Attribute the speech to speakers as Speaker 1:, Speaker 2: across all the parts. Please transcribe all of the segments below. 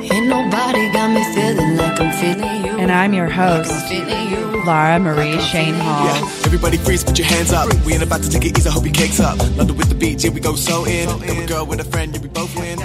Speaker 1: Ain't nobody got me feeling like I'm feeling you.
Speaker 2: and I'm your host,
Speaker 1: feeling you.
Speaker 2: Lara Marie Shane
Speaker 3: Yeah,
Speaker 2: Hall.
Speaker 3: everybody freeze, put your hands up. We ain't about to take it easy, hope your cake's up. London with the beat, here we go so in. Then we girl with a friend, you we both win.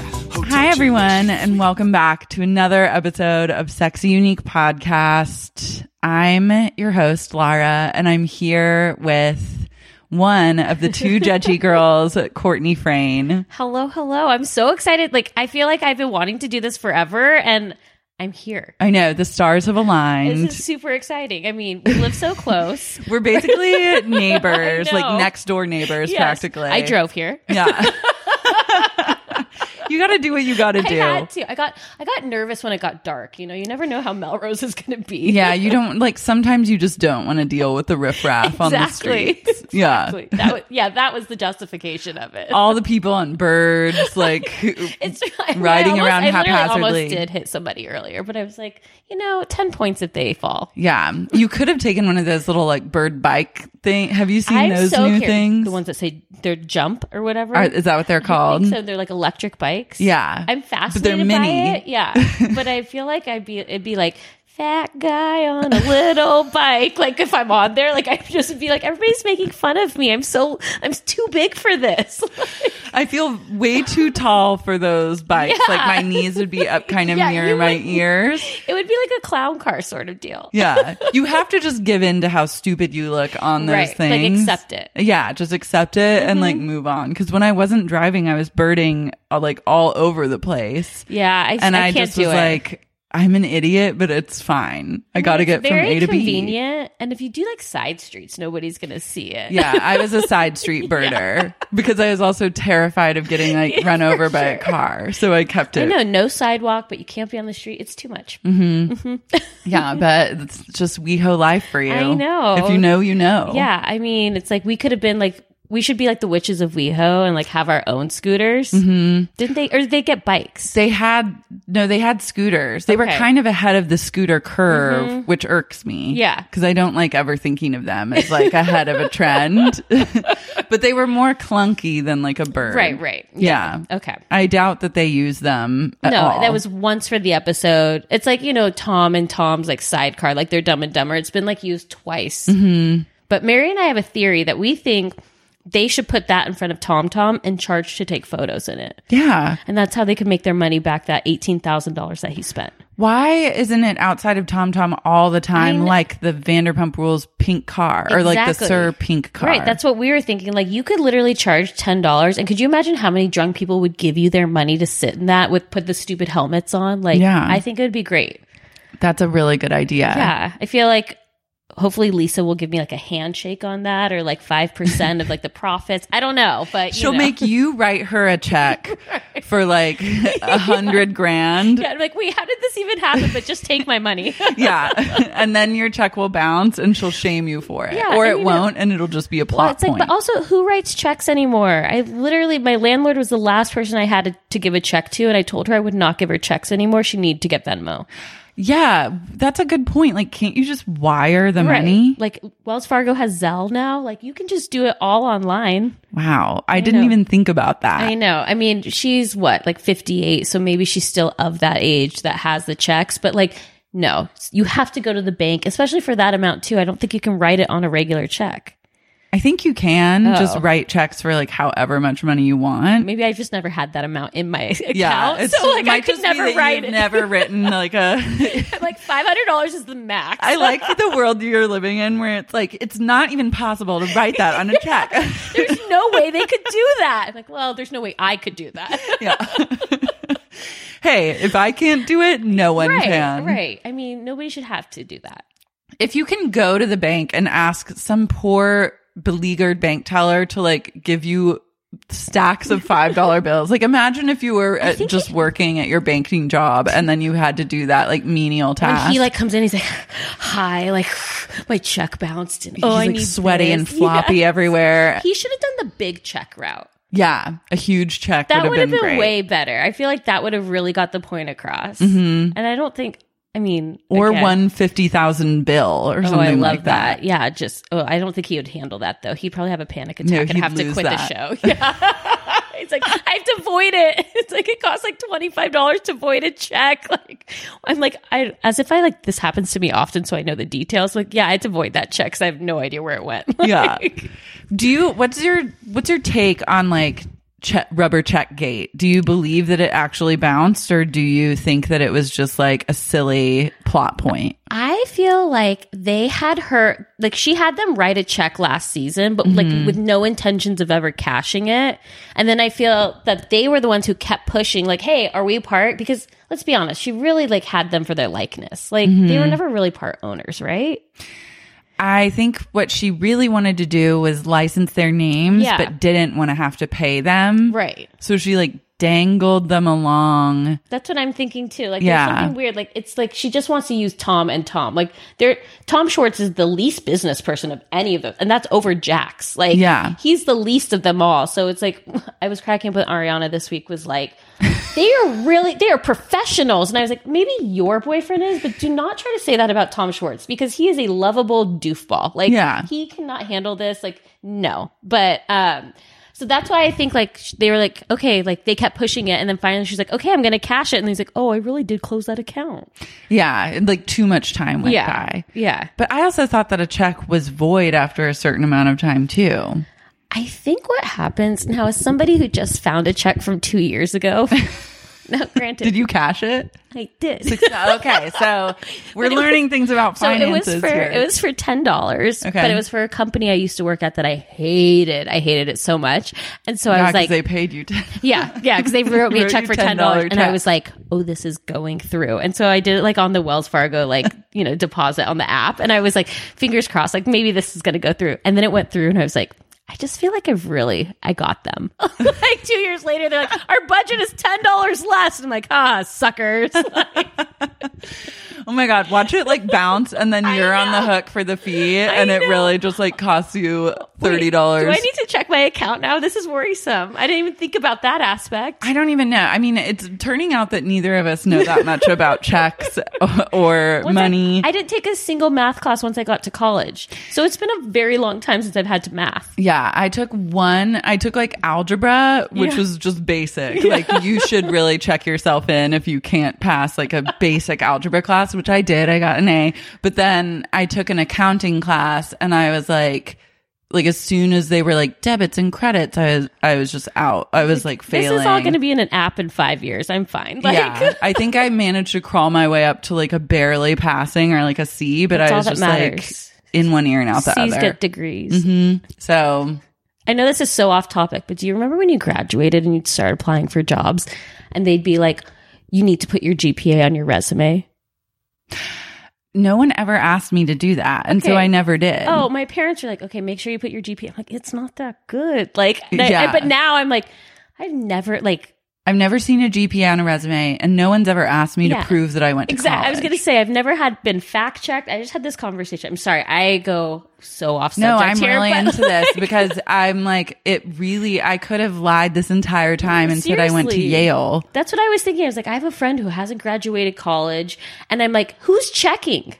Speaker 2: Hi, everyone, and welcome back to another episode of Sexy Unique Podcast. I'm your host, Lara, and I'm here with one of the two judgy girls, Courtney Frayne.
Speaker 4: Hello, hello. I'm so excited. Like, I feel like I've been wanting to do this forever and I'm here.
Speaker 2: I know the stars have aligned.
Speaker 4: This is super exciting. I mean, we live so close.
Speaker 2: We're basically neighbors, like
Speaker 4: know.
Speaker 2: next door neighbors,
Speaker 4: Yes.
Speaker 2: practically.
Speaker 4: I drove here.
Speaker 2: Yeah. you got to do what you got to
Speaker 4: I
Speaker 2: do.
Speaker 4: had to. I got I got nervous when it got dark. You know, you never know how Melrose is going to be.
Speaker 2: yeah, you don't like sometimes you just don't want to deal with the riffraff on the
Speaker 4: Exactly.
Speaker 2: streets. Yeah.
Speaker 4: Exactly. That was, yeah, that was the justification of it.
Speaker 2: All the people on birds like
Speaker 4: it's I mean, I
Speaker 2: riding
Speaker 4: almost-
Speaker 2: around
Speaker 4: I literally
Speaker 2: haphazardly.
Speaker 4: almost did hit somebody earlier, but I was like, you know, ten points if they fall.
Speaker 2: Yeah, you could have taken one of those little like bird bike thing. Have you seen
Speaker 4: I'm
Speaker 2: those
Speaker 4: so
Speaker 2: new
Speaker 4: curious-
Speaker 2: things?
Speaker 4: The ones that say their jump or whatever.
Speaker 2: Are- is that what they're
Speaker 4: I
Speaker 2: called?
Speaker 4: think so they're like electric bikes.
Speaker 2: Yeah.
Speaker 4: I'm
Speaker 2: But
Speaker 4: fascinated
Speaker 2: they're mini.
Speaker 4: by it. Yeah, but I feel like I'd be it'd be like fat guy on a little bike. Like if I'm on there, like I'd just be like everybody's making fun of me. I'm so I'm too big for this.
Speaker 2: I feel way too tall for those bikes.
Speaker 4: Yeah.
Speaker 2: Like my knees would be up kind of
Speaker 4: Yeah,
Speaker 2: near
Speaker 4: you
Speaker 2: my
Speaker 4: would-
Speaker 2: ears.
Speaker 4: it would be like a clown car sort of deal.
Speaker 2: Yeah. You have to just give in to how stupid you look on those
Speaker 4: Right. Like,
Speaker 2: things.
Speaker 4: accept it. Mm-hmm.
Speaker 2: Yeah. Just accept it and like move on. Cause when I wasn't driving, I was birding uh, like all over the place.
Speaker 4: Yeah, I,
Speaker 2: And I,
Speaker 4: I can't
Speaker 2: just
Speaker 4: do
Speaker 2: was
Speaker 4: it.
Speaker 2: like, I'm an idiot, but it's fine. I got to
Speaker 4: It's
Speaker 2: get from
Speaker 4: very
Speaker 2: A to B.
Speaker 4: convenient, and if you do like side streets, nobody's gonna see it.
Speaker 2: Yeah, I was a side street birder because I was also terrified of getting like run over by a car. So I kept it.
Speaker 4: I know no sidewalk, but you can't be on the street. It's too much.
Speaker 2: Yeah, but it's just WeHo life for you.
Speaker 4: I know.
Speaker 2: If you know, you know.
Speaker 4: Yeah, I mean, it's like we could have been like we should be like the witches of WeHo and like have our own scooters. Mm-hmm. Didn't they? Or did they get bikes?
Speaker 2: They had no, they had scooters. They were
Speaker 4: Okay. Mm-hmm.
Speaker 2: kind of ahead of the scooter curve, which irks me.
Speaker 4: Yeah.
Speaker 2: Cause I don't like ever thinking of them as like ahead of a trend, but they were more clunky than like a bird.
Speaker 4: Right, right.
Speaker 2: Yeah.
Speaker 4: Okay.
Speaker 2: I doubt that they use them. At
Speaker 4: no,
Speaker 2: all.
Speaker 4: that was once for the episode. It's like you know Tom and Tom's like sidecar, like they're Dumb and Dumber. It's been like used twice.
Speaker 2: Mm-hmm.
Speaker 4: But Mary and I have a theory that we think they should put that in front of Tom Tom and charge to take photos in it,
Speaker 2: Yeah.
Speaker 4: and that's how they could make their money back that eighteen thousand dollars that he spent.
Speaker 2: Why isn't it outside of Tom Tom all the time,
Speaker 4: kn-
Speaker 2: like the Vanderpump Rules pink car or like the
Speaker 4: Exactly.
Speaker 2: Sir pink car?
Speaker 4: Right. That's what we were thinking. Like, you could literally charge $10. And could you imagine how many drunk people would give you their money to sit in that with put the stupid helmets on? Like,
Speaker 2: Yeah.
Speaker 4: I think it would be great.
Speaker 2: that's a really good idea.
Speaker 4: Yeah. I feel like hopefully Lisa will give me like a handshake on that or like 5% of like the profits. I don't know, but you
Speaker 2: She'll
Speaker 4: know.
Speaker 2: make you write her a check for like a hundred grand.
Speaker 4: Yeah, I'm like, wait, how did this even happen? But just take my money.
Speaker 2: Yeah. and then your check will bounce and she'll shame you for it.
Speaker 4: Yeah,
Speaker 2: or
Speaker 4: and
Speaker 2: it
Speaker 4: you know-
Speaker 2: won't and it'll just be a plot
Speaker 4: Well, it's like,
Speaker 2: point.
Speaker 4: but also, who writes checks anymore? I literally, my landlord was the last person I had to, to give a check to, and I told her I would not give her checks anymore. She needed to get Venmo.
Speaker 2: yeah, that's a good point. Like, can't you just wire the
Speaker 4: Right.
Speaker 2: money?
Speaker 4: Like Wells Fargo has Zelle now. Like you can just do it all online.
Speaker 2: Wow. I, didn't
Speaker 4: know.
Speaker 2: even think about that.
Speaker 4: I know. I mean, she's what, like 58. So maybe she's still of that age that has the checks. But like, no, you have to go to the bank, especially for that amount too. I don't think you can write it on a regular check.
Speaker 2: I think you can just
Speaker 4: Oh.
Speaker 2: write checks for like however much money you want.
Speaker 4: Maybe I just never had that amount in my account.
Speaker 2: Yeah, it's-
Speaker 4: so like, I
Speaker 2: might
Speaker 4: could
Speaker 2: just be that
Speaker 4: never
Speaker 2: you've
Speaker 4: write it.
Speaker 2: Never written like a
Speaker 4: like $500 is the max.
Speaker 2: I like the world you're living in where it's like it's not even possible to write that on a check.
Speaker 4: there's no way they could do that. I'm like, well, there's no way I could do that.
Speaker 2: hey, if I can't do it, no one
Speaker 4: right.
Speaker 2: can.
Speaker 4: Right. I mean, nobody should have to do that.
Speaker 2: if you can go to the bank and ask some poor beleaguered bank teller to like give you stacks of five dollar bills like imagine if you were at, just working at your banking job and then you had to do that like menial task
Speaker 4: And he like comes in, he's like, "Hi, like my check bounced." And oh,
Speaker 2: He's,
Speaker 4: I
Speaker 2: like,
Speaker 4: need
Speaker 2: sweaty and
Speaker 4: this."
Speaker 2: floppy
Speaker 4: Yeah.
Speaker 2: everywhere
Speaker 4: He should have done the big check route.
Speaker 2: yeah a huge check
Speaker 4: That
Speaker 2: would have been, great.
Speaker 4: way better. I feel like that would have really got the point across. And I don't think. I mean,
Speaker 2: or
Speaker 4: again,
Speaker 2: one fifty thousand bill or something
Speaker 4: Oh, I love
Speaker 2: like that.
Speaker 4: that. Yeah, just oh, I don't think he would handle that though. He'd probably have a panic attack
Speaker 2: No,
Speaker 4: and
Speaker 2: he'd
Speaker 4: have to
Speaker 2: lose
Speaker 4: quit
Speaker 2: that.
Speaker 4: the show. Yeah. It's like I have to void it. It's like it costs like twenty five dollars to void a check. Like I'm like I as if I like this happens to me often, so I know the details. Like yeah, I had to void that check because I have no idea where it went.
Speaker 2: Yeah.
Speaker 4: Like,
Speaker 2: Do you what's your what's your take on like che- rubber check gate? Do you believe that it actually bounced or do you think that it was just like a silly plot point?
Speaker 4: I feel like they had her like she had them write a check last season, but like with no intentions of ever cashing it. And then I feel that they were the ones who kept pushing, like, "Hey, are we part?" Because let's be honest, she really like had them for their likeness. Like they were never really part owners, right?
Speaker 2: I think what she really wanted to do was license their names
Speaker 4: Yeah.
Speaker 2: but didn't want to have to pay them.
Speaker 4: Right.
Speaker 2: So she like dangled them along.
Speaker 4: That's what I'm thinking too. Like
Speaker 2: Yeah.
Speaker 4: there's something weird. Like it's like she just wants to use Tom and Tom. Like they're Tom Schwartz is the least business person of any of them, and that's over Jax. Like
Speaker 2: Yeah.
Speaker 4: he's the least of them all. So it's like I was cracking up with Ariana this week was like they are really they are professionals, and I was like maybe your boyfriend is, but do not try to say that about Tom Schwartz because he is a lovable doofball. Like
Speaker 2: Yeah.
Speaker 4: he cannot handle this. Like no, but um. So that's why I think like sh- they were like, okay, like they kept pushing it. And then finally she's like, okay, I'm going to cash it. And he's like, oh, I really did close that account.
Speaker 2: Yeah, and, like too much time went by.
Speaker 4: Yeah.
Speaker 2: But I also thought that a check was void after a certain amount of time too.
Speaker 4: I think what happens now is somebody who just found a check from two years ago. now, granted,
Speaker 2: Did you cash it?
Speaker 4: I did.
Speaker 2: okay, so we're
Speaker 4: But it was-
Speaker 2: learning things about
Speaker 4: So it was
Speaker 2: finances.
Speaker 4: for
Speaker 2: here.
Speaker 4: it was for ten dollars,
Speaker 2: Okay.
Speaker 4: but it was for a company I used to work at that I hated. I hated it so much, and so I
Speaker 2: Yeah,
Speaker 4: was
Speaker 2: 'cause
Speaker 4: like,
Speaker 2: they paid you. T-
Speaker 4: Yeah, yeah, because they wrote me a
Speaker 2: Wrote
Speaker 4: check
Speaker 2: you
Speaker 4: for
Speaker 2: $10
Speaker 4: ten dollars, and I
Speaker 2: check.
Speaker 4: was like, "Oh, this is going through." And so I did it like on the Wells Fargo like you know deposit on the app, and I was like, fingers crossed, like maybe this is going to go through. And then it went through, and I was like, I just feel like I've really I got them. like two years later, they're like, "Our budget is ten dollars less." And I'm like, "Ah, suckers!"
Speaker 2: oh my god, watch it like bounce, and then you're on the hook for the fee, and it
Speaker 4: know.
Speaker 2: really just like costs you thirty
Speaker 4: Do
Speaker 2: dollars.
Speaker 4: I need to check my account now? This is worrisome. I didn't even think about that aspect.
Speaker 2: I don't even know. I mean, it's turning out that neither of us know that much about checks uh, or
Speaker 4: Once I-
Speaker 2: money.
Speaker 4: I didn't take a single math class once I got to college. So it's been a very long time since I've had to math.
Speaker 2: yeah, I took one. I took like algebra, which was just basic. Like you should really check yourself in if you can't pass like a basic algebra class, which I did. I got an A. But then I took an accounting class and I was like like as soon as they were like debits and credits, I was I was just out. I was like failing.
Speaker 4: This is all going to be in an app in five years. I'm fine. Like,
Speaker 2: yeah, I think I managed to crawl my way up to like a barely passing or like a C, but
Speaker 4: That's
Speaker 2: I
Speaker 4: all
Speaker 2: was
Speaker 4: that
Speaker 2: just
Speaker 4: matters.
Speaker 2: like in one ear and out the
Speaker 4: C's
Speaker 2: other.
Speaker 4: get degrees.
Speaker 2: so
Speaker 4: I know this is so off topic, but do you remember when you graduated and you'd start applying for jobs and they'd be like, you need to put your GPA on your resume?
Speaker 2: no one ever asked me to do that, and so
Speaker 4: Okay.
Speaker 2: I never did.
Speaker 4: Oh, my parents were like, okay, make sure you put your GPA. I'm like, it's not that good. Like, and I-
Speaker 2: Yeah.
Speaker 4: but now I'm like, I've never, like,
Speaker 2: I've never seen a GPA on a resume, and no one's ever asked me
Speaker 4: Yeah.
Speaker 2: to prove that I went to
Speaker 4: Exactly. I was
Speaker 2: college.
Speaker 4: going to say I've never had been fact checked. I just had this conversation. I'm sorry. I go so off
Speaker 2: No,
Speaker 4: subject
Speaker 2: I'm
Speaker 4: here,
Speaker 2: really
Speaker 4: but-
Speaker 2: into this because I'm like, it really, I could have lied this entire time and said I went to
Speaker 4: Seriously.
Speaker 2: Yale.
Speaker 4: That's what I was thinking. I was like, I have a friend who hasn't graduated college, and I'm like, who's checking?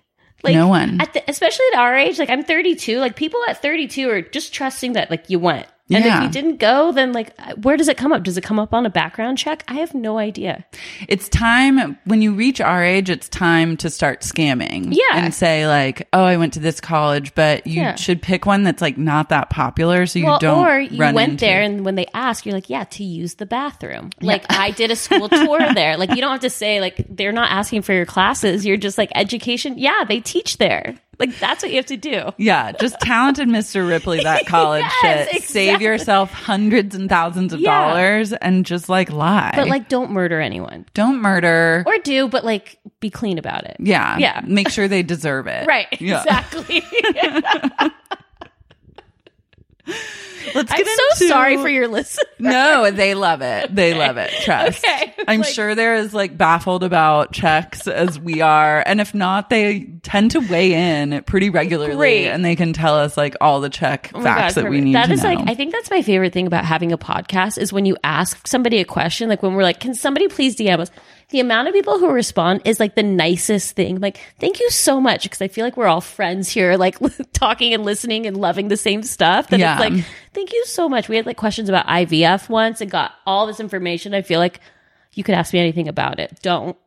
Speaker 4: Like
Speaker 2: No one.
Speaker 4: At the, especially at our age, like I'm 32. Like people at 32 are just trusting that like you went, and
Speaker 2: Yeah.
Speaker 4: if you didn't go, then like where does it come up? Does it come up on a background check? I have no idea.
Speaker 2: It's time when you reach our age, it's time to start scamming.
Speaker 4: Yeah.
Speaker 2: And say, like, oh, I went to this college, but you
Speaker 4: Yeah.
Speaker 2: should pick one that's like not that popular so you
Speaker 4: well,
Speaker 2: don't.
Speaker 4: or you
Speaker 2: run
Speaker 4: went
Speaker 2: into-
Speaker 4: there, and when they ask, you're like, yeah, to use the bathroom. Like I did a school tour there. Like you don't have to say like they're not asking for your classes. You're just like education. Yeah, they teach there. Like that's what you have to do.
Speaker 2: Yeah, just talented Mr. Ripley, that college
Speaker 4: Yes,
Speaker 2: shit. Save
Speaker 4: exactly.
Speaker 2: yourself hundreds and thousands of
Speaker 4: Yeah.
Speaker 2: dollars and just like lie.
Speaker 4: But like, don't murder anyone.
Speaker 2: don't murder.
Speaker 4: or do but like be clean about it.
Speaker 2: Yeah.
Speaker 4: Yeah.
Speaker 2: Make sure they deserve it.
Speaker 4: Right.
Speaker 2: Yeah.
Speaker 4: Exactly.
Speaker 2: Let's
Speaker 4: I'm
Speaker 2: get
Speaker 4: so
Speaker 2: into-
Speaker 4: sorry for your listen.
Speaker 2: No, they love it. They love it. Trust.
Speaker 4: Okay.
Speaker 2: I'm
Speaker 4: Like-
Speaker 2: sure they're as like baffled about checks as we are. And if not, they tend to weigh in pretty regularly
Speaker 4: Great.
Speaker 2: and they can tell us like all the check
Speaker 4: Oh my God,
Speaker 2: facts that we
Speaker 4: perfect.
Speaker 2: need
Speaker 4: That
Speaker 2: to
Speaker 4: is
Speaker 2: know.
Speaker 4: like I think that's my favorite thing about having a podcast is when you ask somebody a question, like when we're like, Can somebody please DM us? The amount of people who respond is like the nicest thing. Like, thank you so much. Cause I feel like we're all friends here, like talking and listening and loving the same stuff. That
Speaker 2: Yeah.
Speaker 4: it's like, thank you so much. We had like questions about IVF once and got all this information. I feel like you could ask me anything about it. Don't.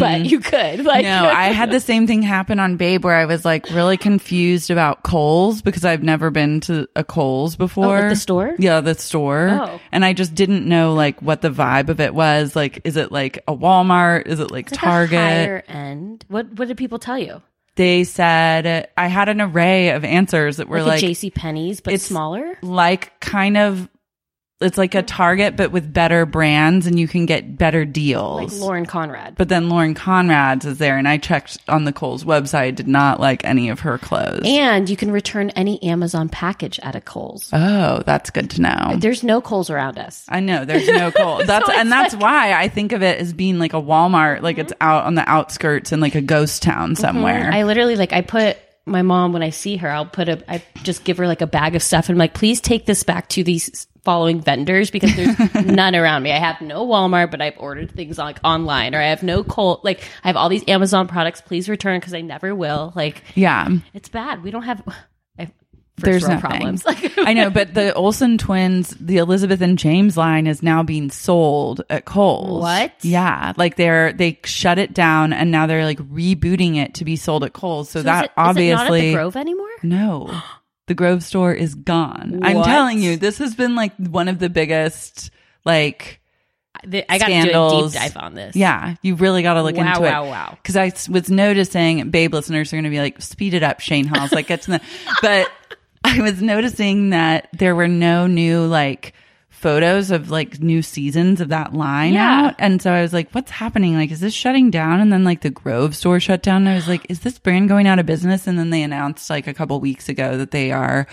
Speaker 4: But you could. Like
Speaker 2: Mm-hmm. no, I had the same thing happen on Babe where I was like really confused about Coles because I've never been to a Coles before.
Speaker 4: like Oh, the store?
Speaker 2: Yeah, the store.
Speaker 4: Oh.
Speaker 2: And I just didn't know like what the vibe of it was. Like, is it like a Walmart? Is it like
Speaker 4: It's like a
Speaker 2: Target?
Speaker 4: higher end. What what did people tell you?
Speaker 2: they said I had an array of answers that were like,
Speaker 4: like, JC Penney's, but
Speaker 2: it's-
Speaker 4: smaller.
Speaker 2: like kind of it's like a Target but with better brands and you can get better deals.
Speaker 4: Like Lauren Conrad.
Speaker 2: but then Lauren Conrad's is there, and I checked on the Kohl's website, did not like any of her clothes.
Speaker 4: and you can return any Amazon package at a Kohl's.
Speaker 2: oh, that's good to know.
Speaker 4: There's no Kohl's around us.
Speaker 2: I know there's no Kohl's. That's and that's why I think of it as being like a Walmart, like it's out on the outskirts in like a ghost town somewhere.
Speaker 4: Mm-hmm. I literally like I put my mom when I see her, I'll put a I just give her like a bag of stuff and I'm like, please take this back to these following vendors because there's none around me. I have no Walmart, but I've ordered things like online or I have no Kohl like I have all these Amazon products, please return because I never will. Like
Speaker 2: yeah.
Speaker 4: it's bad. We don't have I, first
Speaker 2: There's
Speaker 4: world
Speaker 2: no
Speaker 4: problems.
Speaker 2: Like, I know, but the Olsen twins, the Elizabeth and James line is now being sold at Kohl's.
Speaker 4: What?
Speaker 2: Yeah, like they're they shut it down and now they're like rebooting it to be sold at Kohl's. So,
Speaker 4: So
Speaker 2: that
Speaker 4: is it- is it not at
Speaker 2: obviously
Speaker 4: the Grove anymore?
Speaker 2: no, the Grove store is gone. I'm
Speaker 4: What?
Speaker 2: telling you, this has been like one of the biggest like.
Speaker 4: The, I got to do a deep
Speaker 2: Scandals.
Speaker 4: dive on this.
Speaker 2: Yeah, you really got to look
Speaker 4: Wow,
Speaker 2: into it.
Speaker 4: wow, wow.
Speaker 2: Because I s- was noticing, babe listeners are going to be like, speed it up, Shane Halls. Like, get to the. but I was noticing that there were no new, like, photos of like new seasons of that line
Speaker 4: Yeah.
Speaker 2: out. And so I was like, what's happening? Like, is this shutting down? And then, like, the Grove store shut down. And I was like, is this brand going out of business? And then they announced, like, a couple weeks ago that they are.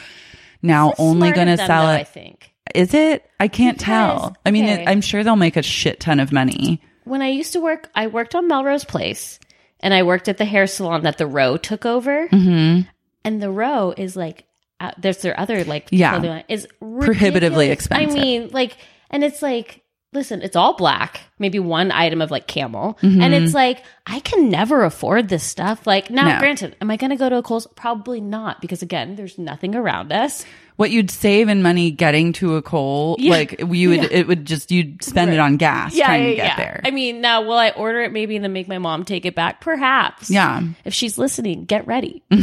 Speaker 2: Now only
Speaker 4: Smart of
Speaker 2: going to
Speaker 4: them,
Speaker 2: sell
Speaker 4: though,
Speaker 2: it.
Speaker 4: I think.
Speaker 2: Is it? I can't
Speaker 4: Because-
Speaker 2: tell. I mean,
Speaker 4: okay.
Speaker 2: it, I'm sure they'll make a shit ton of money.
Speaker 4: When I used to work, I worked on Melrose Place and I worked at the hair salon that the row took over.
Speaker 2: Mm-hmm.
Speaker 4: And the row is like, uh, there's their other like,
Speaker 2: Yeah.
Speaker 4: clothing line, is
Speaker 2: Prohibitively
Speaker 4: ridiculous.
Speaker 2: expensive.
Speaker 4: I mean, like, and it's like, listen, it's all black, maybe one item of like camel. And it's like, I can never afford this stuff. Like, now,
Speaker 2: Mm-hmm. No.
Speaker 4: granted, am I going to go to a Kohl's? Probably not, because again, there's nothing around us.
Speaker 2: what you'd save in money getting to a coal,
Speaker 4: Yeah.
Speaker 2: like you would, it would just you'd spend it on gas trying to get there.
Speaker 4: I mean, now will I order it maybe and then make my mom take it back? Perhaps.
Speaker 2: yeah,
Speaker 4: If she's listening, get ready. but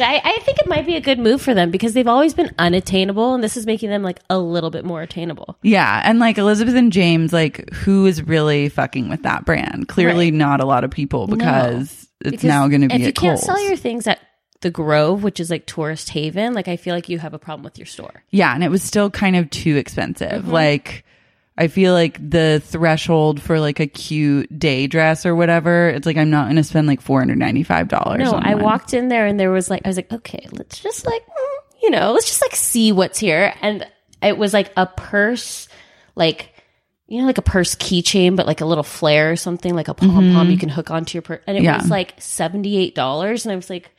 Speaker 4: I, I think it might be a good move for them because they've always been unattainable and this is making them like a little bit more attainable.
Speaker 2: yeah, and like Elizabeth and James, like who is really fucking with that brand? Clearly,
Speaker 4: Right.
Speaker 2: not a lot of people because it's
Speaker 4: Because
Speaker 2: now going to be
Speaker 4: if you
Speaker 2: at
Speaker 4: can't
Speaker 2: Kohl's.
Speaker 4: sell your things at the Grove, which is like tourist haven, like I feel like you have a problem with your store.
Speaker 2: yeah, and it was still kind of too expensive.
Speaker 4: Mm-hmm.
Speaker 2: Like. I feel like the threshold for like a cute day dress or whatever, it's like I'm not going to spend like $495.
Speaker 4: No,
Speaker 2: on
Speaker 4: I
Speaker 2: one.
Speaker 4: walked in there and there was like, I was like, okay, let's just like, mm, you know, let's just like see what's here. And it was like a purse, like, you know, like a purse keychain, but like a little flare or something, like a pom pom you can hook onto your purse. And it
Speaker 2: Mm-hmm. Yeah.
Speaker 4: was like $78. And I was like,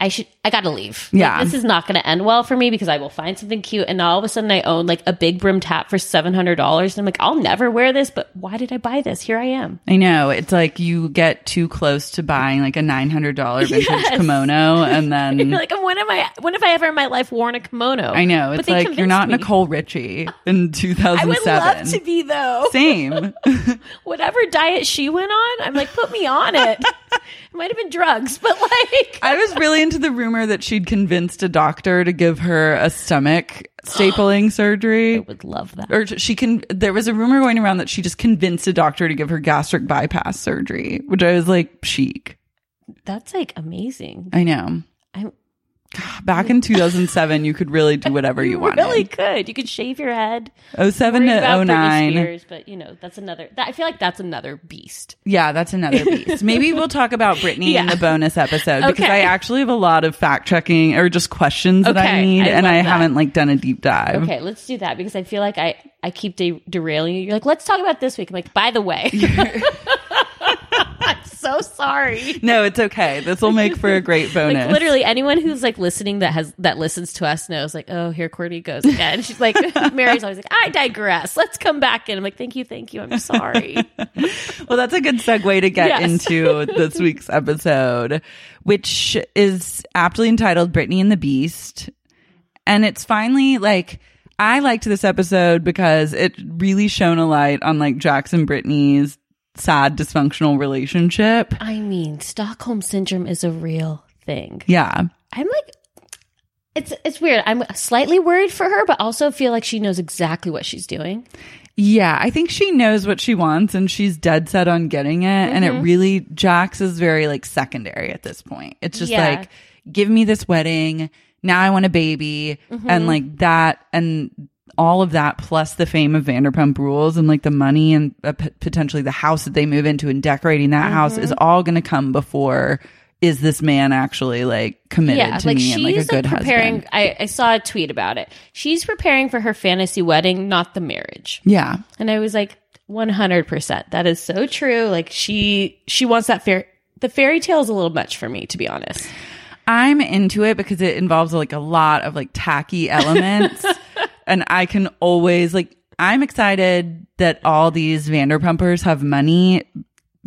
Speaker 4: I should, I gotta leave.
Speaker 2: Yeah.
Speaker 4: Like, this is not gonna end well for me because I will find something cute. And all of a sudden I own like a big brim hat for $700. And I'm like, I'll never wear this, but why did I buy this? Here I am.
Speaker 2: I know. It's like you get too close to buying like a $900 vintage kimono and then
Speaker 4: You're like, when am I? When have I ever in my life worn a kimono?
Speaker 2: Mm-hmm. I know.
Speaker 4: But
Speaker 2: It's
Speaker 4: they
Speaker 2: like you're
Speaker 4: convinced
Speaker 2: not
Speaker 4: me.
Speaker 2: Nicole Richie in 2007.
Speaker 4: I would love to be though.
Speaker 2: Same.
Speaker 4: Whatever diet she went on, I'm like, put me on it. it might have been drugs, but like,
Speaker 2: I was really into the rumor that she'd convinced a doctor to give her a stomach stapling surgery.
Speaker 4: would love that.
Speaker 2: Or she can. There was a rumor going around that she just convinced a doctor to give her gastric bypass surgery, which I was like, chic.
Speaker 4: That's like amazing.
Speaker 2: I know.
Speaker 4: I'm,
Speaker 2: God, back in 2007, you could really do whatever you, wanted.
Speaker 4: really could. You could shave your head.
Speaker 2: 07
Speaker 4: worry about
Speaker 2: to
Speaker 4: Britney
Speaker 2: 09.
Speaker 4: Spears, but you know that's another. That, I feel like that's another beast.
Speaker 2: Yeah, that's another piece. Maybe we'll talk about Britney in
Speaker 4: Yeah.
Speaker 2: the bonus episode because I
Speaker 4: Okay.
Speaker 2: actually have a lot of fact checking or just questions that I
Speaker 4: Okay,
Speaker 2: need,
Speaker 4: I
Speaker 2: and
Speaker 4: love
Speaker 2: I
Speaker 4: that.
Speaker 2: haven't like done a deep dive.
Speaker 4: Okay, let's do that because I feel like I I keep de- derailing you. You're like, let's talk about this week. I'm like, by the way, I'm so sorry.
Speaker 2: No, it's okay. This will make for a great bonus.
Speaker 4: Like literally anyone who's like listening that has that listens to us knows like oh here Courtney goes again she's like Mary's always like I digress let's come back in I'm like thank you thank you I'm sorry
Speaker 2: Well, that's a good segue to get
Speaker 4: Yes.
Speaker 2: into this week's episode, which is aptly entitled Brittany and the Beast. And it's finally like, I liked this episode because it really shone a light on like Jackson Brittany's sad dysfunctional relationship.
Speaker 4: I mean Stockholm syndrome is a real thing
Speaker 2: Yeah.
Speaker 4: I'm like, it's it's weird. I'm slightly worried for her, but also feel like she knows exactly what she's doing.
Speaker 2: Yeah, I think she knows what she wants and she's dead set on getting it. And
Speaker 4: Mm-hmm.
Speaker 2: it really, Jax is very like secondary at this point. It's just
Speaker 4: Yeah.
Speaker 2: like, give me this wedding. Now I want a baby.
Speaker 4: Mm-hmm.
Speaker 2: And like that, and all of that, plus the fame of Vanderpump Rules and like the money and uh, p- potentially the house that they move into and decorating that house
Speaker 4: Mm-hmm.
Speaker 2: is all going to come before. Is this man actually like committed to me and like a good
Speaker 4: preparing.
Speaker 2: husband?
Speaker 4: I, I saw a tweet about it. She's preparing for her fantasy wedding, not the marriage.
Speaker 2: Yeah.
Speaker 4: And I was like, one hundred percent. That is so true. Like she she wants that fair. The fairy tale is a little much for me, to be honest.
Speaker 2: I'm into it because it involves like a lot of like tacky elements. and I can always like I'm excited that all these Vanderpumpers have money.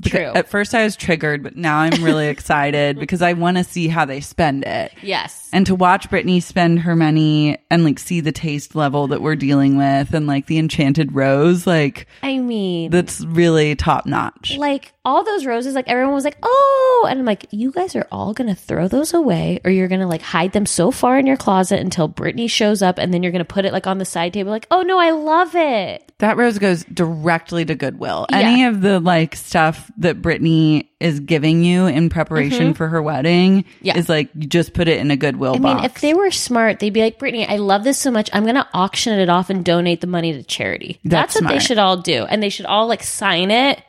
Speaker 4: True.
Speaker 2: At first I was triggered, but now I'm really excited because I want to see how they spend it.
Speaker 4: yes.
Speaker 2: And to watch Brittany spend her money and like see the taste level that we're dealing with and like the enchanted rose, like
Speaker 4: I mean,
Speaker 2: that's really top notch.
Speaker 4: like all those roses, like everyone was like, oh, and I'm like, you guys are all gonna throw those away, or you're gonna like hide them so far in your closet until Brittany shows up, and then you're gonna put it like on the side table, like, oh no, I love it.
Speaker 2: That rose goes directly to Goodwill. Any
Speaker 4: Yeah.
Speaker 2: of the like stuff that Brittany is giving you in preparation for her wedding
Speaker 4: Mm-hmm. Yeah.
Speaker 2: is like you just put it in a Goodwill
Speaker 4: I
Speaker 2: box.
Speaker 4: mean, if they were smart, they'd be like, Brittany, I love this so much, I'm gonna auction it off and donate the money to charity.
Speaker 2: That's
Speaker 4: That's, what they
Speaker 2: smart.
Speaker 4: should all do, and they should all like sign it,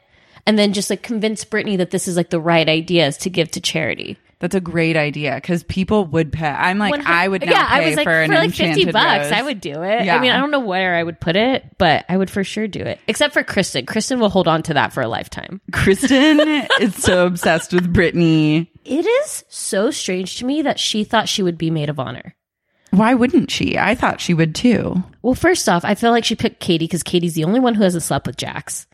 Speaker 4: and then just like convince Brittany that this is like the right ideas to give to charity.
Speaker 2: That's a great idea because people would pay. I'm like,
Speaker 4: When-
Speaker 2: I would not
Speaker 4: yeah,
Speaker 2: pay
Speaker 4: I was like
Speaker 2: for an
Speaker 4: like fifty
Speaker 2: enchanted
Speaker 4: bucks.
Speaker 2: rose.
Speaker 4: I would do it.
Speaker 2: Yeah.
Speaker 4: I mean, I don't know where I would put it, but I would for sure do it. Except for Kristen. Kristen will hold on to that for a lifetime.
Speaker 2: Kristen is so obsessed with Brittany.
Speaker 4: It is so strange to me that she thought she would be maid of honor.
Speaker 2: Why wouldn't she? I thought she would too.
Speaker 4: Well, first off, I feel like she picked Katie because Katie's the only one who hasn't slept with Jax.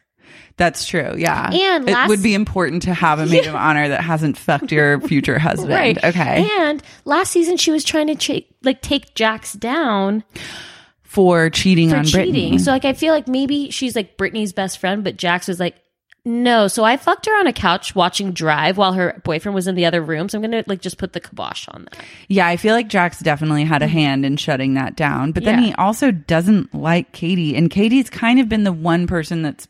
Speaker 2: That's true. Yeah.
Speaker 4: And
Speaker 2: it
Speaker 4: last-
Speaker 2: would be important to have a maid of honor that hasn't fucked your future husband. Okay.
Speaker 4: And last season, she was trying to cha- like take Jax down
Speaker 2: for cheating
Speaker 4: for
Speaker 2: on
Speaker 4: cheating.
Speaker 2: Brittany.
Speaker 4: So like I feel like maybe she's like Brittany's best friend, but Jax was like, no. So I fucked her on a couch watching Drive while her boyfriend was in the other room. So I'm gonna like just put the kibosh on that.
Speaker 2: Yeah, I feel like Jax definitely had a hand in shutting that down. But then
Speaker 4: Yeah.
Speaker 2: he also doesn't like Katie. And Katie's kind of been the one person that's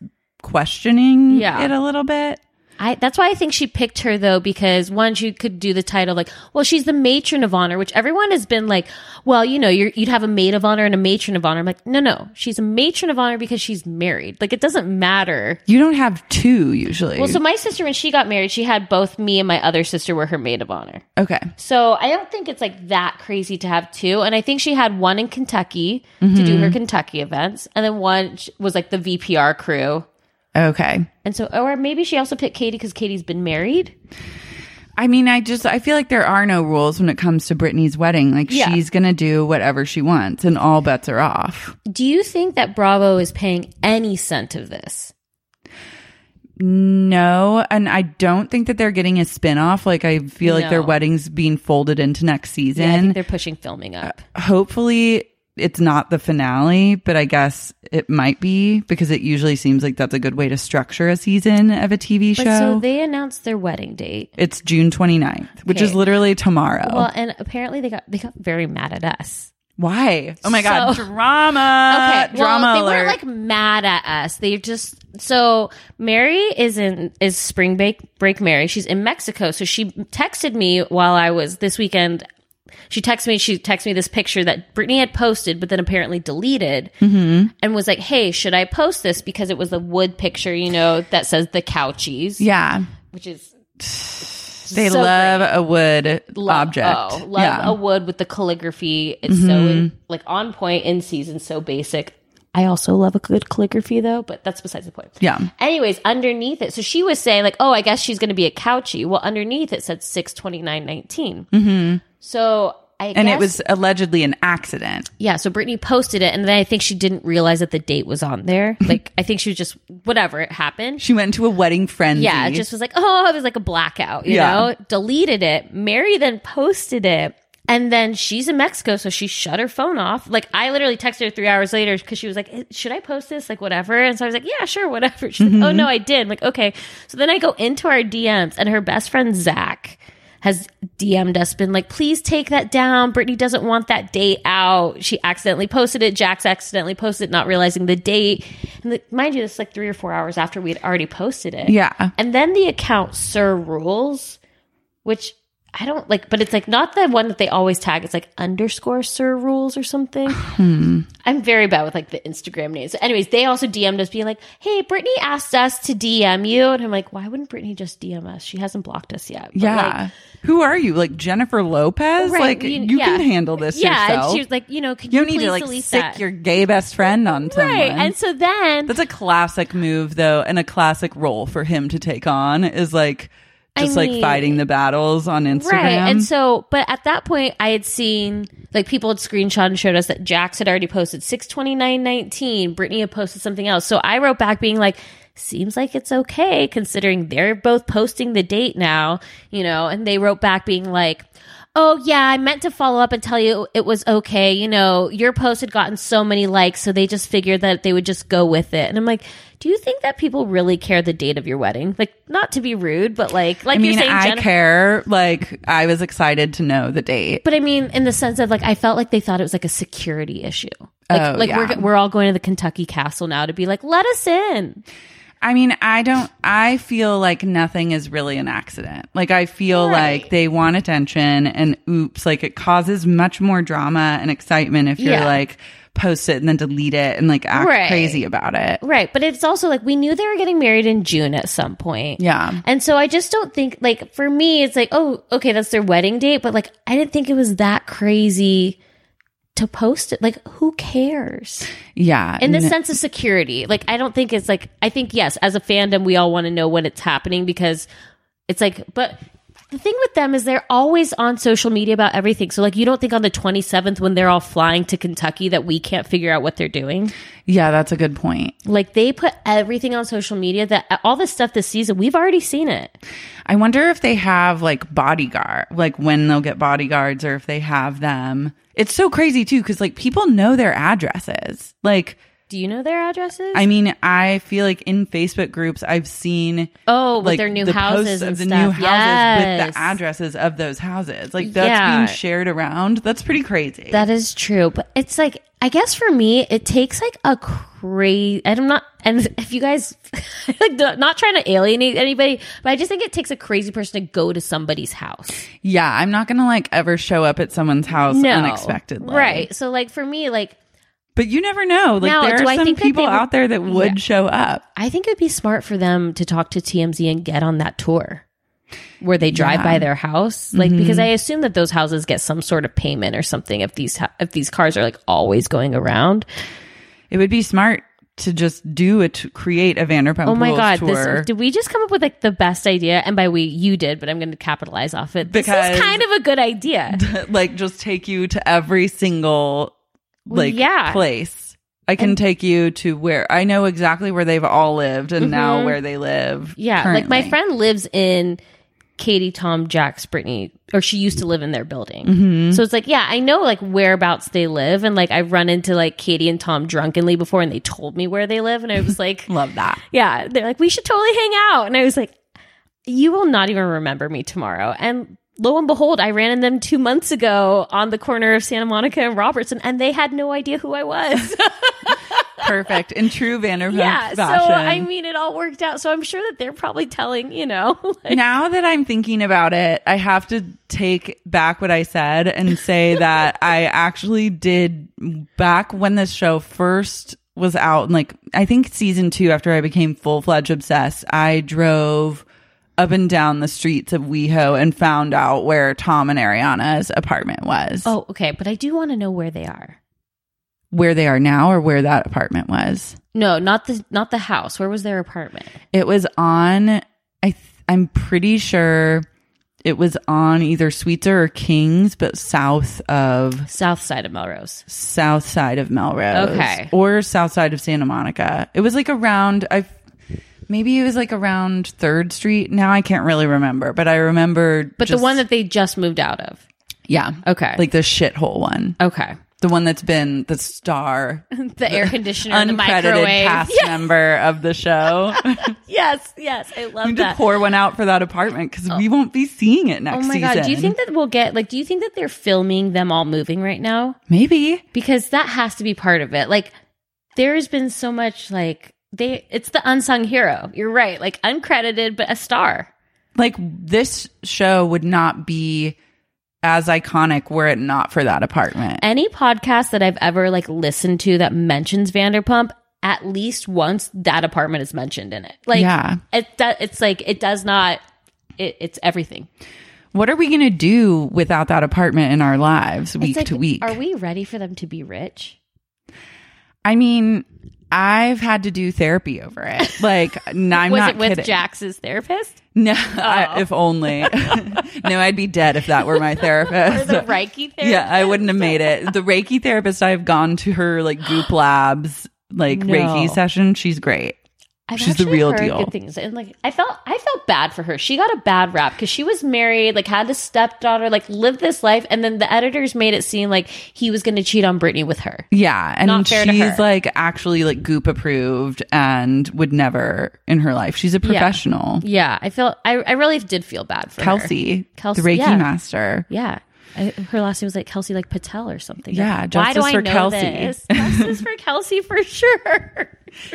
Speaker 2: questioning
Speaker 4: Yeah.
Speaker 2: it a little bit.
Speaker 4: I that's why I think she picked her though because one she could do the title like well she's the matron of honor which everyone has been like well you know you're, you'd have a maid of honor and a matron of honor I'm like no no she's a matron of honor because she's married like it doesn't matter
Speaker 2: You don't have two usually.
Speaker 4: well so my sister when she got married she had both me and my other sister were her maid of honor
Speaker 2: okay.
Speaker 4: So I don't think it's like that crazy to have two. And I think she had one in Kentucky to do her Kentucky events, and then one sh- was like the VPR crew.
Speaker 2: Okay.
Speaker 4: And so, or maybe she also picked Katie because Katie's been married.
Speaker 2: I mean, I just I feel like there are no rules when it comes to Brittany's wedding. Like
Speaker 4: Yeah.
Speaker 2: she's gonna do whatever she wants and all bets are off.
Speaker 4: Do you think that Bravo is paying any cent of this?
Speaker 2: No, and I don't think that they're getting a spin-off. Like I feel like their
Speaker 4: No.
Speaker 2: wedding's being folded into next season.
Speaker 4: Yeah, I think they're pushing filming up.
Speaker 2: hopefully it's not the finale, but I guess it might be because it usually seems like that's a good way to structure a season of a TV show.
Speaker 4: But so they announced their wedding date.
Speaker 2: it's June 29th, which is
Speaker 4: Okay.
Speaker 2: literally tomorrow.
Speaker 4: Well, and apparently they got they got very mad at us.
Speaker 2: Why? Oh my god,
Speaker 4: So-
Speaker 2: drama.
Speaker 4: okay,
Speaker 2: Uh, drama
Speaker 4: well, they
Speaker 2: alert.
Speaker 4: weren't like mad at us. They just so Mary is in is spring break break Mary. She's in Mexico, so she texted me while I was this weekend she texted me she texted me this picture that Brittany had posted but then apparently deleted
Speaker 2: Mm-hmm.
Speaker 4: and was like, "Hey, should I post this because it was a wood picture, you know, that says the couchies,
Speaker 2: Yeah.
Speaker 4: which is
Speaker 2: They
Speaker 4: So
Speaker 2: love a wood object.
Speaker 4: Oh, love
Speaker 2: yeah. Mm-hmm.
Speaker 4: a wood with the calligraphy. It's so like on point in season, so basic. I also love a good calligraphy though, but that's besides the point.
Speaker 2: Yeah.
Speaker 4: Anyways, underneath it, so she was saying like, "Oh, I guess she's going to be a couchie." Well, underneath it said six twenty nine nineteen. Mm-hmm. So I
Speaker 2: and it
Speaker 4: guess-
Speaker 2: was allegedly an accident.
Speaker 4: yeah. So Brittany posted it, and then I think she didn't realize that the date was on there. Like I think she was just whatever it happened.
Speaker 2: She went to a wedding frenzy.
Speaker 4: Yeah, it just was like, oh, it was like a blackout, you
Speaker 2: Yeah.
Speaker 4: know? Deleted it. Mary then posted it. And then she's in Mexico, so she shut her phone off. Like, I literally texted her three hours later because she was like, "Eh, Should I post this? Like, whatever. And so I was like, Yeah, sure, whatever. She's like, Oh, no, I did. I'm like, okay. So then I go into our DMs, and her best friend, Zach, has DM'd us, been like, Please take that down. Brittany doesn't want that date out. She accidentally posted it. Jax accidentally posted it, not realizing the date. And like, mind you, this is like three or four hours after we had already posted it.
Speaker 2: Yeah.
Speaker 4: And then the account Sir Rules, which I don't like, but it's like not the one that they always tag. It's like underscore Sir Rules or something.
Speaker 2: Hmm.
Speaker 4: I'm very bad with like the Instagram names. So anyways, they also DM'd us being like, hey, Brittany asked us to DM you. And I'm like, why wouldn't Brittany just DM us? She hasn't blocked us yet. But, like,
Speaker 2: Yeah. Who are you? Like Jennifer Lopez?
Speaker 4: Right,
Speaker 2: like you,
Speaker 4: you-
Speaker 2: can
Speaker 4: yeah.
Speaker 2: handle this
Speaker 4: yeah.
Speaker 2: yourself.
Speaker 4: And she was like, you know, can
Speaker 2: you
Speaker 4: you,
Speaker 2: don't need
Speaker 4: please
Speaker 2: to like
Speaker 4: delete
Speaker 2: sick
Speaker 4: that?
Speaker 2: your gay best friend on someone.
Speaker 4: right. And so then
Speaker 2: That's a classic move though, and a classic role for him to take on is like
Speaker 4: I
Speaker 2: just like
Speaker 4: mean-
Speaker 2: fighting the battles on Instagram.
Speaker 4: Right. And so, but at that point, I had seen like people had screenshot and showed us that Jax had already posted 62919. Brittany had posted something else. So I wrote back being like, seems like it's okay considering they're both posting the date now, you know, and they wrote back being like, Oh yeah, I meant to follow up and tell you it was okay. You know, your post had gotten so many likes, so they just figured that they would just go with it. And I'm like, do you think that people really care the date of your wedding? Like, not to be rude, but like, like
Speaker 2: I mean,
Speaker 4: you're saying,
Speaker 2: I
Speaker 4: Jennifer,
Speaker 2: care. Like, I was excited to know the date.
Speaker 4: But I mean, in the sense of like, I felt like they thought it was like a security issue. Like,
Speaker 2: Oh,
Speaker 4: like
Speaker 2: yeah.
Speaker 4: we're we're all going to the Kentucky Castle now to be like, let us in.
Speaker 2: I mean, I don't, I feel like nothing is really an accident. Like, I feel like they want attention and oops, like it causes much more drama and excitement if you're
Speaker 4: Yeah.
Speaker 2: like post it and then delete it and like act
Speaker 4: Right.
Speaker 2: crazy about it.
Speaker 4: Right. But it's also like we knew they were getting married in June at some point.
Speaker 2: Yeah.
Speaker 4: And so I just don't think like for me it's like, oh, okay, that's their wedding date, but like I didn't think it was that crazy to post it. Like who cares?
Speaker 2: Yeah.
Speaker 4: in the
Speaker 2: No-
Speaker 4: sense of security like i don't think it's like i think yes as a fandom we all want to know when it's happening because it's like but the thing with them is they're always on social media about everything so like you don't think on the 27th when they're all flying to kentucky that we can't figure out what they're doing
Speaker 2: yeah, that's a good point.
Speaker 4: like they put everything on social media that all this stuff this season we've already seen it
Speaker 2: I wonder if they have like bodyguard, like when they'll get bodyguards or if they have them. It's so crazy too, because like people know their addresses. Like,
Speaker 4: do you know their addresses
Speaker 2: I mean, I feel like in Facebook groups, I've seen
Speaker 4: Oh, with
Speaker 2: like,
Speaker 4: their new
Speaker 2: the
Speaker 4: houses
Speaker 2: posts of
Speaker 4: and
Speaker 2: the new
Speaker 4: stuff.
Speaker 2: houses with
Speaker 4: Yes.
Speaker 2: the addresses of those houses. Like that's
Speaker 4: Yeah.
Speaker 2: being shared around. That's pretty crazy.
Speaker 4: That is true, but it's like I guess for me, it takes like a crazy. I'm not, and if you guys like, not not trying to alienate anybody, but I just think it takes a crazy person to go to somebody's house.
Speaker 2: yeah, I'm not gonna like ever show up at someone's house unexpectedly,
Speaker 4: right? So, like for me, like
Speaker 2: But you never know. Like
Speaker 4: Now,
Speaker 2: there
Speaker 4: do
Speaker 2: are
Speaker 4: I
Speaker 2: some
Speaker 4: think that they
Speaker 2: people
Speaker 4: would-
Speaker 2: out there that would show up.
Speaker 4: I think it'd be smart for them to talk to TMZ and get on that tour where they drive by their house, like because I assume that those houses get some sort of payment or something if these ha- if these cars are like always going around.
Speaker 2: It would be smart to just do it, create a Vanderpump.
Speaker 4: Oh my
Speaker 2: Rules
Speaker 4: god!
Speaker 2: tour.
Speaker 4: This, did we just come up with like the best idea? And by we, you did, but I'm going to capitalize off it. this
Speaker 2: Because-
Speaker 4: is kind of a good idea.
Speaker 2: like just take you to every single like
Speaker 4: yeah.
Speaker 2: place. I can take you to where I know exactly where they've all lived and now where they live.
Speaker 4: Mm-hmm. Yeah, like my
Speaker 2: currently.
Speaker 4: friend lives in Katie, Tom, Jax, Brittany, or she used to live in their building.
Speaker 2: Mm-hmm.
Speaker 4: So it's like, yeah, I know like whereabouts they live, and like I've run into like Katie and Tom drunkenly before, and they told me where they live, and I was like,
Speaker 2: Love that.
Speaker 4: yeah, they're like, we should totally hang out, and I was like, you will not even remember me tomorrow, and. Lo and behold, I ran in them two months ago on the corner of Santa Monica and Robertson, and they had no idea who I was.
Speaker 2: Perfect. In true Vanderpump
Speaker 4: yeah. So
Speaker 2: fashion.
Speaker 4: I mean, it all worked out. So I'm sure that they're probably telling, you know, like,
Speaker 2: now that I'm thinking about it, I have to take back what I said and say that I actually did back when this show first was out and like I think season 2 after I became full-fledged obsessed, I drove up and down the streets of WeHo and found out where Tom and Ariana's apartment was.
Speaker 4: oh, okay. But I do want to know where they are.
Speaker 2: Where they are now or where that apartment was.
Speaker 4: No, not the not the house. Where was their apartment?
Speaker 2: It was on. I th- I'm pretty sure it was on either Sweetser or Kings, but south of
Speaker 4: South side of Melrose.
Speaker 2: south side of Melrose.
Speaker 4: Okay.
Speaker 2: or south side of Santa Monica. It was like around. I maybe it was like around Third Street. Now I can't really remember, but I remember.
Speaker 4: But
Speaker 2: just-
Speaker 4: the one that they just moved out of.
Speaker 2: yeah,
Speaker 4: Okay.
Speaker 2: like the shithole one,
Speaker 4: Okay.
Speaker 2: the one that's been the star.
Speaker 4: The air conditioner and the
Speaker 2: Uncredited
Speaker 4: microwave.
Speaker 2: cast
Speaker 4: Yeah,
Speaker 2: member of the show.
Speaker 4: yes, yes. I love
Speaker 2: We need to
Speaker 4: that.
Speaker 2: pour one out for that apartment because we won't be seeing it next
Speaker 4: Oh my
Speaker 2: season.
Speaker 4: god. Do you think that we'll get like do you think that they're filming them all moving right now?
Speaker 2: Maybe.
Speaker 4: Because that has to be part of it. Like there's been so much like they it's the unsung hero. You're right. Like uncredited but a star.
Speaker 2: Like this show would not be as iconic were it not for that apartment.
Speaker 4: Any podcast that I've ever like listened to that mentions Vanderpump at least once that apartment is mentioned in it. Like
Speaker 2: Yeah.
Speaker 4: it do- it's like it does not it, it's everything.
Speaker 2: what are we going to do without that apartment in our lives week
Speaker 4: It's like,
Speaker 2: to week?
Speaker 4: Are we ready for them to be rich?
Speaker 2: I mean, I've had to do therapy over it. Like, n- I'm
Speaker 4: Was
Speaker 2: not
Speaker 4: it with
Speaker 2: kidding.
Speaker 4: Jax's therapist?
Speaker 2: No, I, if only. no, I'd be dead if that were my
Speaker 4: Or
Speaker 2: therapist.
Speaker 4: the Reiki therapist?
Speaker 2: Yeah, I wouldn't have made it. The Reiki therapist I've gone to her like Goop Labs like
Speaker 4: No.
Speaker 2: Reiki session. She's great.
Speaker 4: I've
Speaker 2: She's the
Speaker 4: actually
Speaker 2: real
Speaker 4: heard
Speaker 2: deal.
Speaker 4: Good things and like I felt, I felt bad for her. She got a bad rap because she was married, like had a stepdaughter, like lived this life, and then the editors made it seem like he was going to cheat on Britney with her.
Speaker 2: Yeah, and
Speaker 4: Not fair to
Speaker 2: she's
Speaker 4: her.
Speaker 2: like actually like Goop approved and would never in her life. She's a professional.
Speaker 4: Yeah, I felt, I, I really did feel bad for her.
Speaker 2: Kelsey,
Speaker 4: Kelsey,
Speaker 2: the Reiki
Speaker 4: yeah.
Speaker 2: master.
Speaker 4: Yeah. I, her last name was like Kelsey, like Patel or something.
Speaker 2: Yeah,
Speaker 4: Why do
Speaker 2: justice
Speaker 4: I
Speaker 2: for
Speaker 4: know
Speaker 2: Kelsey.
Speaker 4: this? Justice for Kelsey for sure.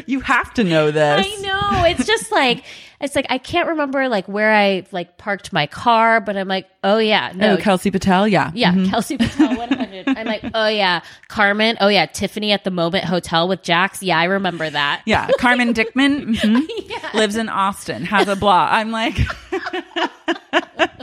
Speaker 2: You have to know this.
Speaker 4: I know. It's just like it's like I can't remember like where I like parked my car, but I'm like, oh yeah, no,
Speaker 2: Oh, Kelsey Patel, yeah. Mm-hmm.
Speaker 4: yeah, Kelsey Patel, one hundred. I'm like, oh yeah, Carmen, oh yeah, Tiffany at the Moment Hotel with Jax. Yeah, I remember that.
Speaker 2: Yeah, Carmen Dickman mhm, lives in Austin, has a blog. I'm like,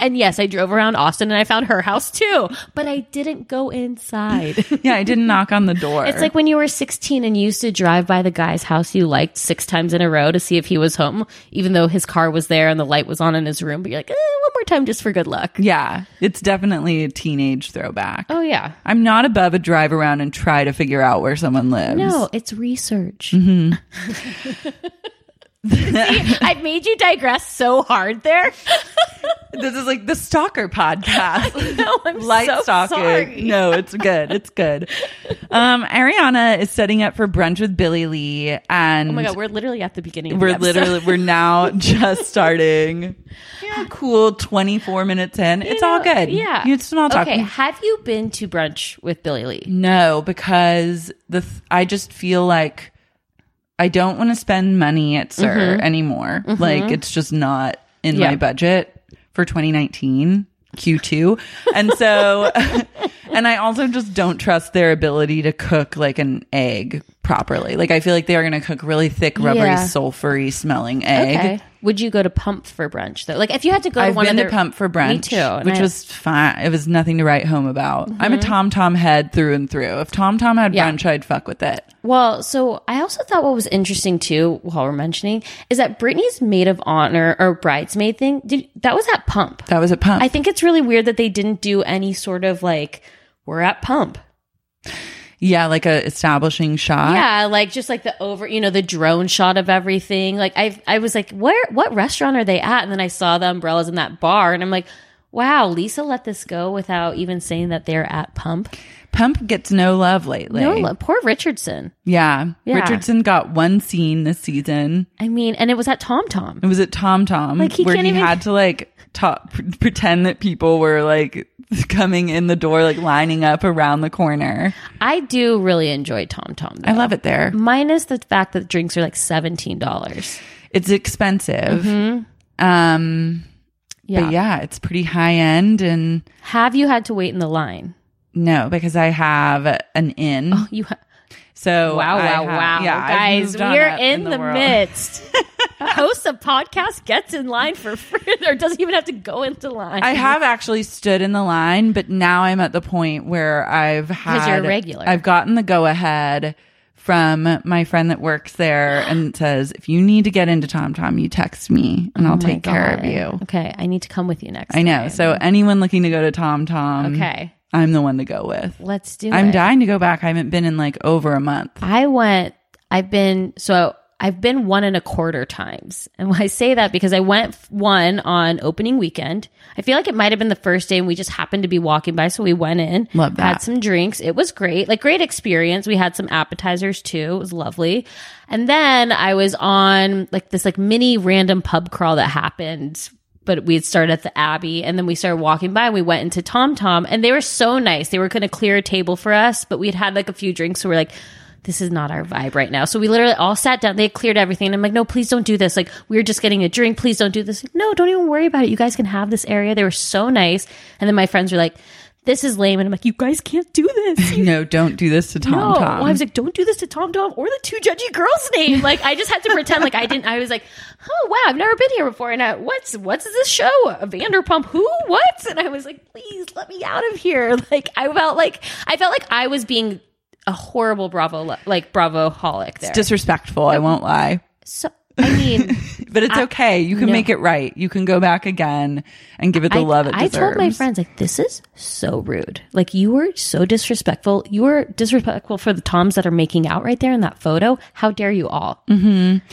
Speaker 4: And yes, I drove around Austin and I found her house too, but I didn't go inside.
Speaker 2: yeah, I didn't knock on the door.
Speaker 4: It's like when you were 16 and you used to drive by the guy's house you liked six times in a row to see if he was home, even though his car was there and the light was on in his room. But you're like, eh, one more time just for good luck.
Speaker 2: yeah, it's definitely a teenage throwback.
Speaker 4: Oh, yeah.
Speaker 2: I'm not above a drive around and try to figure out where someone lives.
Speaker 4: No, it's research.
Speaker 2: Mm-hmm.
Speaker 4: See, I've made you digress so hard there.
Speaker 2: This is like the stalker podcast.
Speaker 4: No, I'm
Speaker 2: Light
Speaker 4: so
Speaker 2: stalking.
Speaker 4: sorry.
Speaker 2: No, it's good. It's good. Um, Ariana is setting up for brunch with Billy Lee and
Speaker 4: Oh my god, we're literally at the beginning. Of
Speaker 2: we're
Speaker 4: the episode.
Speaker 2: literally we're now just starting. Yeah, cool 24 minutes in. It's all good.
Speaker 4: Yeah,
Speaker 2: You- It's small talk.
Speaker 4: Okay, have you been to brunch with Billy Lee?
Speaker 2: No, because the th- I just feel like I don't want to spend money at Sir anymore. Like it's just not in
Speaker 4: Mm-hmm. Yeah.
Speaker 2: my budget for 2019 Q2. And so and I also just don't trust their ability to cook like an egg properly. Like I feel like they're going to cook really thick, rubbery,
Speaker 4: Yeah.
Speaker 2: sulfury smelling egg.
Speaker 4: Okay. Would you go to Pump for brunch though? Like if you had to go to
Speaker 2: I've
Speaker 4: one
Speaker 2: been
Speaker 4: of
Speaker 2: to
Speaker 4: their-
Speaker 2: Pump for brunch,
Speaker 4: Me too, and
Speaker 2: which
Speaker 4: I- Mm-hmm.
Speaker 2: was fine. It was nothing to write home about. I'm a Tom Tom head through and through. If Tom Tom had
Speaker 4: Yeah.
Speaker 2: brunch, I'd fuck with it.
Speaker 4: Well, so I also thought what was interesting too, while we're mentioning, is that Britney's maid of honor or bridesmaid thing. Did that was at Pump.
Speaker 2: That was at Pump.
Speaker 4: I think it's really weird that they didn't do any sort of like we're at Pump.
Speaker 2: yeah, like a establishing shot.
Speaker 4: yeah, like just like the over, you know, the drone shot of everything. Like I, I was like, where, what restaurant are they at? And then I saw the umbrellas in that bar, and I'm like, wow, Lisa let this go without even saying that they're at Pump.
Speaker 2: Pump gets no love lately.
Speaker 4: No, look, poor Richardson.
Speaker 2: Yeah.
Speaker 4: Yeah.
Speaker 2: Richardson got one scene this season.
Speaker 4: I mean, and it was at Tom Tom.
Speaker 2: It was at Tom Tom
Speaker 4: Like, he
Speaker 2: where
Speaker 4: can't
Speaker 2: he
Speaker 4: even-
Speaker 2: had to like talk, pretend that people were like coming in the door, like lining up around the corner.
Speaker 4: I do really enjoy Tom Tom.
Speaker 2: I love it there.
Speaker 4: Minus the fact that drinks are like seventeen dollars.
Speaker 2: It's expensive. Um,
Speaker 4: Mm-hmm. Yeah.
Speaker 2: But yeah, it's pretty high end. And
Speaker 4: Have you had to wait in the line?
Speaker 2: no, because I have an inn.
Speaker 4: You ha-
Speaker 2: So
Speaker 4: Oh, wow,
Speaker 2: I
Speaker 4: wow,
Speaker 2: have-
Speaker 4: wow,
Speaker 2: yeah, I've
Speaker 4: guys,
Speaker 2: moved on
Speaker 4: we're
Speaker 2: up
Speaker 4: in, the,
Speaker 2: world.
Speaker 4: midst. Hosts of podcast gets in line for free, or doesn't even have to go into line.
Speaker 2: I have actually stood in the line, but now I'm at the point where I've had
Speaker 4: you're a regular.
Speaker 2: I've gotten the go ahead from my friend that works there and says, if you need to get into Tom Tom, you text me and I'll
Speaker 4: Oh my
Speaker 2: take care of
Speaker 4: God.
Speaker 2: you.
Speaker 4: Okay, I need to come with you next.
Speaker 2: I know.
Speaker 4: time.
Speaker 2: So anyone looking to go to Tom Tom,
Speaker 4: Okay.
Speaker 2: I'm the one to go with.
Speaker 4: let's do.
Speaker 2: I'm
Speaker 4: it.
Speaker 2: dying to go back. I haven't been in like over a month.
Speaker 4: I went, I've been, so I've been one and a quarter times. And I say that because I went f- one on opening weekend. I feel like it might have been the first day and we just happened to be walking by. So we went in,
Speaker 2: Love that.
Speaker 4: had some drinks. It was great, like great experience. We had some appetizers too. It was lovely. And then I was on like this like mini random pub crawl that happened. But we had started at the Abbey and then we started walking by and we went into Tom Tom and they were so nice. They were going to clear a table for us, but we'd had like a few drinks. So we're like, this is not our vibe right now. So we literally all sat down. They cleared everything. And I'm like, no, please don't do this. Like, we were just getting a drink. Please don't do this. Like, no, don't even worry about it. You guys can have this area. They were so nice. And then my friends were like, this is lame. And I'm like, you guys can't do this. You
Speaker 2: No, don't do this to Tom
Speaker 4: no.
Speaker 2: Tom.
Speaker 4: I was like, don't do this to Tom Tom or the two judgy girls' name. Like, I just had to pretend like I didn't. I was like, oh wow, I've never been here before. And I, what's what's this show? A Vanderpump? Who? What? And I was like, please let me out of here. Like, I felt like I felt like I was being a horrible Bravo like Bravo holic there.
Speaker 2: disrespectful. I won't lie.
Speaker 4: so I mean.
Speaker 2: But it's okay. You can
Speaker 4: no.
Speaker 2: make it right. You can go back again and give it the
Speaker 4: I,
Speaker 2: love it
Speaker 4: I
Speaker 2: deserves.
Speaker 4: told my friends like this is so rude. Like you were so disrespectful. You were disrespectful for the toms that are making out right there in that photo. How dare you all?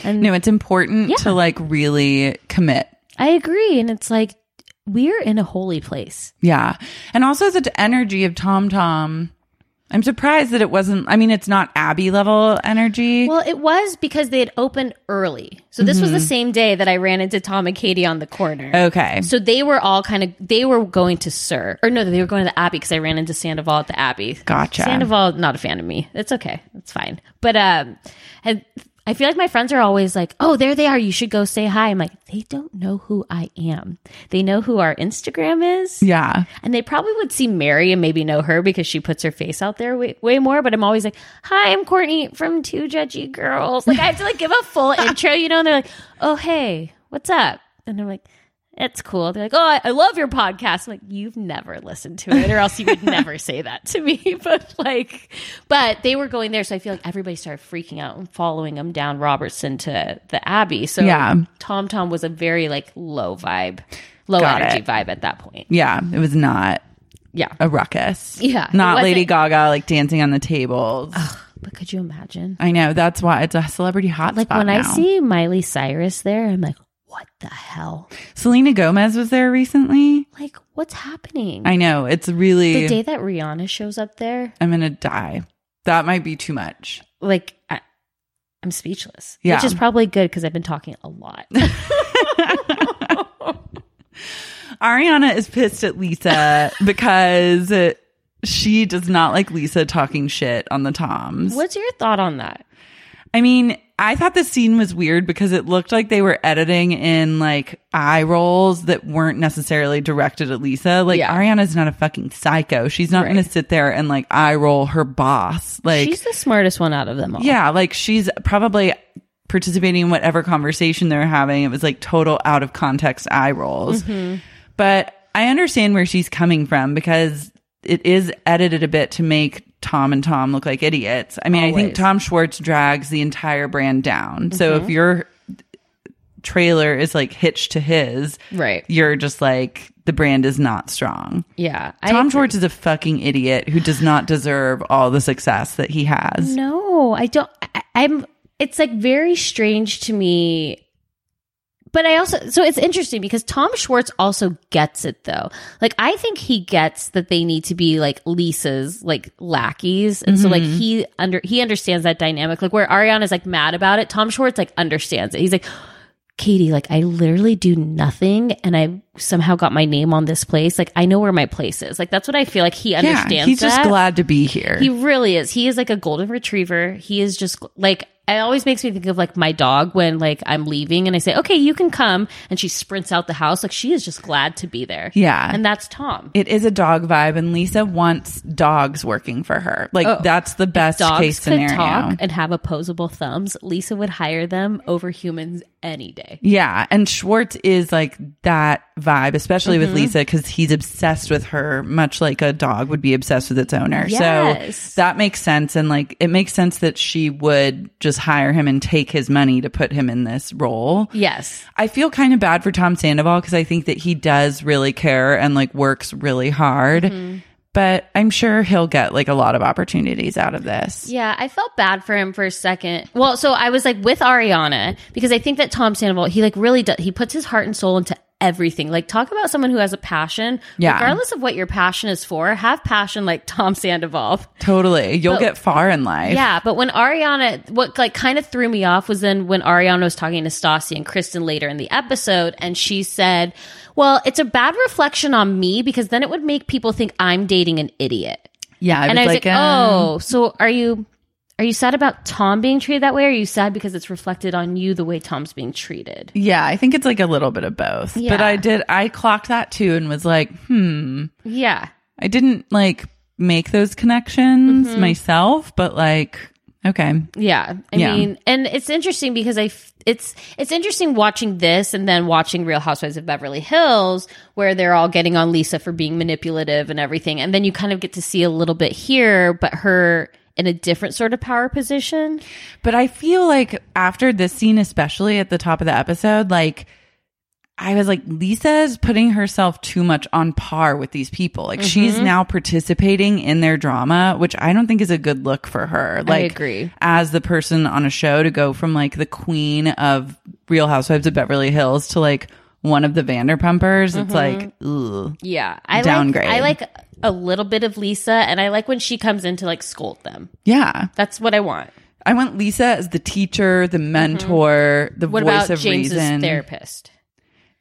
Speaker 2: No, it's important to like really commit.
Speaker 4: I agree. And it's like, we're in a holy place.
Speaker 2: Yeah. And also the energy of Tom Tom. I'm surprised that it wasn't, I mean, it's not Abby level energy.
Speaker 4: Well, it was because they had opened early. So this was the same day that I ran into Tom and Katie on the corner.
Speaker 2: Mm-hmm. okay.
Speaker 4: So they were all kind of, they were going to Sir, or no, they were going to the Abbey because I ran into Sandoval at the Abbey.
Speaker 2: Gotcha.
Speaker 4: Sandoval, not a fan of me. It's okay. It's fine. But, um, and I feel like my friends are always like, oh, there they are. You should go say hi. I'm like, they don't know who I am. They know who our Instagram is.
Speaker 2: yeah.
Speaker 4: And they probably would see Mary and maybe know her because she puts her face out there way, way more. But I'm always like, "Hi, I'm Courtney from Two Judgy Girls." Like I have to like give a full intro, you know. And they're like, "Oh, hey, what's up?" And I'm like, "That's cool." They're like, "Oh, I, I love your podcast." I'm like, "You've never listened to it, or else you would never say that to me." But like, but they were going there, so I feel like everybody started freaking out and following them down Robertson to the Abbey. So
Speaker 2: Yeah.
Speaker 4: Tom Tom was a very like low vibe, low
Speaker 2: Got
Speaker 4: energy
Speaker 2: it.
Speaker 4: vibe at that point.
Speaker 2: Yeah. It was not
Speaker 4: Yeah.
Speaker 2: a ruckus.
Speaker 4: Yeah, it
Speaker 2: Not Lady
Speaker 4: wasn't-
Speaker 2: Gaga like dancing on the tables.
Speaker 4: But could you imagine?
Speaker 2: I know. That's why it's a celebrity hotspot.
Speaker 4: Like when I
Speaker 2: now.
Speaker 4: see Miley Cyrus there, I'm like, what the hell?
Speaker 2: Selena Gomez was there recently.
Speaker 4: Like, what's happening?
Speaker 2: I know. It's really,
Speaker 4: the day that Rihanna shows up there,
Speaker 2: I'm going to die. That might be too much.
Speaker 4: like, I, I'm speechless.
Speaker 2: Yeah.
Speaker 4: Which is probably good because I've been talking a lot.
Speaker 2: Ariana is pissed at Lisa because she does not like Lisa talking shit on the Toms.
Speaker 4: what's your thought on that?
Speaker 2: I mean, I thought the scene was weird because it looked like they were editing in like eye rolls that weren't necessarily directed at Lisa. Like
Speaker 4: Yeah.
Speaker 2: Ariana's not a fucking psycho. She's not going to sit there and like eye roll her boss. Like
Speaker 4: She's the smartest one out of them all.
Speaker 2: yeah, like she's probably participating in whatever conversation they're having. It was like total out of context eye rolls.
Speaker 4: Mm-hmm.
Speaker 2: But I understand where she's coming from because it is edited a bit to make Tom and Tom look like idiots. I mean, I think
Speaker 4: Always. Mm-hmm.
Speaker 2: Tom Schwartz drags the entire brand down. So if your trailer is like hitched to his,
Speaker 4: Right.
Speaker 2: you're just like the brand is not strong.
Speaker 4: Yeah.
Speaker 2: Tom
Speaker 4: I,
Speaker 2: Schwartz is a fucking idiot who does not deserve all the success that he has.
Speaker 4: no, I don't. I, I'm, it's like very strange to me but I also so it's interesting because Tom Schwartz also gets it though. Like I think he gets that they need to be like Lisa's like lackeys, and so like
Speaker 2: Mm-hmm.
Speaker 4: he under he understands that dynamic. Like where Ariana's like mad about it, Tom Schwartz like understands it. He's like. Katie, like I literally do nothing and I somehow got my name on this place. Like I know where my place is. Like that's what I feel like he understands.
Speaker 2: yeah, he's just
Speaker 4: that.
Speaker 2: glad to be here.
Speaker 4: He really is. He is like a golden retriever. He is just like it always makes me think of like my dog when like I'm leaving and I say, "Okay, you can come," and she sprints out the house like she is just glad to be there.
Speaker 2: Yeah.
Speaker 4: and that's Tom.
Speaker 2: it is a dog vibe, and Lisa wants dogs working for her. Like that's the best
Speaker 4: Oh, Dogs
Speaker 2: case
Speaker 4: could
Speaker 2: scenario.
Speaker 4: talk and have opposable thumbs. Lisa would hire them over humans any day.
Speaker 2: Yeah, and Schwartz is like that vibe, especially
Speaker 4: Mm-hmm.
Speaker 2: with Lisa, because he's obsessed with her, much like a dog would be obsessed with its owner.
Speaker 4: Yes.
Speaker 2: So that makes sense, and like it makes sense that she would just hire him and take his money to put him in this role.
Speaker 4: Yes.
Speaker 2: I feel kind of bad for Tom Sandoval because I think that he does really care and like works really hard.
Speaker 4: Mm-hmm.
Speaker 2: But I'm sure he'll get like a lot of opportunities out of this.
Speaker 4: Yeah, I felt bad for him for a second. Well, so I was like with Ariana because I think that Tom Sandoval, he like really does, he puts his heart and soul into everything. Like, talk about someone who has a passion.
Speaker 2: Yeah.
Speaker 4: Regardless of what your passion is for, have passion like Tom Sandoval.
Speaker 2: Totally. You'll
Speaker 4: But-
Speaker 2: get far in life.
Speaker 4: Yeah, but when Ariana, what like kind of threw me off was then when Ariana was talking to Stassi and Kristen later in the episode, and she said, "Well, it's a bad reflection on me because then it would make people think I'm dating an idiot."
Speaker 2: Yeah.
Speaker 4: and I was like,
Speaker 2: um,
Speaker 4: "Oh, so are you are you sad about Tom being treated that way? Or are you sad because it's reflected on you the way Tom's being treated?"
Speaker 2: Yeah, I think it's like a little bit of both. But
Speaker 4: Yeah.
Speaker 2: I did, I clocked that too and was like, hmm,
Speaker 4: Yeah.
Speaker 2: I didn't like make those connections myself, but like, okay.
Speaker 4: Yeah. I
Speaker 2: Yeah.
Speaker 4: mean, and it's interesting because I f- it's it's interesting watching this and then watching Real Housewives of Beverly Hills where they're all getting on Lisa for being manipulative and everything. And then you kind of get to see a little bit here, but her in a different sort of power position.
Speaker 2: But I feel like after this scene, especially at the top of the episode, like, I was like, Lisa is putting herself too much on par with these people. Like, she's
Speaker 4: Mm-hmm.
Speaker 2: now participating in their drama, which I don't think is a good look for her. Like,
Speaker 4: agree.
Speaker 2: as the person on a show to go from like the queen of Real Housewives of Beverly Hills to like one of the Vanderpumpers. It's like,
Speaker 4: Mm-hmm.
Speaker 2: ugh.
Speaker 4: Yeah. I
Speaker 2: Downgrade.
Speaker 4: like I like a little bit of Lisa and I like when she comes in to like scold them.
Speaker 2: Yeah.
Speaker 4: That's what I want.
Speaker 2: I want Lisa as the teacher, the mentor, the
Speaker 4: Mm-hmm. What
Speaker 2: voice
Speaker 4: about
Speaker 2: of
Speaker 4: James's
Speaker 2: reason.
Speaker 4: therapist?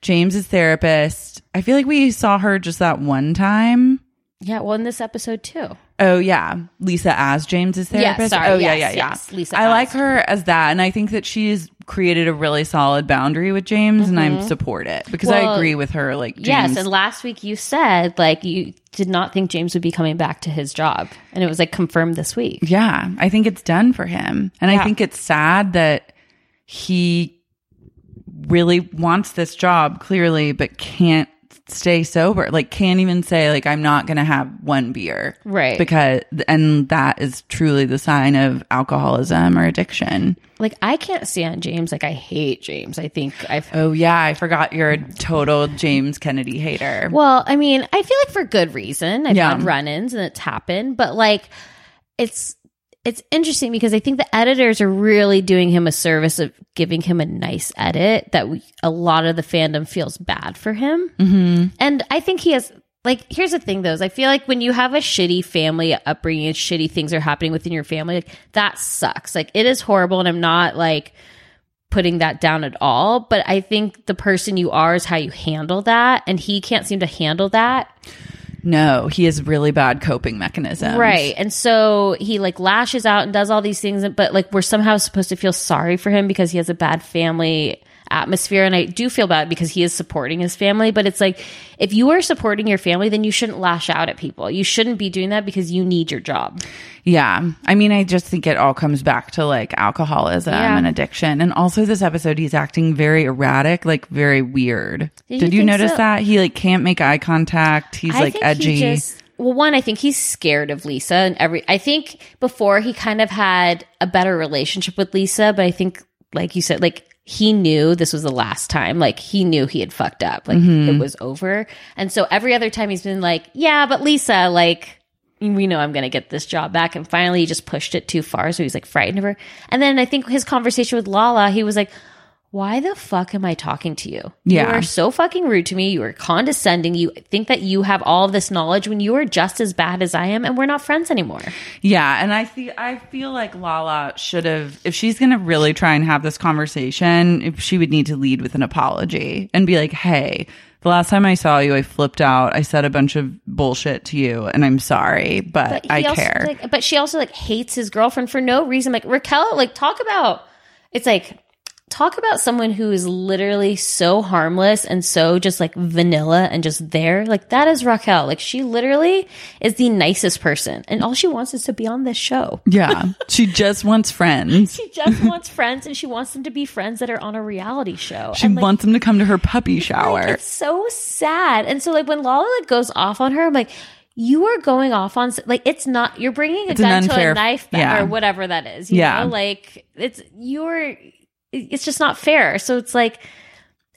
Speaker 2: James's therapist. I feel like we saw her just that one time.
Speaker 4: Yeah, well in this episode too.
Speaker 2: Oh yeah, Lisa as James's
Speaker 4: Yeah,
Speaker 2: therapist.
Speaker 4: sorry,
Speaker 2: oh yeah, yeah,
Speaker 4: yes,
Speaker 2: yeah.
Speaker 4: yes, Lisa
Speaker 2: I like
Speaker 4: as.
Speaker 2: her as that, and I think that she's created a really solid boundary with James, and I support it because I
Speaker 4: Mm-hmm. Well,
Speaker 2: agree with her. Like James,
Speaker 4: Yes, and last week you said like you did not think James would be coming back to his job, and it was like confirmed this week.
Speaker 2: Yeah, I think it's done for him. And I think it's sad that he really wants this job clearly but can't stay sober. Like can't even say like I'm not going to have one beer.
Speaker 4: Right.
Speaker 2: Because and that is truly the sign of alcoholism or addiction.
Speaker 4: Like I can't stand James. Like I hate James. I think I've.
Speaker 2: Oh yeah, I forgot you're a total James Kennedy hater.
Speaker 4: Well, I mean, I feel like for good reason. I've
Speaker 2: Yeah.
Speaker 4: had run-ins and it's happened, but like, it's it's interesting because I think the editors are really doing him a service of giving him a nice edit that we, a lot of the fandom feels bad for him. And I think he has like here's the thing though, is I feel like when you have a shitty family upbringing and shitty things are happening within your family, like that sucks. Like it is horrible and I'm not like putting that down at all, but I think the person you are is how you handle that and he can't seem to handle that.
Speaker 2: no, he has really bad coping mechanisms.
Speaker 4: Right. And so he like lashes out and does all these things, but like we're somehow supposed to feel sorry for him because he has a bad family atmosphere. And I do feel bad because he is supporting his family. But it's like, if you are supporting your family, then you shouldn't lash out at people. You shouldn't be doing that because you need your job.
Speaker 2: Yeah. I mean, I just think it all comes back to like alcoholism
Speaker 4: Yeah.
Speaker 2: and addiction. And also this episode, he's acting very erratic, like very weird.
Speaker 4: Did you
Speaker 2: Did, you
Speaker 4: think
Speaker 2: notice
Speaker 4: so?
Speaker 2: that? He like can't make eye contact. He's like edgy.
Speaker 4: He just, well, one, I think he's scared of Lisa and every. I think before he kind of had a better relationship with Lisa, but I think, like you said, like he knew this was the last time. Like he knew he had fucked up. Like
Speaker 2: Mm-hmm.
Speaker 4: it was over. And so every other time he's been like, "Yeah, but Lisa, like." We know I'm going to get this job back. And finally, he just pushed it too far. So he's like frightened of her. And then I think his conversation with Lala, he was like, why the fuck am I talking to you?
Speaker 2: Yeah.
Speaker 4: You are so fucking rude to me. You are condescending. You think that you have all of this knowledge when you are just as bad as I am and we're not friends anymore.
Speaker 2: Yeah, and I see. I feel like Lala should have, if she's gonna really try and have this conversation, if she would need to lead with an apology and be like, "Hey, the last time I saw you, I flipped out. I said a bunch of bullshit to you, and I'm sorry, but,
Speaker 4: he
Speaker 2: I
Speaker 4: also,
Speaker 2: care."
Speaker 4: Like, but she also like hates his girlfriend for no reason. Like Raquel, like talk about it's like talk about someone who is literally so harmless and so just like vanilla and just there. Like that is Raquel. Like she literally is the nicest person, and all she wants is to be on this show.
Speaker 2: yeah, she just wants friends.
Speaker 4: She just wants friends, and she wants them to be friends that are on a reality show.
Speaker 2: She
Speaker 4: and, like,
Speaker 2: wants them to come to her puppy shower.
Speaker 4: like, it's so sad. And so like when Lala like goes off on her, I'm like, you are going off on s- like it's not. You're bringing a
Speaker 2: It's an
Speaker 4: gun to
Speaker 2: unfair-
Speaker 4: a knife ba-
Speaker 2: yeah.
Speaker 4: or whatever that is. You
Speaker 2: Yeah.
Speaker 4: know? like it's you're. It's just not fair. So it's like.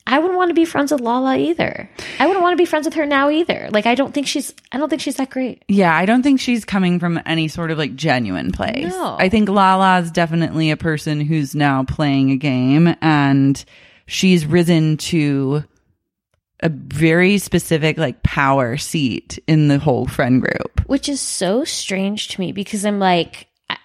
Speaker 4: I wouldn't want to be friends with Lala either. I wouldn't want to be friends with her now either. Like I don't think she's I don't think she's that great.
Speaker 2: Yeah, I don't think she's coming from any sort of like genuine place.
Speaker 4: No.
Speaker 2: I think Lala's definitely a person who's now playing a game and she's risen to a very specific like power seat in the whole friend group.
Speaker 4: which is so strange to me because I'm like, I,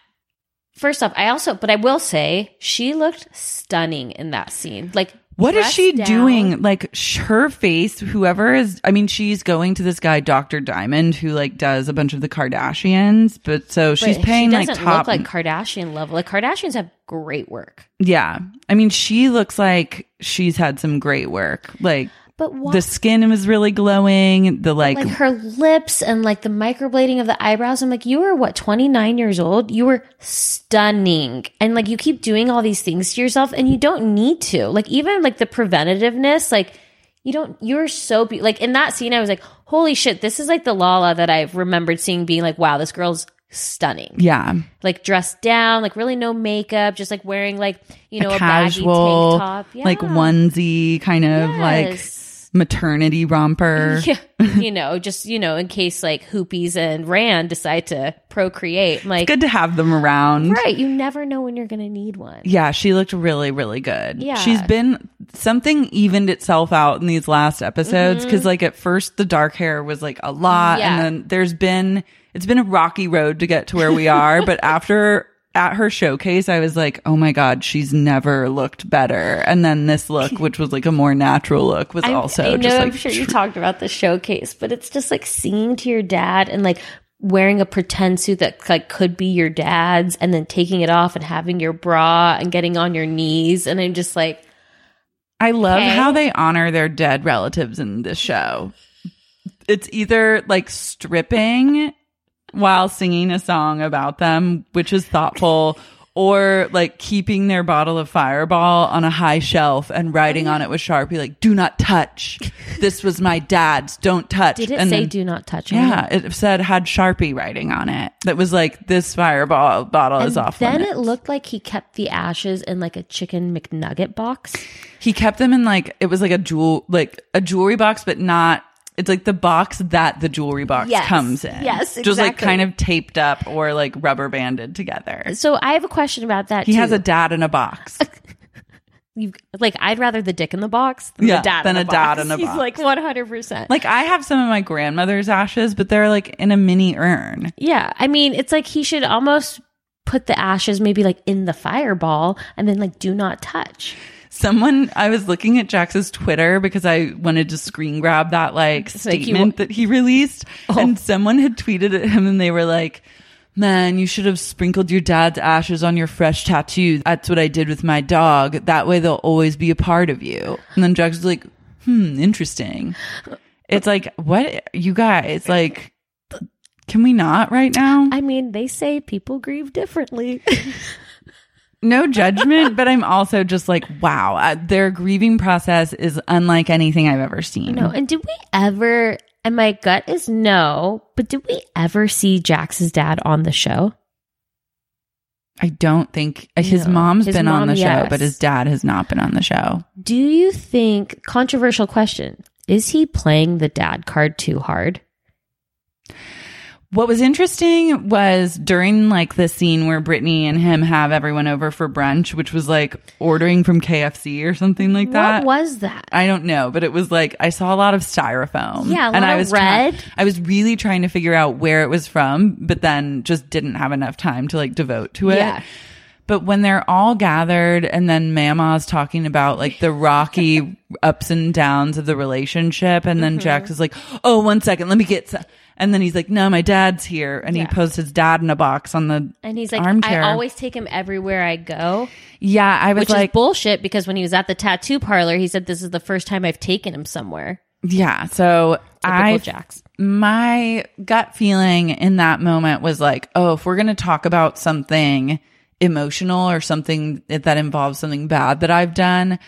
Speaker 4: first off, I also, but I will say, she looked stunning in that scene. Like,
Speaker 2: What is
Speaker 4: dressed
Speaker 2: she
Speaker 4: down.
Speaker 2: doing? Like sh- her face, whoever is, I mean, she's going to this guy, Dr. Diamond, who like does a bunch of the Kardashians, but so
Speaker 4: But
Speaker 2: she's paying
Speaker 4: she
Speaker 2: like
Speaker 4: doesn't
Speaker 2: top.
Speaker 4: look like Kardashian level. Like Kardashians have great work,
Speaker 2: yeah. I mean, she looks like she's had some great work. Like,
Speaker 4: but why?
Speaker 2: the skin was really glowing the like,
Speaker 4: like her lips and like the microblading of the eyebrows. I'm like, you were what, 29 years old? You were stunning. And like, you keep doing all these things to yourself and you don't need to. Like, even like the preventativeness, like, you don't, you're so be- like in that scene, I was like, holy shit, this is like the Lala that I've remembered seeing being like, wow, this girl's stunning.
Speaker 2: yeah
Speaker 4: Like, dressed down, like, really no makeup, just like wearing like, you know, a,
Speaker 2: casual
Speaker 4: baggy tank top. Yeah.
Speaker 2: like onesie kind of
Speaker 4: Yes.
Speaker 2: like maternity romper
Speaker 4: Yeah. you know, just, you know, in case like Hoopies and Rand decide to procreate. I'm like,
Speaker 2: good to have them around
Speaker 4: right. You never know when you're going to need one.
Speaker 2: yeah she looked really really good
Speaker 4: Yeah.
Speaker 2: she's been something evened itself out in these last episodes because like at first the dark hair was like a lot
Speaker 4: Mm-hmm. Yeah.
Speaker 2: and then there's been it's been a rocky road to get to where we are but after at her showcase, I was like, "Oh my god, she's never looked better." And then this look, which was like a more natural look, was
Speaker 4: I'm-
Speaker 2: also
Speaker 4: I know,
Speaker 2: just like
Speaker 4: I'm sure you talked about the showcase, but it's just like singing to your dad and like wearing a pretend suit that like could be your dad's and then taking it off and having your bra and getting on your knees. And I'm just like,
Speaker 2: I love
Speaker 4: Okay.
Speaker 2: how they honor their dead relatives in this show. It's either like stripping while singing a song about them, which is thoughtful, or like keeping their bottle of fireball on a high shelf and writing on it with Sharpie, like, do not touch. This was my dad's. Don't touch.
Speaker 4: did it
Speaker 2: And
Speaker 4: say
Speaker 2: then-
Speaker 4: do not touch me?
Speaker 2: Yeah, it said had Sharpie writing on it that was like, this fireball bottle is off.
Speaker 4: Then
Speaker 2: limits.
Speaker 4: it looked like he kept the ashes in like a chicken McNugget box.
Speaker 2: He kept them in like it was like a jewel like a jewelry box, but not it's like the box that the jewelry box
Speaker 4: Yes.
Speaker 2: comes in.
Speaker 4: Yes,
Speaker 2: Just like
Speaker 4: exactly.
Speaker 2: kind of taped up or like rubber banded together.
Speaker 4: So I have a question about that.
Speaker 2: He has
Speaker 4: too.
Speaker 2: a dad in a box.
Speaker 4: you like I'd rather the dick in the box than
Speaker 2: Yeah,
Speaker 4: the dad
Speaker 2: than
Speaker 4: in
Speaker 2: a
Speaker 4: the
Speaker 2: dad
Speaker 4: box.
Speaker 2: in a
Speaker 4: He's
Speaker 2: box.
Speaker 4: like 100%.
Speaker 2: like I have some of my grandmother's ashes, but they're like in a mini urn.
Speaker 4: yeah, I mean, it's like he should almost put the ashes maybe like in the fireball and then like do not touch.
Speaker 2: Someone I was looking at Jax's Twitter because I wanted to screen grab that like
Speaker 4: like you-
Speaker 2: statement that he released, and someone had tweeted at him and they were like, "Man, you should have sprinkled your dad's ashes on your fresh tattoo. That's what I did with my dog. That way they'll always be a part of you." And then Jax was like, "Hmm, interesting." It's like what you guys like. Can we not right now?
Speaker 4: I mean, they say people grieve differently.
Speaker 2: no judgment, but I'm also just like, wow, uh, their grieving process is unlike anything I've ever seen.
Speaker 4: no, and did we ever and my gut is no, but did we ever see Jax's dad on the show?
Speaker 2: I don't think uh, his
Speaker 4: No.
Speaker 2: mom's
Speaker 4: His
Speaker 2: been on
Speaker 4: mom,
Speaker 2: the show,
Speaker 4: yes.
Speaker 2: but his dad has not been on the show.
Speaker 4: Do you think controversial question, is he playing the dad card too hard?
Speaker 2: What was interesting was during like the scene where Brittany and him have everyone over for brunch, which was like ordering from KFC or something like that.
Speaker 4: What was that?
Speaker 2: I don't know, but it was like I saw a lot of styrofoam.
Speaker 4: Yeah, a lot
Speaker 2: and I
Speaker 4: of
Speaker 2: was
Speaker 4: red.
Speaker 2: try- I was really trying to figure out where it was from, but then just didn't have enough time to like devote to it.
Speaker 4: Yeah.
Speaker 2: But when they're all gathered and then Mama's talking about like the rocky ups and downs of the relationship and then Jax
Speaker 4: Mm-hmm.
Speaker 2: is like, "Oh, one second, let me get some. And then he's like, "No, my dad's here." And
Speaker 4: Yeah.
Speaker 2: he posts his dad in a box on the
Speaker 4: And he's like,
Speaker 2: armchair.
Speaker 4: I always take him everywhere I go,
Speaker 2: Yeah, I was
Speaker 4: which
Speaker 2: like
Speaker 4: is bullshit because when he was at the tattoo parlor, he said, This is the first time I've taken him somewhere.
Speaker 2: Yeah. So I,
Speaker 4: Jax.
Speaker 2: my gut feeling in that moment was like, oh, if we're going to talk about something emotional or something that that involves something bad that I've done,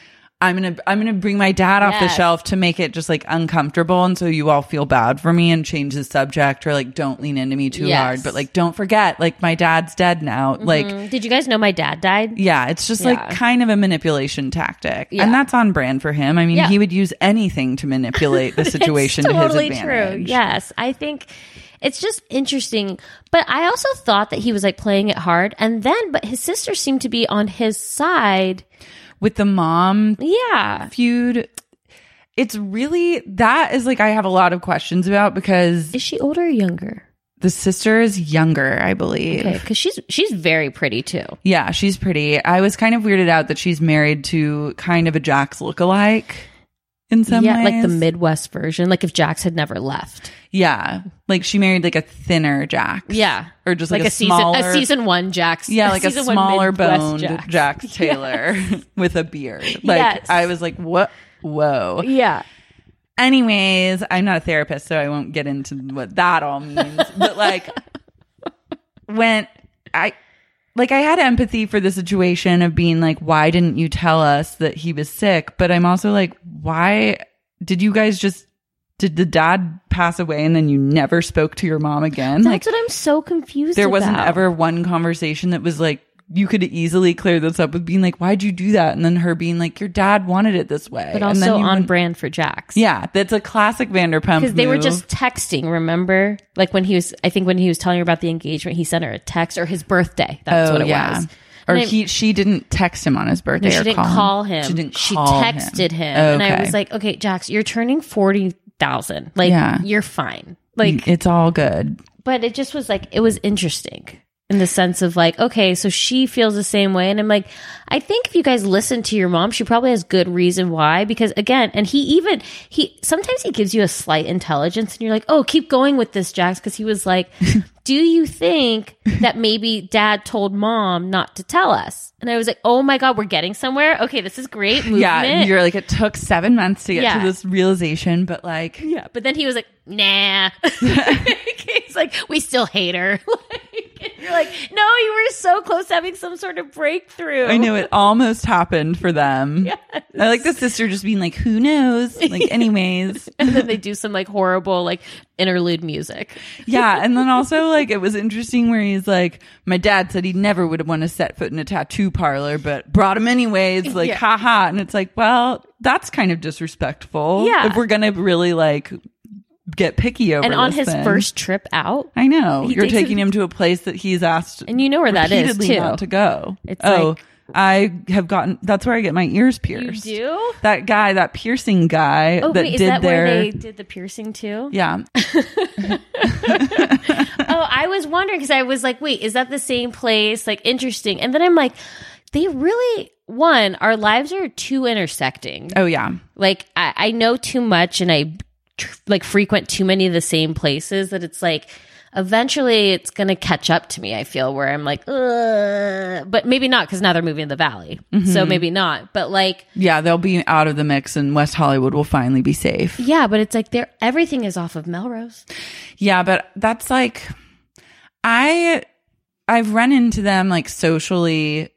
Speaker 2: I'm going to, I'm going to bring my dad off the
Speaker 4: Yes.
Speaker 2: shelf to make it just like uncomfortable. And so you all feel bad for me and change the subject or like, don't lean into me too
Speaker 4: Yes.
Speaker 2: hard, but like, don't forget, like my dad's dead now. Like,
Speaker 4: Did you guys know my dad died?
Speaker 2: yeah, it's just like
Speaker 4: Yeah.
Speaker 2: kind of a manipulation tactic.
Speaker 4: Yeah.
Speaker 2: And that's on brand for him. I mean,
Speaker 4: Yeah.
Speaker 2: he would use anything to manipulate the situation
Speaker 4: It's
Speaker 2: to his advantage.
Speaker 4: Yes, I think it's just interesting. But I also thought that he was like playing it hard, and then but his sister seemed to be on his side.
Speaker 2: With the mom
Speaker 4: Yeah,
Speaker 2: feud, it's really that is like I have a lot of questions about because
Speaker 4: is she older or younger?
Speaker 2: the sister is younger, I believe.
Speaker 4: Okay, because she's she's very pretty too.
Speaker 2: Yeah, she's pretty. I was kind of weirded out that she's married to kind of a Jax lookalike in some
Speaker 4: yeah,
Speaker 2: ways.
Speaker 4: like the Midwest version. Like if Jax had never left.
Speaker 2: Yeah. Like she married like a thinner Jax.
Speaker 4: Yeah,
Speaker 2: Or just like, a,
Speaker 4: season
Speaker 2: smaller
Speaker 4: a season one Jax.
Speaker 2: Yeah, like a
Speaker 4: season one
Speaker 2: smaller
Speaker 4: Midwest
Speaker 2: boned Jax, Taylor with a beard. Like
Speaker 4: Yes.
Speaker 2: I was like, what? Whoa.
Speaker 4: Yeah.
Speaker 2: Anyways, I'm not a therapist, so I won't get into what that all means. But like, when I like I had empathy for the situation of being like, why didn't you tell us that he was sick? But I'm also like, why did you guys just did the dad pass away and then you never spoke to your mom again? like
Speaker 4: That's what I'm so confused.
Speaker 2: there wasn't
Speaker 4: about.
Speaker 2: ever one conversation that was like you could easily clear this up with being like why'd you do that and then her being like your dad wanted it this way
Speaker 4: but
Speaker 2: and then
Speaker 4: also
Speaker 2: you
Speaker 4: on
Speaker 2: wouldn't-
Speaker 4: brand for Jax.
Speaker 2: yeah that's a classic vanderpump
Speaker 4: because they were
Speaker 2: move.
Speaker 4: just texting. Remember, like when he was, I think when he was telling her about the engagement, he sent her a text or his birthday. That's
Speaker 2: Oh,
Speaker 4: what it
Speaker 2: yeah.
Speaker 4: was.
Speaker 2: or
Speaker 4: And I-
Speaker 2: he she didn't text him on his birthday
Speaker 4: No, she
Speaker 2: or
Speaker 4: didn't
Speaker 2: call,
Speaker 4: call him.
Speaker 2: she didn't
Speaker 4: She
Speaker 2: call
Speaker 4: texted him, and I
Speaker 2: Okay.
Speaker 4: was like, "Okay, Jax, you're turning forty thousand. Like,
Speaker 2: Yeah.
Speaker 4: you're fine. Like,
Speaker 2: it's all good
Speaker 4: but it just was like it was interesting in the sense of like, okay, so she feels the same way, and I'm like, I think if you guys listen to your mom, she probably has good reason why. Because again, and he even he sometimes he gives you a slight intelligence, and you're like, oh, keep going with this, Jax, because he was like, do you think that maybe Dad told Mom not to tell us? And I was like, oh my God, we're getting somewhere. Okay, this is great movement.
Speaker 2: yeah you're like it took seven months to get
Speaker 4: Yeah.
Speaker 2: to this realization but like
Speaker 4: Yeah, but then he was like, nah. He's like, we still hate her. like, you're like, no, you were so close to having some sort of breakthrough.
Speaker 2: I know it almost happened for them. I like the sister just being like, "Who knows?" Like, anyways,
Speaker 4: And then they do some like horrible like interlude music.
Speaker 2: Yeah, and then also like it was interesting where he's like, my dad said he never would have want to set foot in a tattoo parlor, but brought him anyways. Like,
Speaker 4: Yeah.
Speaker 2: ha haha, and it's like, well, that's kind of disrespectful.
Speaker 4: Yeah.
Speaker 2: if we're gonna really like get picky over.
Speaker 4: And on
Speaker 2: this
Speaker 4: his
Speaker 2: thing.
Speaker 4: first trip out,
Speaker 2: I know
Speaker 4: He
Speaker 2: you're
Speaker 4: takes
Speaker 2: taking
Speaker 4: him-
Speaker 2: him to a place that he's asked,
Speaker 4: And you know where that is,
Speaker 2: repeatedly
Speaker 4: too.
Speaker 2: Not to go.
Speaker 4: It's
Speaker 2: oh,
Speaker 4: like-
Speaker 2: I have gotten. That's where I get my ears pierced.
Speaker 4: do?
Speaker 2: that guy, that piercing guy
Speaker 4: oh
Speaker 2: that
Speaker 4: wait, is
Speaker 2: did
Speaker 4: that
Speaker 2: their
Speaker 4: where they did the piercing too?
Speaker 2: yeah.
Speaker 4: Oh, I was wondering because I was like, wait, is that the same place? Like, interesting. And then I'm like, they really one, our lives are too intersecting.
Speaker 2: Oh yeah.
Speaker 4: like I, I know too much and I tr- like frequent too many of the same places that it's like eventually it's gonna catch up to me. I feel where I'm like, Ugh. but maybe not because now they're moving to the valley, so maybe not. But like,
Speaker 2: Yeah, they'll be out of the mix and West Hollywood will finally be safe.
Speaker 4: yeah, but it's like they're everything is off of Melrose.
Speaker 2: Yeah, but that's like I I've run into them like socially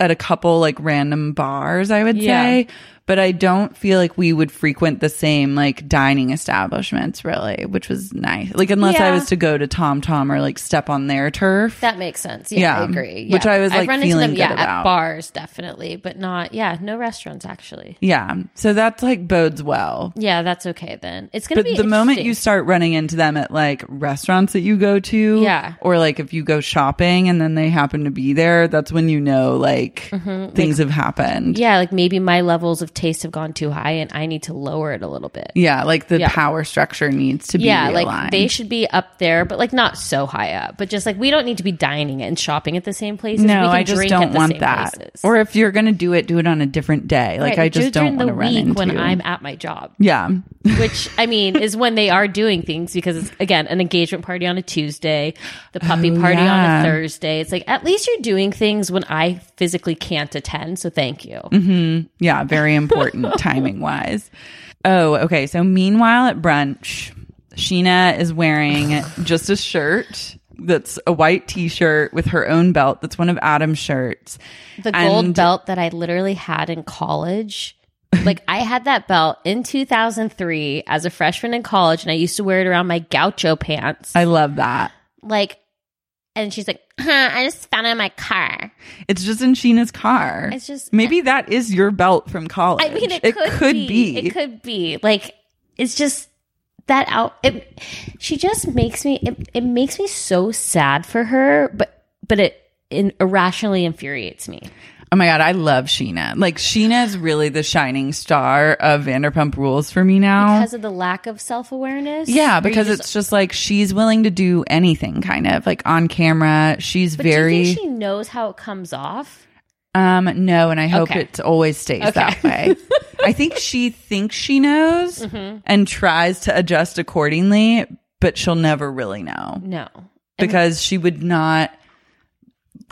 Speaker 2: at a couple like random bars, I would
Speaker 4: Yeah.
Speaker 2: say. but I don't feel like we would frequent the same like dining establishments really, which was nice. Like unless I
Speaker 4: Yeah.
Speaker 2: was to go to Tom Tom or like step on their turf.
Speaker 4: That makes sense. Yeah, I
Speaker 2: Yeah.
Speaker 4: agree.
Speaker 2: Which
Speaker 4: Yeah.
Speaker 2: I was,
Speaker 4: I've
Speaker 2: like,
Speaker 4: run into
Speaker 2: feeling
Speaker 4: them, yeah,
Speaker 2: good about.
Speaker 4: at bars definitely, but not yeah, no restaurants actually.
Speaker 2: yeah. So that's like bodes well.
Speaker 4: Yeah, that's okay then. It's gonna
Speaker 2: But
Speaker 4: be
Speaker 2: the moment you
Speaker 4: interesting.
Speaker 2: start running into them at like restaurants that you go to,
Speaker 4: Yeah.
Speaker 2: or like if you go shopping and then they happen to be there, that's when you know like things have happened.
Speaker 4: Mm-hmm. yeah, like maybe my levels of taste have gone too high and I need to lower it a little bit.
Speaker 2: Yeah, like the
Speaker 4: Yeah.
Speaker 2: power structure needs to be
Speaker 4: Yeah, like
Speaker 2: realigned.
Speaker 4: they should be up there, but like not so high up. But just like we don't need to be dining and shopping at the same places. we
Speaker 2: no,
Speaker 4: can
Speaker 2: I just
Speaker 4: drink at
Speaker 2: don't
Speaker 4: the
Speaker 2: want
Speaker 4: same
Speaker 2: that.
Speaker 4: places.
Speaker 2: Or if you're gonna do it, do it on a different day. Like
Speaker 4: Right,
Speaker 2: I just
Speaker 4: do it during
Speaker 2: don't want to
Speaker 4: the
Speaker 2: run
Speaker 4: week
Speaker 2: into
Speaker 4: when I'm at my job.
Speaker 2: yeah,
Speaker 4: which I mean is when they are doing things because it's again an engagement party on a Tuesday, the puppy
Speaker 2: Oh,
Speaker 4: party
Speaker 2: yeah.
Speaker 4: on a Thursday. It's like at least you're doing things when I physically can't attend. So thank you.
Speaker 2: yeah, very important timing wise. Oh, okay. So meanwhile at brunch, Sheena is wearing just a shirt that's a white t-shirt with her own belt. That's one of Adam's shirts.
Speaker 4: The gold
Speaker 2: And-
Speaker 4: belt that I literally had in college. Like I had that belt in 2003 as a freshman in college and I used to wear it around my gaucho pants.
Speaker 2: I love that.
Speaker 4: like and she's like, huh, I just found it in my car.
Speaker 2: It's just in Sheena's car.
Speaker 4: It's just-
Speaker 2: maybe that is your belt from college.
Speaker 4: I mean, it, could, be. It could be. Like, it's just that out. It, she just makes me. It, it makes me so sad for her, but but it, in irrationally infuriates me.
Speaker 2: Oh my god, I love Sheena. Like Sheena is really the shining star of Vanderpump Rules for me now.
Speaker 4: Because of the lack of self awareness.
Speaker 2: yeah, because it's just like she's willing to do anything, kind of like on camera. She's
Speaker 4: but
Speaker 2: very
Speaker 4: Do you think she knows how it comes off?
Speaker 2: um no, and I hope
Speaker 4: Okay.
Speaker 2: it always stays that way. I think she thinks she knows
Speaker 4: Mm-hmm.
Speaker 2: and tries to adjust accordingly, but she'll never really know.
Speaker 4: No.
Speaker 2: because she would not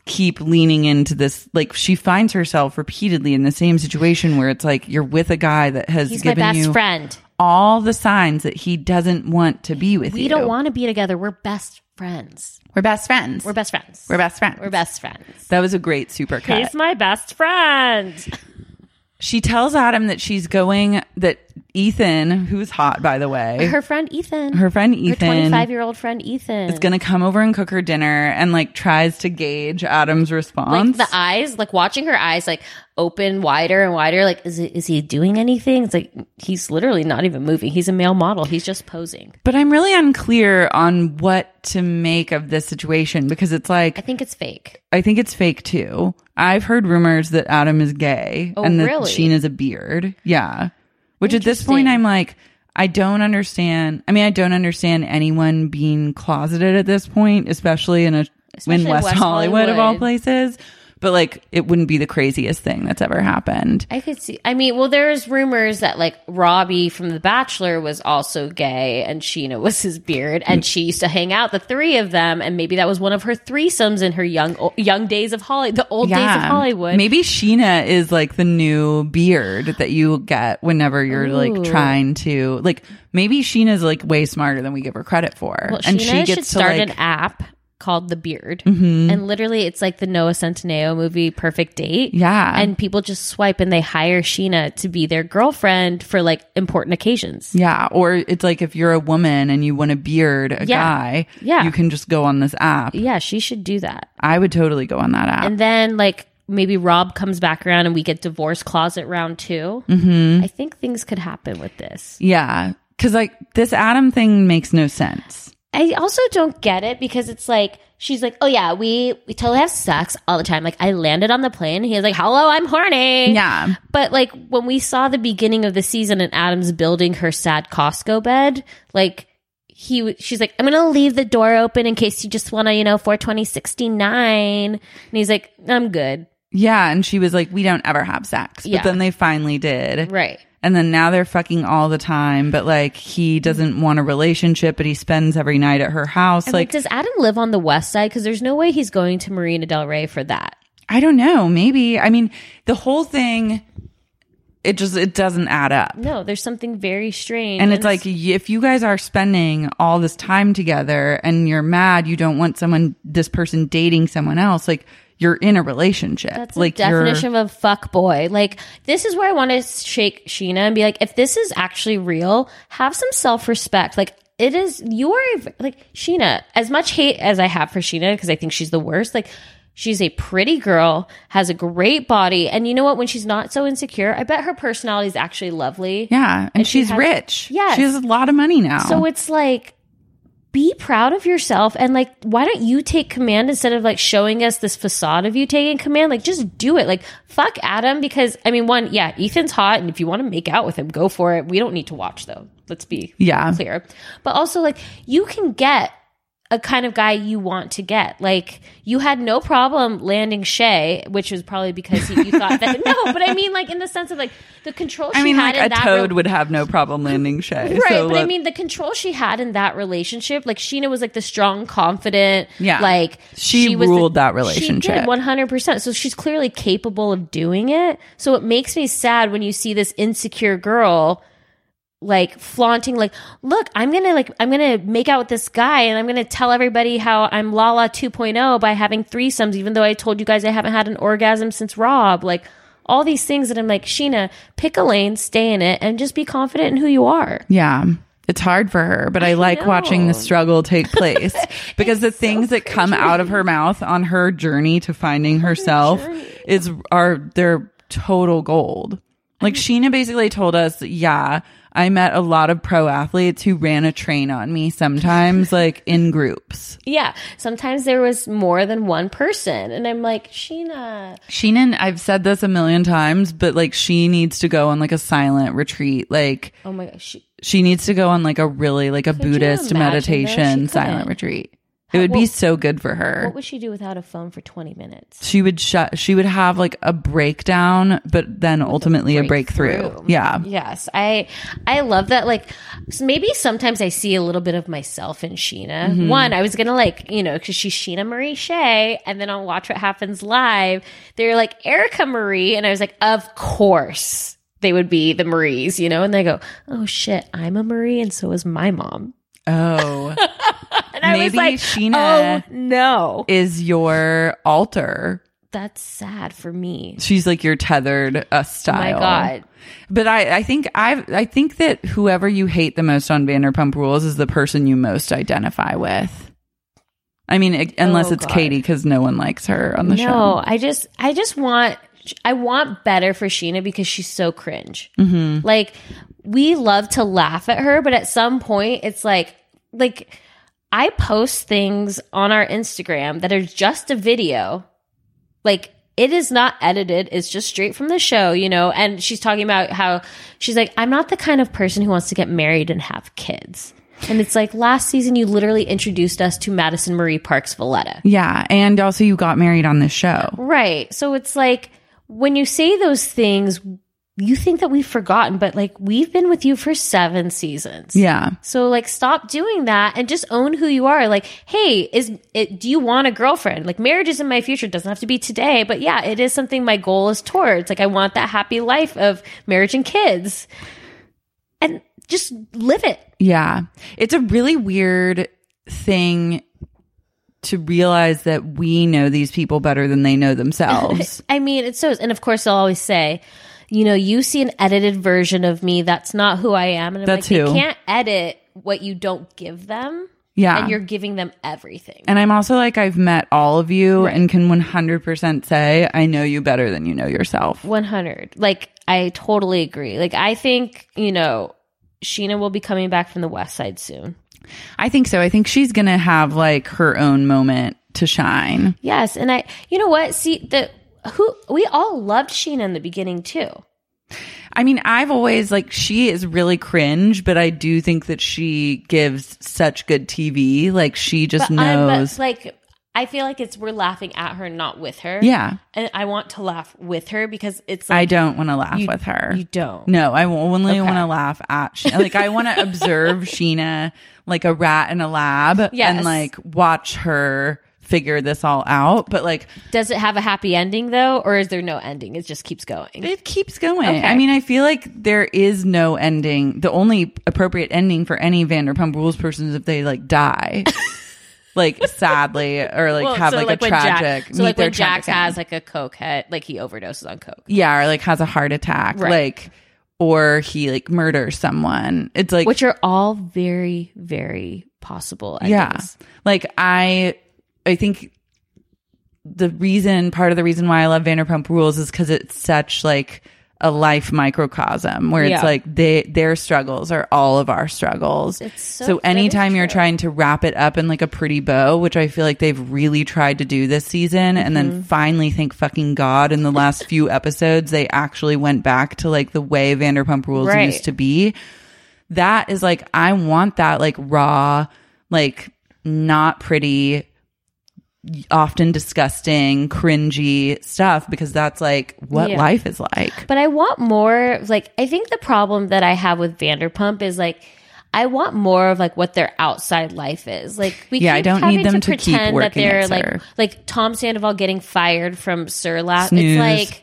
Speaker 2: keep leaning into this like she finds herself repeatedly in the same situation where it's like you're with a guy that has
Speaker 4: He's my
Speaker 2: given
Speaker 4: best
Speaker 2: you
Speaker 4: friend.
Speaker 2: all the signs that he doesn't want to be with
Speaker 4: We
Speaker 2: you.
Speaker 4: don't want to be together. We're best friends.
Speaker 2: We're best friends.
Speaker 4: We're best friends.
Speaker 2: We're best friends.
Speaker 4: We're best friends.
Speaker 2: That was a great super cut.
Speaker 4: He's my best friend.
Speaker 2: She tells Adam that she's going that Ethan, who's hot by the way,
Speaker 4: Her friend Ethan.
Speaker 2: her friend Ethan
Speaker 4: Her 25 year old friend Ethan.
Speaker 2: is going to come over and cook her dinner and like tries to gauge Adam's
Speaker 4: like
Speaker 2: response.
Speaker 4: the eyes, like watching her eyes like open wider and wider. Like, is it, is he doing anything? It's like he's literally not even moving. He's a male model. He's just posing.
Speaker 2: But I'm really unclear on what to make of this situation because it's
Speaker 4: I
Speaker 2: like
Speaker 4: think it's fake.
Speaker 2: I think it's fake too. I've heard rumors that Adam is gay
Speaker 4: Oh,
Speaker 2: and that
Speaker 4: really?
Speaker 2: Sheena's a beard. Yeah. Which at this point
Speaker 4: Interesting.
Speaker 2: I'm like I don't understand. I mean, I don't understand anyone being closeted at this point, especially in a
Speaker 4: Especially
Speaker 2: in West,
Speaker 4: West
Speaker 2: Hollywood, of all
Speaker 4: Hollywood.
Speaker 2: places. But like it wouldn't be the craziest thing that's ever happened.
Speaker 4: I could see. I mean, well, there's rumors that like Robbie from The Bachelor was also gay and Sheena was his beard and she used to hang out the three of them and maybe that was one of her threesomes in her young o- young days of Hollywood, the old days of Hollywood.
Speaker 2: Maybe Sheena is like the new beard that you get whenever you're like trying to like maybe Sheena's like way smarter than we give her credit for.
Speaker 4: Well, Sheena should start
Speaker 2: like Mm-hmm.
Speaker 4: an app called The Beard, and literally it's like the Noah Centineo movie Perfect Date.
Speaker 2: Yeah.
Speaker 4: and people just swipe and they hire Sheena to be their girlfriend for like important occasions.
Speaker 2: yeah, or it's like if you're a woman and you want a beard, a
Speaker 4: Yeah.
Speaker 2: guy,
Speaker 4: Yeah.
Speaker 2: you can just go on this app.
Speaker 4: Yeah, she should do that.
Speaker 2: I would totally go on that app.
Speaker 4: And then like maybe Rob comes back around and we get divorce closet round 2 Mm-hmm. I think things could happen with this.
Speaker 2: yeah, because like this Adam thing makes no sense.
Speaker 4: I also don't get it because it's like she's like, oh yeah, we we totally have sex all the time. Like I landed on the plane. He's like, hello, I'm horny.
Speaker 2: Yeah.
Speaker 4: But like when we saw the beginning of the season and Adam's building her sad Costco bed, like he w- she's like, I'm gonna leave the door open in case you just wanna, you know, four twenty sixty nine. And he's like, I'm good.
Speaker 2: Yeah, and she was like, "We don't ever have sex,"
Speaker 4: Yeah.
Speaker 2: but then they finally did.
Speaker 4: Right.
Speaker 2: And then now they're fucking all the time, but like he doesn't want a relationship, but he spends every night at her house.
Speaker 4: And like,
Speaker 2: like,
Speaker 4: does Adam live on the west side? Because there's no way he's going to Marina Del Rey for that.
Speaker 2: I don't know. Maybe. I mean, the whole thing, it just, it doesn't add up.
Speaker 4: No, there's something very strange.
Speaker 2: And it's like, y- if you guys are spending all this time together and you're mad, you don't want someone, this person dating someone else, like, you're in a relationship.
Speaker 4: That's
Speaker 2: like
Speaker 4: the definition of a fuck boy. Like this is where I want to shake Sheena and be like, if this is actually real, have some self respect. Like it is, you are a- like Sheena. As much hate as I have for Sheena because I think she's the worst. Like she's a pretty girl, has a great body, and you know what? When she's not so insecure, I bet her personality is actually lovely.
Speaker 2: You're, yeah, and,
Speaker 4: she
Speaker 2: she's
Speaker 4: has-
Speaker 2: rich.
Speaker 4: Yes.
Speaker 2: she has a lot of money now.
Speaker 4: So it's like, be proud of yourself and like, why don't you take command instead of like showing us this facade of you taking command? Like, just do it. Like, fuck Adam because I mean, one, yeah, Ethan's hot, and if you want to make out with him, go for it. We don't need to watch though. Let's be
Speaker 2: Yeah.
Speaker 4: clear. But also, like, you can get a kind of guy you want to get. Like, you had no problem landing Shay, which was probably because he, you thought that. No, but I mean, like, in the sense of like the control she
Speaker 2: I mean, like
Speaker 4: had in
Speaker 2: a
Speaker 4: that
Speaker 2: toad
Speaker 4: rel-
Speaker 2: would have no problem landing Shay.
Speaker 4: Right,
Speaker 2: so
Speaker 4: but I
Speaker 2: let-
Speaker 4: mean the control she had in that relationship, like Sheena was like the strong, confident,
Speaker 2: Yeah.
Speaker 4: like
Speaker 2: She
Speaker 4: was the-
Speaker 2: ruled that
Speaker 4: She
Speaker 2: relationship.
Speaker 4: did one hundred percent. So she's clearly capable of doing it. So it makes me sad when you see this insecure girl like flaunting like look i'm gonna like i'm gonna make out with this guy and i'm gonna tell everybody how i'm lala 2.0 by having threesomes even though i told you guys i haven't had an orgasm since rob like all these things that i'm like sheena pick a lane stay in it and just be confident in who you are
Speaker 2: Yeah. It's hard for her, but I like watching the
Speaker 4: know.
Speaker 2: struggle take place because the things that come out of her mouth on her journey to finding herself is are their total gold. Like Sheena basically told us, yeah, I met a lot of pro athletes who ran a train on me sometimes like in groups.
Speaker 4: Yeah. Sometimes there was more than one person. And I'm like, Sheena.
Speaker 2: Sheena, I've said this a million times, but like she needs to go on like a silent retreat. Like
Speaker 4: Oh my gosh. She,
Speaker 2: she needs to go on like a really like a
Speaker 4: you
Speaker 2: Buddhist
Speaker 4: imagine, though? She
Speaker 2: meditation silent
Speaker 4: couldn't.
Speaker 2: retreat.
Speaker 4: How-
Speaker 2: it would be
Speaker 4: well,
Speaker 2: so good for her.
Speaker 4: what would she do without a phone for 20 minutes?
Speaker 2: she would shut. She would have like a breakdown, but then ultimately a breakthrough. Yeah,
Speaker 4: Yes. I I love that like s- maybe sometimes I see a little bit of myself in Sheena. One, I was going to like, you know, cuz she's Sheena Marie Shea and then on Watch What Happens Live, they're like Erica Marie and I was like, "Of course." They would be the Maries, you know, and they go, "Oh shit, I'm a Marie and so is my mom."
Speaker 2: Oh,
Speaker 4: And I was
Speaker 2: Maybe
Speaker 4: like,
Speaker 2: Sheena-
Speaker 4: "Oh no."
Speaker 2: is your altar?
Speaker 4: that's sad for me.
Speaker 2: She's like your tethered uh,
Speaker 4: Oh my
Speaker 2: style.
Speaker 4: God.
Speaker 2: But I, I think I, I think that whoever you hate the most on Vanderpump Rules is the person you most identify with. I mean, it, unless
Speaker 4: Oh,
Speaker 2: it's
Speaker 4: God.
Speaker 2: Katie, because no one likes her on the show.
Speaker 4: No, I just, I just want, I want better for Sheena because she's so cringe. Mm-hmm. Like, we love to laugh at her, but at some point, it's like, like, I post things on our Instagram that are just a video. Like, it is not edited. It's just straight from the show, you know? And she's talking about how she's like, I'm not the kind of person who wants to get married and have kids. And it's like last season, you literally introduced us to Madison Marie Parks Valletta.
Speaker 2: Yeah, and also you got married on this show.
Speaker 4: Right. So it's like when you say those things, you think that we've forgotten, but like we've been with you for seven seasons.
Speaker 2: Yeah.
Speaker 4: So like stop doing that and just own who you are. Like, hey, is it do you want a girlfriend? Like marriage is in my future. It doesn't have to be today, but yeah, it is something my goal is towards. Like I want that happy life of marriage and kids. And just live it.
Speaker 2: Yeah. It's a really weird thing to realize that we know these people better than they know themselves.
Speaker 4: I mean, it shows. And of course, they'll always say, you know, you see an edited version of me. That's not who I am. And I'm
Speaker 2: That's
Speaker 4: like,
Speaker 2: who.
Speaker 4: they can't edit what you don't give them.
Speaker 2: Yeah.
Speaker 4: And you're giving them everything.
Speaker 2: and I'm also like, I've met all of you and can 100% say, I know you better than you know yourself.
Speaker 4: 100. Like, I totally agree. Like, I think, you know, Sheena will be coming back from the West Side soon.
Speaker 2: I think so. I think she's going to have like her own moment to shine.
Speaker 4: Yes. And I, you know what? See, the, who, we all loved Sheena in the beginning too.
Speaker 2: I mean, I've always like, she is really cringe, but I do think that she gives such good TV. Like, she just
Speaker 4: I'm- but,
Speaker 2: knows.
Speaker 4: like, I feel like it's, we're laughing at her, not with her.
Speaker 2: yeah.
Speaker 4: And I want to laugh with her because it's like,
Speaker 2: I don't want to laugh
Speaker 4: You-
Speaker 2: with her.
Speaker 4: you don't.
Speaker 2: No, I only
Speaker 4: Okay.
Speaker 2: want to laugh at Sheena. Like I want to observe Sheena like a rat in a lab
Speaker 4: Yes.
Speaker 2: and like watch her figure this all out. But like
Speaker 4: Does it have a happy ending though, or is there no ending? It just keeps going.
Speaker 2: it keeps going.
Speaker 4: Okay.
Speaker 2: I mean, I feel like there is no ending. The only appropriate ending for any Vanderpump Rules person is if they like die. like sadly or like have like, a
Speaker 4: when
Speaker 2: tragic
Speaker 4: Jack, so like
Speaker 2: meet their
Speaker 4: when Jack
Speaker 2: tragic end.
Speaker 4: has like a coke head, like he overdoses on coke,
Speaker 2: yeah or like has a heart attack
Speaker 4: Right.
Speaker 2: like or he like murders someone it's like
Speaker 4: which are all very very possible. Endings.
Speaker 2: yeah like i i think the reason part of the reason why i love vanderpump rules is because it's such like a life microcosm where
Speaker 4: Yeah.
Speaker 2: it's like they their struggles are all of our struggles
Speaker 4: It's so
Speaker 2: anytime
Speaker 4: very
Speaker 2: you're
Speaker 4: true.
Speaker 2: trying to wrap it up in like a pretty bow which i feel like they've really tried to do this season and
Speaker 4: Mm-hmm.
Speaker 2: then finally thank fucking god in the last few episodes they actually went back to like the way vanderpump rules
Speaker 4: Right.
Speaker 2: used to be that is like I want that like raw, like not pretty, often disgusting, cringy stuff because that's like what
Speaker 4: Yeah.
Speaker 2: life is like.
Speaker 4: But I want more of, like I think the problem that I have with Vanderpump is like I want more of like what their outside life is. Like we
Speaker 2: Yeah, I
Speaker 4: keep
Speaker 2: don't
Speaker 4: having
Speaker 2: need them to keep
Speaker 4: pretend
Speaker 2: working at
Speaker 4: like
Speaker 2: Sir.
Speaker 4: like Tom Sandoval getting fired from Surlat.
Speaker 2: Snooze.
Speaker 4: It's like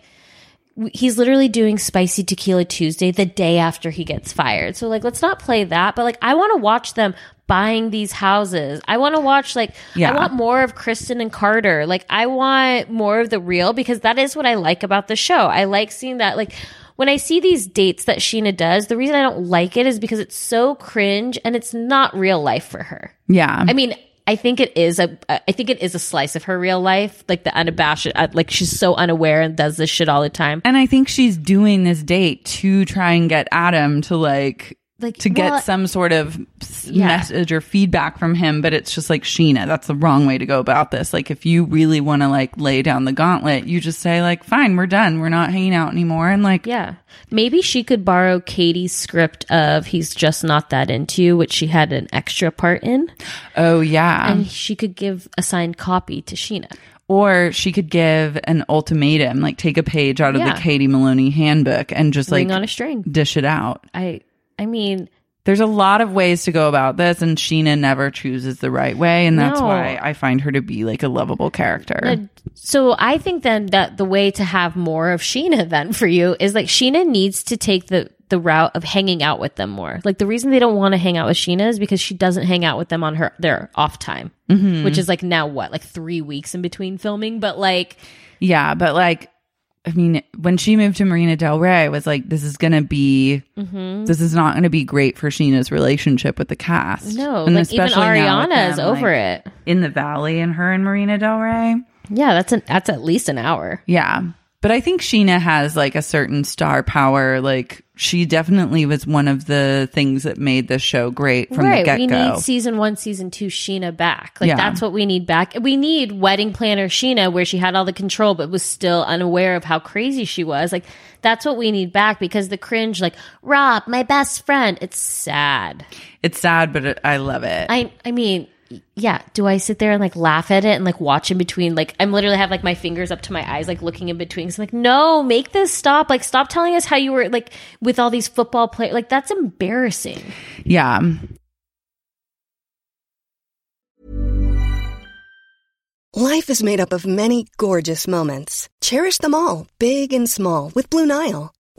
Speaker 4: w- he's literally doing spicy tequila Tuesday the day after he gets fired. So like let's not play that, but like I want to watch them buying these houses. I want to watch like
Speaker 2: Yeah.
Speaker 4: I want more of Kristen and Carter. Like I want more of the real because that is what I like about the show. I like seeing that like when I see these dates that Sheena does, the reason I don't like it is because it's so cringe and it's not real life for her.
Speaker 2: Yeah.
Speaker 4: I mean, I think it is a I think it is a slice of her real life, like the unabashed uh, like she's so unaware and does this shit all the time.
Speaker 2: and I think she's doing this date to try and get Adam to like
Speaker 4: Like,
Speaker 2: to get
Speaker 4: well,
Speaker 2: some sort of s-
Speaker 4: Yeah.
Speaker 2: message or feedback from him, but it's just like Sheena, that's the wrong way to go about this. Like if you really want to like lay down the gauntlet, you just say like, "Fine, we're done. We're not hanging out anymore." And like
Speaker 4: Yeah. Maybe she could borrow Katie's script of He's Just Not That Into You, which she had an extra part in.
Speaker 2: Oh yeah.
Speaker 4: and she could give a signed copy to Sheena.
Speaker 2: or she could give an ultimatum, like take a page out of
Speaker 4: Yeah.
Speaker 2: the Katie Maloney handbook and just like
Speaker 4: Ring on a string.
Speaker 2: dish it out.
Speaker 4: I I mean,
Speaker 2: There's a lot of ways to go about this, and Sheena never chooses the right way, and that's
Speaker 4: No.
Speaker 2: why I find her to be like a lovable character.
Speaker 4: Mm. so I think then that the way to have more of Sheena then for you is like Sheena needs to take the the route of hanging out with them more. Like the reason they don't want to hang out with Sheena is because she doesn't hang out with them on her their off time, which is like now what like three weeks in between filming. But like
Speaker 2: yeah, but like, I mean, when she moved to Marina Del Rey, I was like, this is gonna be,
Speaker 4: Mm-hmm.
Speaker 2: this is not gonna be great for Sheena's relationship with the cast.
Speaker 4: no,
Speaker 2: And
Speaker 4: like even
Speaker 2: especially now with
Speaker 4: Ariana is
Speaker 2: them,
Speaker 4: over
Speaker 2: like,
Speaker 4: it.
Speaker 2: in the Valley and her and Marina Del Rey.
Speaker 4: Yeah, that's an that's at least an hour.
Speaker 2: Yeah. But I think Sheena has like a certain star power. Like she definitely was one of the things that made the show great from the
Speaker 4: right.
Speaker 2: get
Speaker 4: We need
Speaker 2: go.
Speaker 4: season one, season two, Sheena back. Like
Speaker 2: Yeah.
Speaker 4: that's what we need back. We need wedding planner Sheena, where she had all the control but was still unaware of how crazy she was. Like that's what we need back because the cringe, like Rob, my best friend, it's sad.
Speaker 2: It's sad, but it, I love it.
Speaker 4: I I mean. Yeah, do I sit there and like laugh at it and like watch in between? Like, I'm literally have like my fingers up to my eyes, like looking in between. So, like, no, make this stop. Like, stop telling us how you were like with all these football players. Like, that's embarrassing.
Speaker 2: yeah.
Speaker 5: Life is made up of many gorgeous moments. Cherish them all, big and small, with Blue Nile.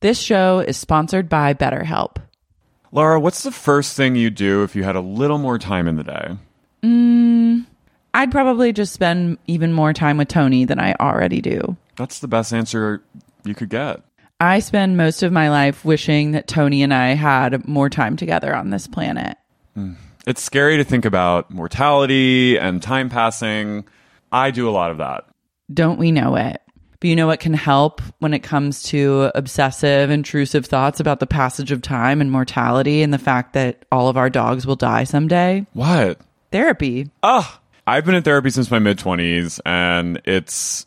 Speaker 2: This show is sponsored by BetterHelp.
Speaker 6: Laura, what's the first thing you do if you had a little more time in the day?
Speaker 2: I'd probably just spend even more time with Tony than I already do.
Speaker 6: That's the best answer you could get.
Speaker 2: I spend most of my life wishing that Tony and I had more time together on this planet.
Speaker 6: It's scary to think about mortality and time passing. I do a lot of that.
Speaker 2: Don't we know it? But you know what can help when it comes to obsessive, intrusive thoughts about the passage of time and mortality and the fact that all of our dogs will die someday?
Speaker 6: What?
Speaker 2: Therapy.
Speaker 6: Ah, I've been in therapy since my mid 20s, and it's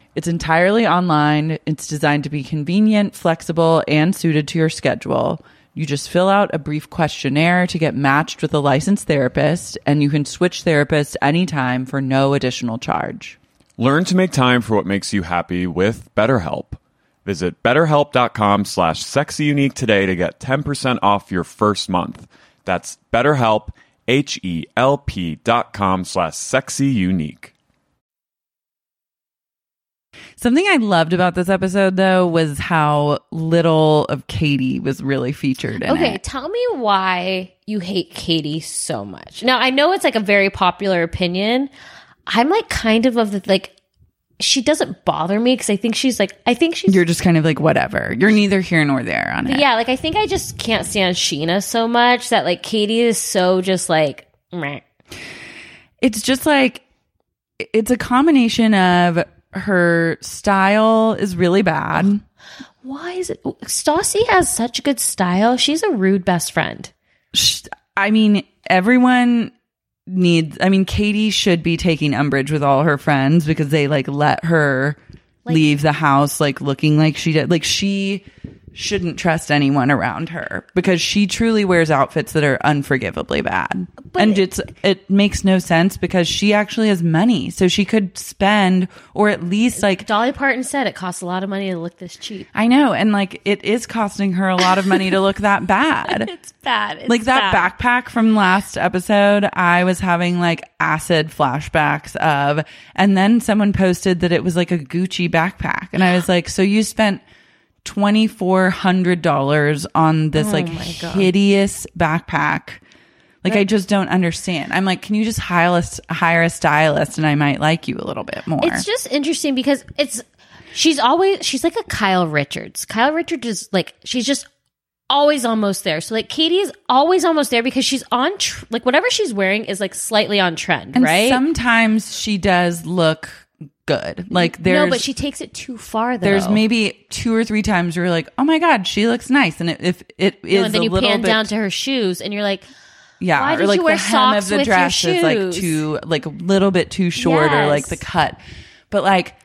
Speaker 2: It's entirely online, it's designed to be convenient, flexible, and suited to your schedule. You just fill out a brief questionnaire to get matched with a licensed therapist, and you can switch therapists anytime for no additional charge.
Speaker 6: Learn to make time for what makes you happy with BetterHelp. Visit betterhelp.com slash sexyunique today to get 10% off your first month. That's betterhelp, H-E-L-P dot com slash sexyunique.
Speaker 2: Something I loved about this episode, though, was how little of Katie was really featured in
Speaker 4: Okay,
Speaker 2: it.
Speaker 4: tell me why you hate Katie so much. Now I know it's like a very popular opinion. I'm like kind of of the like she doesn't bother me because I think she's like I think she's
Speaker 2: You're just kind of like, whatever. You're neither here nor there on it.
Speaker 4: yeah like I think I just can't stand Sheena so much that like Katie is so just like meh.
Speaker 2: it's just like it's a combination of her style is really bad.
Speaker 4: why is it Stassi has such good style she's a rude best friend
Speaker 2: Sh- I mean, everyone needs. I mean, Katie should be taking umbrage with all her friends because they like let her leave the house like looking like she did. Like she shouldn't trust anyone around her because she truly wears outfits that are unforgivably bad. and it's it makes no sense because she actually has money, so she could spend or at least like
Speaker 4: Dolly Parton said it costs a lot of money to look this cheap
Speaker 2: I know. And like, it is costing her a lot of money to look that bad.
Speaker 4: it's bad It's
Speaker 2: like that
Speaker 4: bad.
Speaker 2: backpack from last episode, I was having like acid flashbacks of, and then someone posted that it was like a Gucci backpack. And I was like, so you spent $2,400 on this
Speaker 4: Oh
Speaker 2: like hideous backpack. Like, I just don't understand. I'm like, can you just hire a, hire a stylist and I might like you a little bit more?
Speaker 4: It's just interesting because it's she's always she's like a Kyle Richards. Kyle Richards is like she's just always almost there. So like Katie is always almost there because she's on tr- like whatever she's wearing is like slightly on trend,
Speaker 2: And
Speaker 4: right?
Speaker 2: sometimes she does look good. Like there's
Speaker 4: no, but she takes it too far. Though.
Speaker 2: there's maybe two or three times where you're like, oh my god, she looks nice, and it, if it is
Speaker 4: no, and then
Speaker 2: a
Speaker 4: you
Speaker 2: little
Speaker 4: pan
Speaker 2: bit,
Speaker 4: down to her shoes, and you're like,
Speaker 2: yeah,
Speaker 4: why
Speaker 2: or
Speaker 4: did
Speaker 2: like
Speaker 4: you wear
Speaker 2: the hem of
Speaker 4: socks
Speaker 2: the
Speaker 4: with your
Speaker 2: dress is like
Speaker 4: shoes?
Speaker 2: too like a little bit too short, or like
Speaker 4: Yes.
Speaker 2: the cut, but like.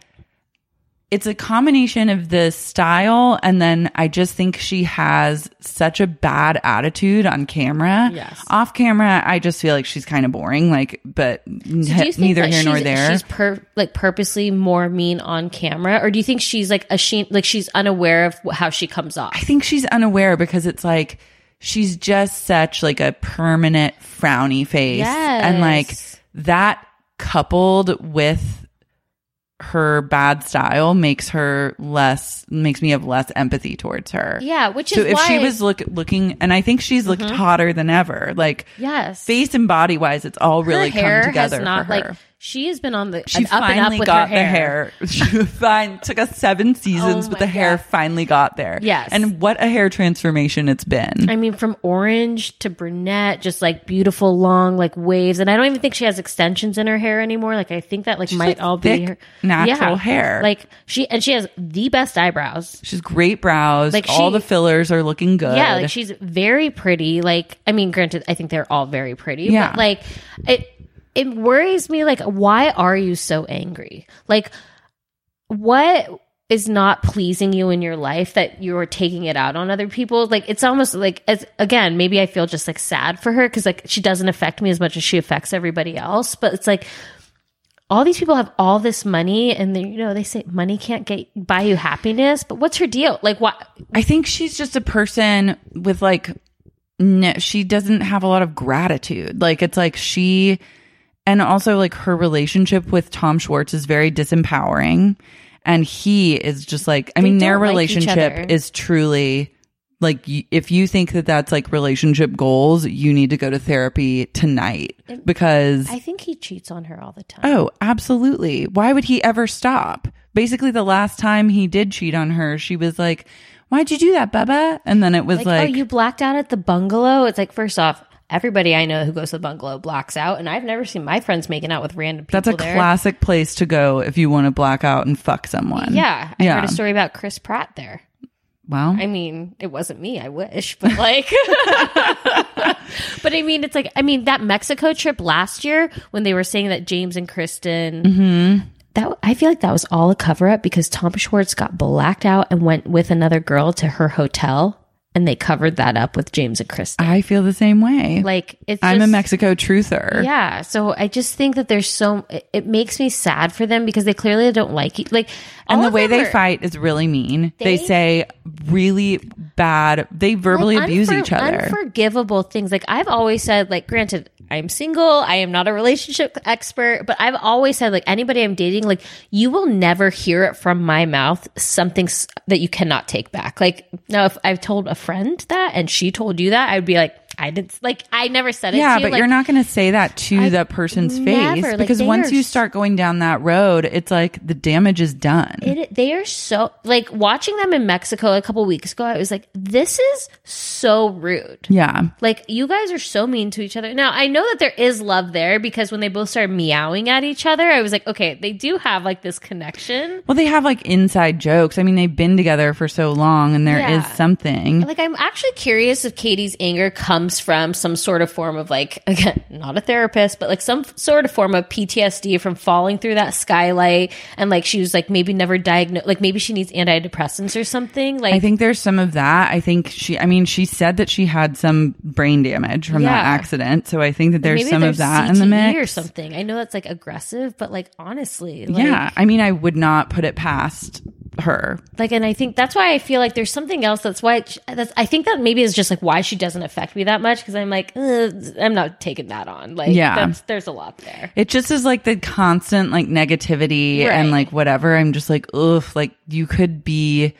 Speaker 2: It's a combination of the style, and then I just think she has such a bad attitude on camera.
Speaker 4: Yes.
Speaker 2: Off camera, I just feel like she's kind of boring. Like, but
Speaker 4: so do you think
Speaker 2: neither
Speaker 4: that
Speaker 2: here nor
Speaker 4: she's-
Speaker 2: there.
Speaker 4: She's per- like purposely more mean on camera, or do you think she's like a she like she's unaware of wh- how she comes off?
Speaker 2: I think she's unaware because it's like she's just such like a permanent frowny face and like
Speaker 4: Yes.
Speaker 2: that coupled with her bad style makes her less makes me have less empathy towards her.
Speaker 4: yeah, which
Speaker 2: So
Speaker 4: is
Speaker 2: if
Speaker 4: why Mm-hmm.
Speaker 2: she was look, looking, and I think she's looked hotter than ever, like
Speaker 4: yes
Speaker 2: face and body wise, it's all really
Speaker 4: her hair
Speaker 2: come together
Speaker 4: has not
Speaker 2: for her.
Speaker 4: like she has been on the
Speaker 2: she
Speaker 4: an up and
Speaker 2: finally
Speaker 4: up with
Speaker 2: got
Speaker 4: her hair.
Speaker 2: the hair. She fine took us seven seasons,
Speaker 4: Oh
Speaker 2: but the
Speaker 4: my
Speaker 2: hair
Speaker 4: God.
Speaker 2: finally got there.
Speaker 4: Yes.
Speaker 2: and what a hair transformation it's been.
Speaker 4: I mean, from orange to brunette, just like beautiful long like waves, and I don't even think she has extensions in her hair anymore. Like I think that like might
Speaker 2: like,
Speaker 4: all be
Speaker 2: thick,
Speaker 4: her
Speaker 2: natural hair.
Speaker 4: Like she and she has the best eyebrows.
Speaker 2: She's great brows.
Speaker 4: Like
Speaker 2: all
Speaker 4: she-
Speaker 2: the fillers are looking good.
Speaker 4: Yeah, like she's very pretty. Like I mean, granted, I think they're all very pretty.
Speaker 2: Yeah.
Speaker 4: but like it. It worries me. Like, why are you so angry? Like, what? is not pleasing you in your life that you're taking it out on other people like it's almost like as again maybe i feel just like sad for her because like she doesn't affect me as much as she affects everybody else but it's like all these people have all this money and they you know they say money can't get buy you happiness but what's her deal like what
Speaker 2: I think she's just a person with like no, she doesn't have a lot of gratitude. Like it's like she and also like her relationship with Tom Schwartz is very disempowering and he is just like I mean their
Speaker 4: don't like each
Speaker 2: relationship
Speaker 4: other.
Speaker 2: is truly like y- if you think that that's like relationship goals, you need to go to therapy tonight because
Speaker 4: i think he cheats on her all the time
Speaker 2: Oh, absolutely. Why would he ever stop? Basically, the last time he did cheat on her, she was like, Why'd you do that, Bubba? And then it was
Speaker 4: like,
Speaker 2: like,
Speaker 4: oh, you blacked out at the bungalow. It's like, first off, everybody I know who goes to the bungalow blacks out, and I've never seen my friends making out with random people.
Speaker 2: That's a
Speaker 4: there.
Speaker 2: classic place to go if you want to black out and fuck someone.
Speaker 4: Yeah, I
Speaker 2: Yeah.
Speaker 4: heard a story about Chris Pratt there.
Speaker 2: Well,
Speaker 4: I mean, it wasn't me. I wish, but like, but I mean, it's like, I mean, that Mexico trip last year when they were saying that James and Kristen.
Speaker 2: Mm-hmm.
Speaker 4: That, I feel like that was all a cover up because Tom Schwartz got blacked out and went with another girl to her hotel, and they covered that up with James and Kristen.
Speaker 2: I feel the same way.
Speaker 4: Like it's
Speaker 2: I'm a
Speaker 4: just-
Speaker 2: Mexico truther.
Speaker 4: Yeah. So I just think that there's so it- it makes me sad for them because they clearly don't like it. Like
Speaker 2: And
Speaker 4: all
Speaker 2: the
Speaker 4: of
Speaker 2: way
Speaker 4: them
Speaker 2: they
Speaker 4: are-
Speaker 2: fight is really mean. They,
Speaker 4: They-
Speaker 2: say really bad, they
Speaker 4: like,
Speaker 2: verbally abuse
Speaker 4: unfor-
Speaker 2: each other.
Speaker 4: Unforgivable things. Like I've always said, like granted, I'm single, I am not a relationship expert, but I've always said like anybody I'm dating, like you will never hear it from my mouth something s- that you cannot take back. Like now if I've told a friend that and she told you that, I'd be like, I didn't like I never said it
Speaker 2: yeah,
Speaker 4: to you.
Speaker 2: but
Speaker 4: Like,
Speaker 2: you're not going to say that to
Speaker 4: I-
Speaker 2: that person's
Speaker 4: never,
Speaker 2: face
Speaker 4: like,
Speaker 2: because
Speaker 4: they
Speaker 2: once
Speaker 4: are
Speaker 2: you
Speaker 4: s-
Speaker 2: start going down that road, it's like the damage is done.
Speaker 4: It, they are so like watching them in Mexico a couple weeks ago. I was like, this is so rude.
Speaker 2: yeah.
Speaker 4: Like you guys are so mean to each other. Now I know that there is love there because when they both started meowing at each other, I was like, okay, they do have like this connection.
Speaker 2: Well, they have like inside jokes. I mean, they've been together for so long and there is
Speaker 4: Yeah.
Speaker 2: something.
Speaker 4: Like I'm actually curious if Katie's anger comes from some sort of form of like again, not a therapist, but like some f- sort of form of PTSD from falling through that skylight and like she was like maybe never diagnosed like maybe she needs antidepressants or something. Like
Speaker 2: I think there's some of that. I think she, I mean, she said that she had some brain damage from that
Speaker 4: Yeah.
Speaker 2: accident. So I think that there's
Speaker 4: Maybe
Speaker 2: some of
Speaker 4: there's
Speaker 2: that in the
Speaker 4: CTE
Speaker 2: mix.
Speaker 4: or something. I know that's like aggressive, but like honestly, like,
Speaker 2: yeah. I mean, I would not put it past her.
Speaker 4: like, and I think that's why I feel like there's something else. That's why it- that's I think that maybe is just like why she doesn't affect me that much because I'm like "Ugh, I'm not taking that on. Like,
Speaker 2: Yeah.
Speaker 4: that's, there's a lot there.
Speaker 2: It just is like the constant like negativity and
Speaker 4: Right.
Speaker 2: like whatever. I'm just like, oof, like you could be,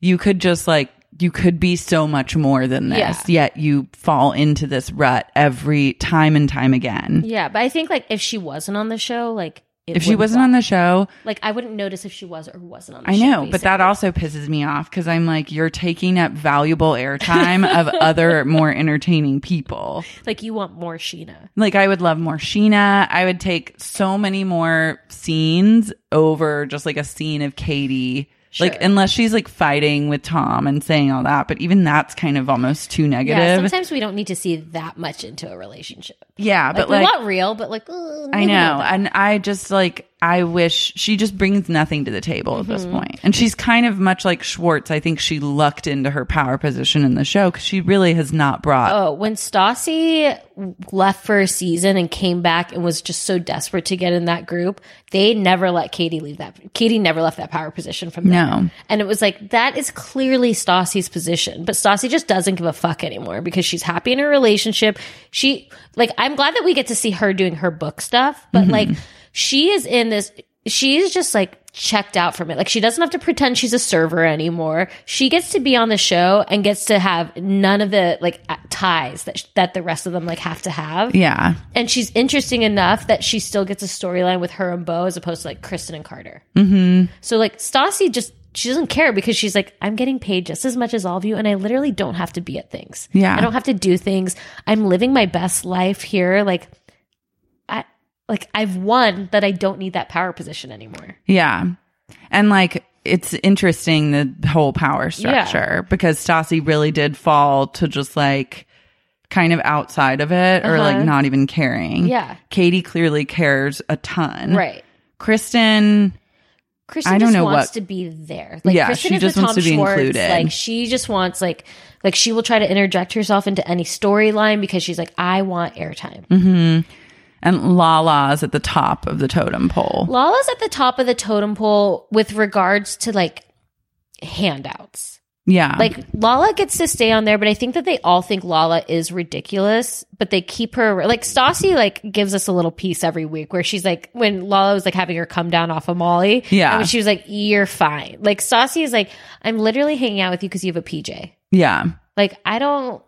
Speaker 2: you could just like, you could be so much more than this,
Speaker 4: Yeah.
Speaker 2: yet you fall into this rut every time and time again.
Speaker 4: Yeah, but I think like if she wasn't on the show, like it
Speaker 2: If she
Speaker 4: wouldn't
Speaker 2: wasn't on the show,
Speaker 4: bother- like I wouldn't notice if she was or wasn't on. the
Speaker 2: I
Speaker 4: show,
Speaker 2: know, but that
Speaker 4: basically.
Speaker 2: also pisses me off because I'm like, you're taking up valuable airtime of other more entertaining people.
Speaker 4: like you want more Sheena.
Speaker 2: Like, I would love more Sheena. I would take so many more scenes over just like a scene of Katie. Like, unless she's like fighting with Tom and saying all that, but even that's kind of almost too negative.
Speaker 4: Yeah,
Speaker 2: Yeah,
Speaker 4: sometimes we don't need to see that much into a relationship.
Speaker 2: but
Speaker 4: we
Speaker 2: like,
Speaker 4: want real, but like ugh,
Speaker 2: I
Speaker 4: maybe not
Speaker 2: know.
Speaker 4: that.
Speaker 2: And I just like, I wish she just brings nothing to the table at
Speaker 4: Mm-hmm.
Speaker 2: this point. And she's kind of much like Schwartz. I think she lucked into her power position in the show because she really has not brought.
Speaker 4: Oh, when Stassi left for a season and came back and was just so desperate to get in that group, they never let Katie leave that. Katie never left that power position from there.
Speaker 2: No.
Speaker 4: And it was like, that is clearly Stassi's position. But Stassi just doesn't give a fuck anymore because she's happy in her relationship. She, like, I'm glad that we get to see her doing her book stuff, but like, she is in this, she's just like, checked out from it. Like she doesn't have to pretend she's a server anymore. She gets to be on the show and gets to have none of the like a- ties that sh- that the rest of them like have to have.
Speaker 2: Yeah.
Speaker 4: And she's interesting enough that she still gets a storyline with her and Bo as opposed to like Kristen and Carter. Mm-hmm. So like Stassi just she doesn't care because she's like I'm getting paid just as much as all of you, and I literally don't have to be at things.
Speaker 2: Yeah.
Speaker 4: I don't have to do things. I'm living my best life here. Like I like I've won that I don't need that power position anymore.
Speaker 2: Yeah. And like, it's interesting the whole power structure because Stassi really did fall to just like kind of outside of it or like not even caring.
Speaker 4: Uh-huh. Yeah.
Speaker 2: Katie clearly cares a ton.
Speaker 4: Right.
Speaker 2: Kristen
Speaker 4: Kristen
Speaker 2: Mm. I don't
Speaker 4: just
Speaker 2: know
Speaker 4: wants
Speaker 2: what-
Speaker 4: to be there. Like
Speaker 2: Yeah,
Speaker 4: Kristen
Speaker 2: she
Speaker 4: is
Speaker 2: just
Speaker 4: with
Speaker 2: wants
Speaker 4: Tom
Speaker 2: to be
Speaker 4: Schwartz.
Speaker 2: included.
Speaker 4: Like she just wants like like she will try to interject herself into any storyline because she's like, I want airtime.
Speaker 2: And Lala's at the top of the totem pole.
Speaker 4: Lala's at the top of the totem pole with regards to like handouts.
Speaker 2: Yeah.
Speaker 4: Like Lala gets to stay on there, but I think that they all think Lala is ridiculous, but they keep her like Stassi like gives us a little piece every week where she's like when Lala was like having her come down off of Molly.
Speaker 2: Yeah.
Speaker 4: And when she was like, You're fine. Like Stassi is like, I'm literally hanging out with you because you have a PJ.
Speaker 2: yeah.
Speaker 4: Like I don't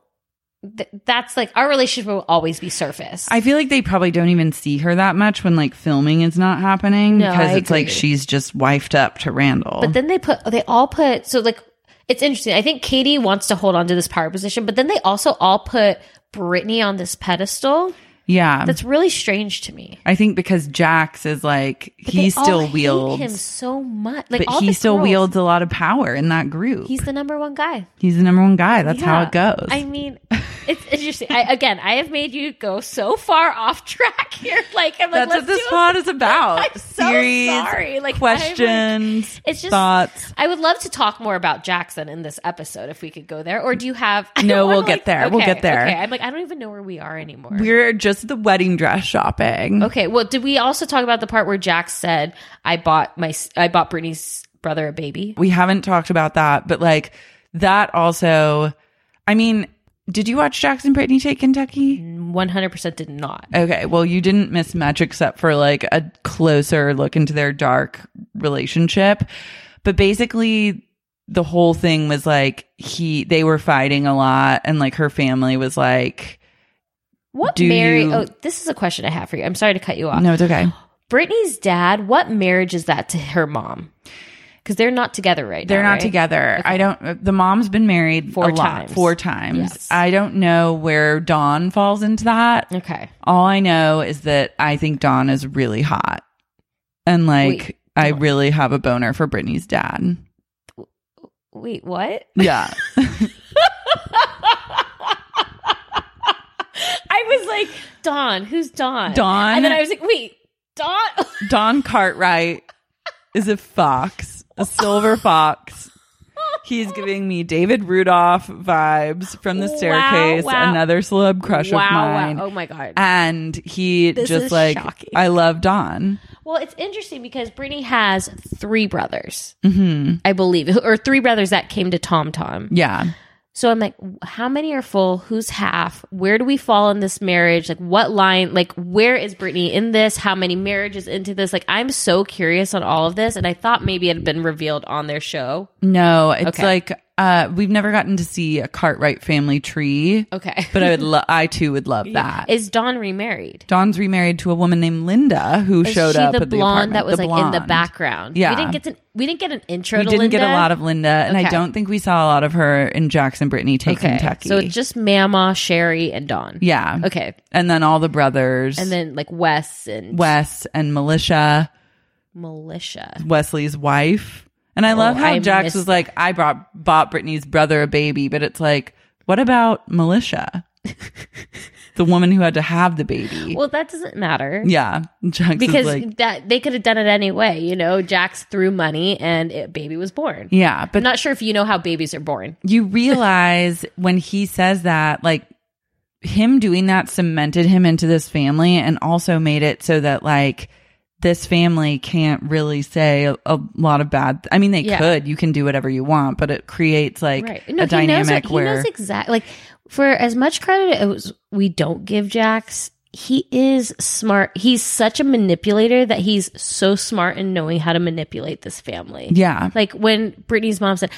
Speaker 4: th- that's like our relationship will always be surface.
Speaker 2: I feel like they probably don't even see her that much when like filming is not happening
Speaker 4: No,
Speaker 2: because
Speaker 4: I
Speaker 2: it's like
Speaker 4: agree.
Speaker 2: she's just wifed up to Randall.
Speaker 4: But then they put they all put so like it's interesting. I think Katie wants to hold on to this power position, but then they also all put Brittany on this pedestal.
Speaker 2: yeah.
Speaker 4: That's really strange to me.
Speaker 2: I think because Jax is like
Speaker 4: But
Speaker 2: he
Speaker 4: they all
Speaker 2: still
Speaker 4: hate
Speaker 2: wields
Speaker 4: him so much. Like
Speaker 2: but
Speaker 4: all
Speaker 2: he
Speaker 4: the
Speaker 2: still
Speaker 4: girls,
Speaker 2: wields a lot of power in that group.
Speaker 4: He's
Speaker 2: He's,
Speaker 4: the number one guy.
Speaker 2: the number one guy. That's how
Speaker 4: Yeah.
Speaker 2: it goes.
Speaker 4: I mean, it's interesting. I, again, I have made you go so far off track here. Like I'm like,
Speaker 2: That's
Speaker 4: let's
Speaker 2: what this
Speaker 4: do a-
Speaker 2: pod is about.
Speaker 4: I'm so sorry. Like, I'm, like,
Speaker 2: questions,
Speaker 4: It's just
Speaker 2: thoughts.
Speaker 4: I would love to talk more about Jackson in this episode if we could go there. Or do you have? I
Speaker 2: No,
Speaker 4: wanna,
Speaker 2: we'll get
Speaker 4: like-
Speaker 2: there. We'll
Speaker 4: okay,
Speaker 2: get there.
Speaker 4: Okay, I'm like I don't even know where we are anymore.
Speaker 2: We're just the wedding dress shopping.
Speaker 4: okay. Well, did we also talk about the part where Jack said, "I bought my I bought Brittany's brother a baby"?
Speaker 2: We haven't talked about that, but like that also. I mean, did you watch Jackson Brittany take Kentucky?
Speaker 4: One hundred percent did not.
Speaker 2: Okay, well, you didn't miss much except for like a closer look into their dark relationship. But basically, the whole thing was like he they were fighting a lot, and like her family was like,
Speaker 4: What
Speaker 2: Do
Speaker 4: marriage?
Speaker 2: you-
Speaker 4: Oh, this is a question I have for you. I'm sorry to cut you off.
Speaker 2: "No, it's okay."
Speaker 4: Brittany's dad. What marriage is that to her mom? Because they're not together right
Speaker 2: They're
Speaker 4: now.
Speaker 2: not
Speaker 4: right?
Speaker 2: together. I don't. The mom's been married
Speaker 4: Four
Speaker 2: a lot,
Speaker 4: times.
Speaker 2: four times.
Speaker 4: Yes.
Speaker 2: I don't know where Dawn falls into that.
Speaker 4: Okay.
Speaker 2: All I know is that I think Dawn is really hot, and like
Speaker 4: Wait,
Speaker 2: I
Speaker 4: Dawn.
Speaker 2: really have a boner for Brittany's dad.
Speaker 4: Wait, what?
Speaker 2: Yeah.
Speaker 4: I was like, Dawn, who's Dawn?
Speaker 2: Dawn?
Speaker 4: And then I was like, wait, Dawn?
Speaker 2: Don Cartwright is a fox, a silver fox. He's giving me David Rudolph vibes from the
Speaker 4: Wow,
Speaker 2: staircase,
Speaker 4: wow.
Speaker 2: another celeb crush of mine.
Speaker 4: Oh my God.
Speaker 2: And he
Speaker 4: This
Speaker 2: just
Speaker 4: is
Speaker 2: like,
Speaker 4: shocking.
Speaker 2: I love Don.
Speaker 4: well, it's interesting because Brittany has three brothers, mm-hmm. I believe, or three brothers that came to Tom Tom.
Speaker 2: Yeah.
Speaker 4: So I'm like, how many are full? Who's half? Where do we fall in this marriage? Like, what line? Like, where is Brittany in this? How many marriages into this? Like, I'm so curious on all of this. And I thought maybe it had been revealed on their show.
Speaker 2: No, it's
Speaker 4: Okay.
Speaker 2: like, uh, we've never gotten to see a Cartwright family tree,
Speaker 4: Okay.
Speaker 2: but I would, lo- I too would love that.
Speaker 4: Is Dawn remarried?
Speaker 2: Don's remarried to a woman named Linda who
Speaker 4: Is
Speaker 2: showed
Speaker 4: she
Speaker 2: up
Speaker 4: the
Speaker 2: at the apartment.
Speaker 4: blonde that was
Speaker 2: The
Speaker 4: like in the
Speaker 2: blonde.
Speaker 4: background.
Speaker 2: Yeah.
Speaker 4: we didn't get to, we didn't get an intro.
Speaker 2: We
Speaker 4: to
Speaker 2: didn't get a
Speaker 4: Linda.
Speaker 2: lot of Linda, and I
Speaker 4: Okay.
Speaker 2: don't think we saw a lot of her in Jackson Brittany take
Speaker 4: okay.
Speaker 2: Kentucky.
Speaker 4: So it's just Mama, Sherry, and Dawn.
Speaker 2: yeah,
Speaker 4: Okay,
Speaker 2: and then all the brothers,
Speaker 4: and then like Wes and
Speaker 2: Wes and Militia,
Speaker 4: Militia.
Speaker 2: Wesley's wife, and I love how
Speaker 4: Oh, I
Speaker 2: Jax
Speaker 4: missed
Speaker 2: was like, "I brought bought Brittany's brother a baby," but it's like, what about Militia, the woman who had to have the baby?
Speaker 4: Well, that doesn't matter.
Speaker 2: yeah, Jax is
Speaker 4: Because
Speaker 2: like,
Speaker 4: that they could have done it anyway, you know. Jax threw money, and it, baby was born.
Speaker 2: yeah, but
Speaker 4: I'm not sure if you know how babies are born.
Speaker 2: you realize when he says that, like him doing that cemented him into this family and also made it so that like this family can't really say a, a lot of bad. I mean, they
Speaker 4: Yeah.
Speaker 2: could. You can do whatever you want, but it creates like a dynamic
Speaker 4: knows, what- he
Speaker 2: where
Speaker 4: knows exactly like for as much credit as we don't give Jax, he is smart. He's such a manipulator that he's so smart in knowing how to manipulate this family.
Speaker 2: yeah,
Speaker 4: Like when Brittany's mom said,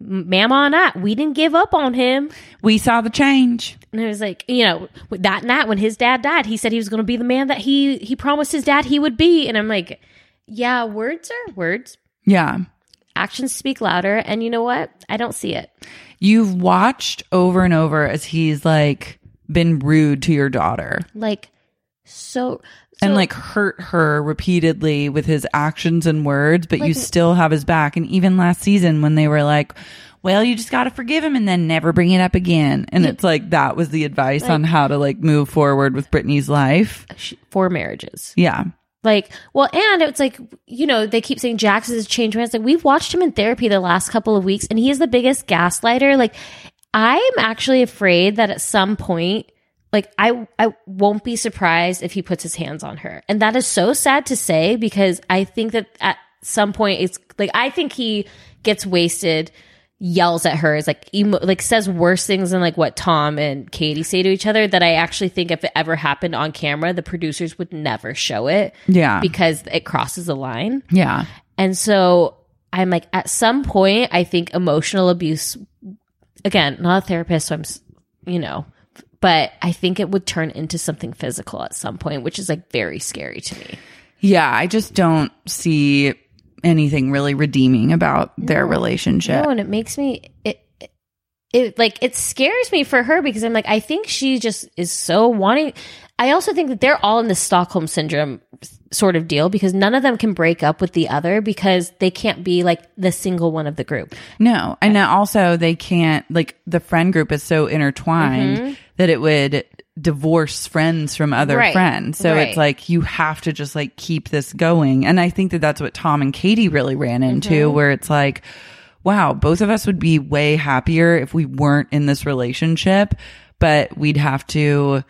Speaker 4: "Mama and I, we didn't give up on him,"
Speaker 2: we saw the change.
Speaker 4: and it was like, you know, with that night when his dad died, he said he was going to be the man that he he promised his dad he would be, and I'm like, yeah, words are words.
Speaker 2: Yeah.
Speaker 4: Actions speak louder, and you know what? I don't see it.
Speaker 2: You've watched over and over as he's like been rude to your daughter.
Speaker 4: like so,
Speaker 2: and
Speaker 4: so-
Speaker 2: like hurt her repeatedly with his actions and words, but you still have his back. And even last season when they were like, well, you just got to forgive him and then never bring it up again. And it's like that was the advice on how to like move forward with Brittany's life.
Speaker 4: sh- four marriages
Speaker 2: Yeah.
Speaker 4: Like, well, and it's like, you know, they keep saying Jax is a changed man. It's like, we've watched him in therapy the last couple of weeks, and he is the biggest gaslighter. Like, I'm actually afraid that at some point, like, I, I won't be surprised if he puts his hands on her. And that is so sad to say because I think that at some point, it's like, I think he gets wasted, yells at her, is like, emo, like says worse things than like what Tom and Katie say to each other. That I actually think if it ever happened on camera, the producers would never show it
Speaker 2: Yeah.
Speaker 4: because it crosses the line.
Speaker 2: yeah.
Speaker 4: And so I'm like, at some point, I think emotional abuse, again, not a therapist, so I'm, s- you know, but I think it would turn into something physical at some point, which is like very scary to me.
Speaker 2: Yeah. I just don't see anything really redeeming about their relationship.
Speaker 4: No, Oh, and it makes me, it, it- it like, it scares me for her because I'm like, I think she just is so wanting. I also think that they're all in the Stockholm syndrome sort of deal because none of them can break up with the other because they can't be like the single one of the group.
Speaker 2: No. And then also they can't like the friend group is so intertwined that it would divorce friends from other
Speaker 4: Mm-hmm. Right.
Speaker 2: friends. So it's
Speaker 4: Right.
Speaker 2: like you have to just like keep this going. And I think that that's what Tom and Katie really ran into
Speaker 4: Mm-hmm.
Speaker 2: where it's like wow, both of us would be way happier if we weren't in this relationship, but we'd have to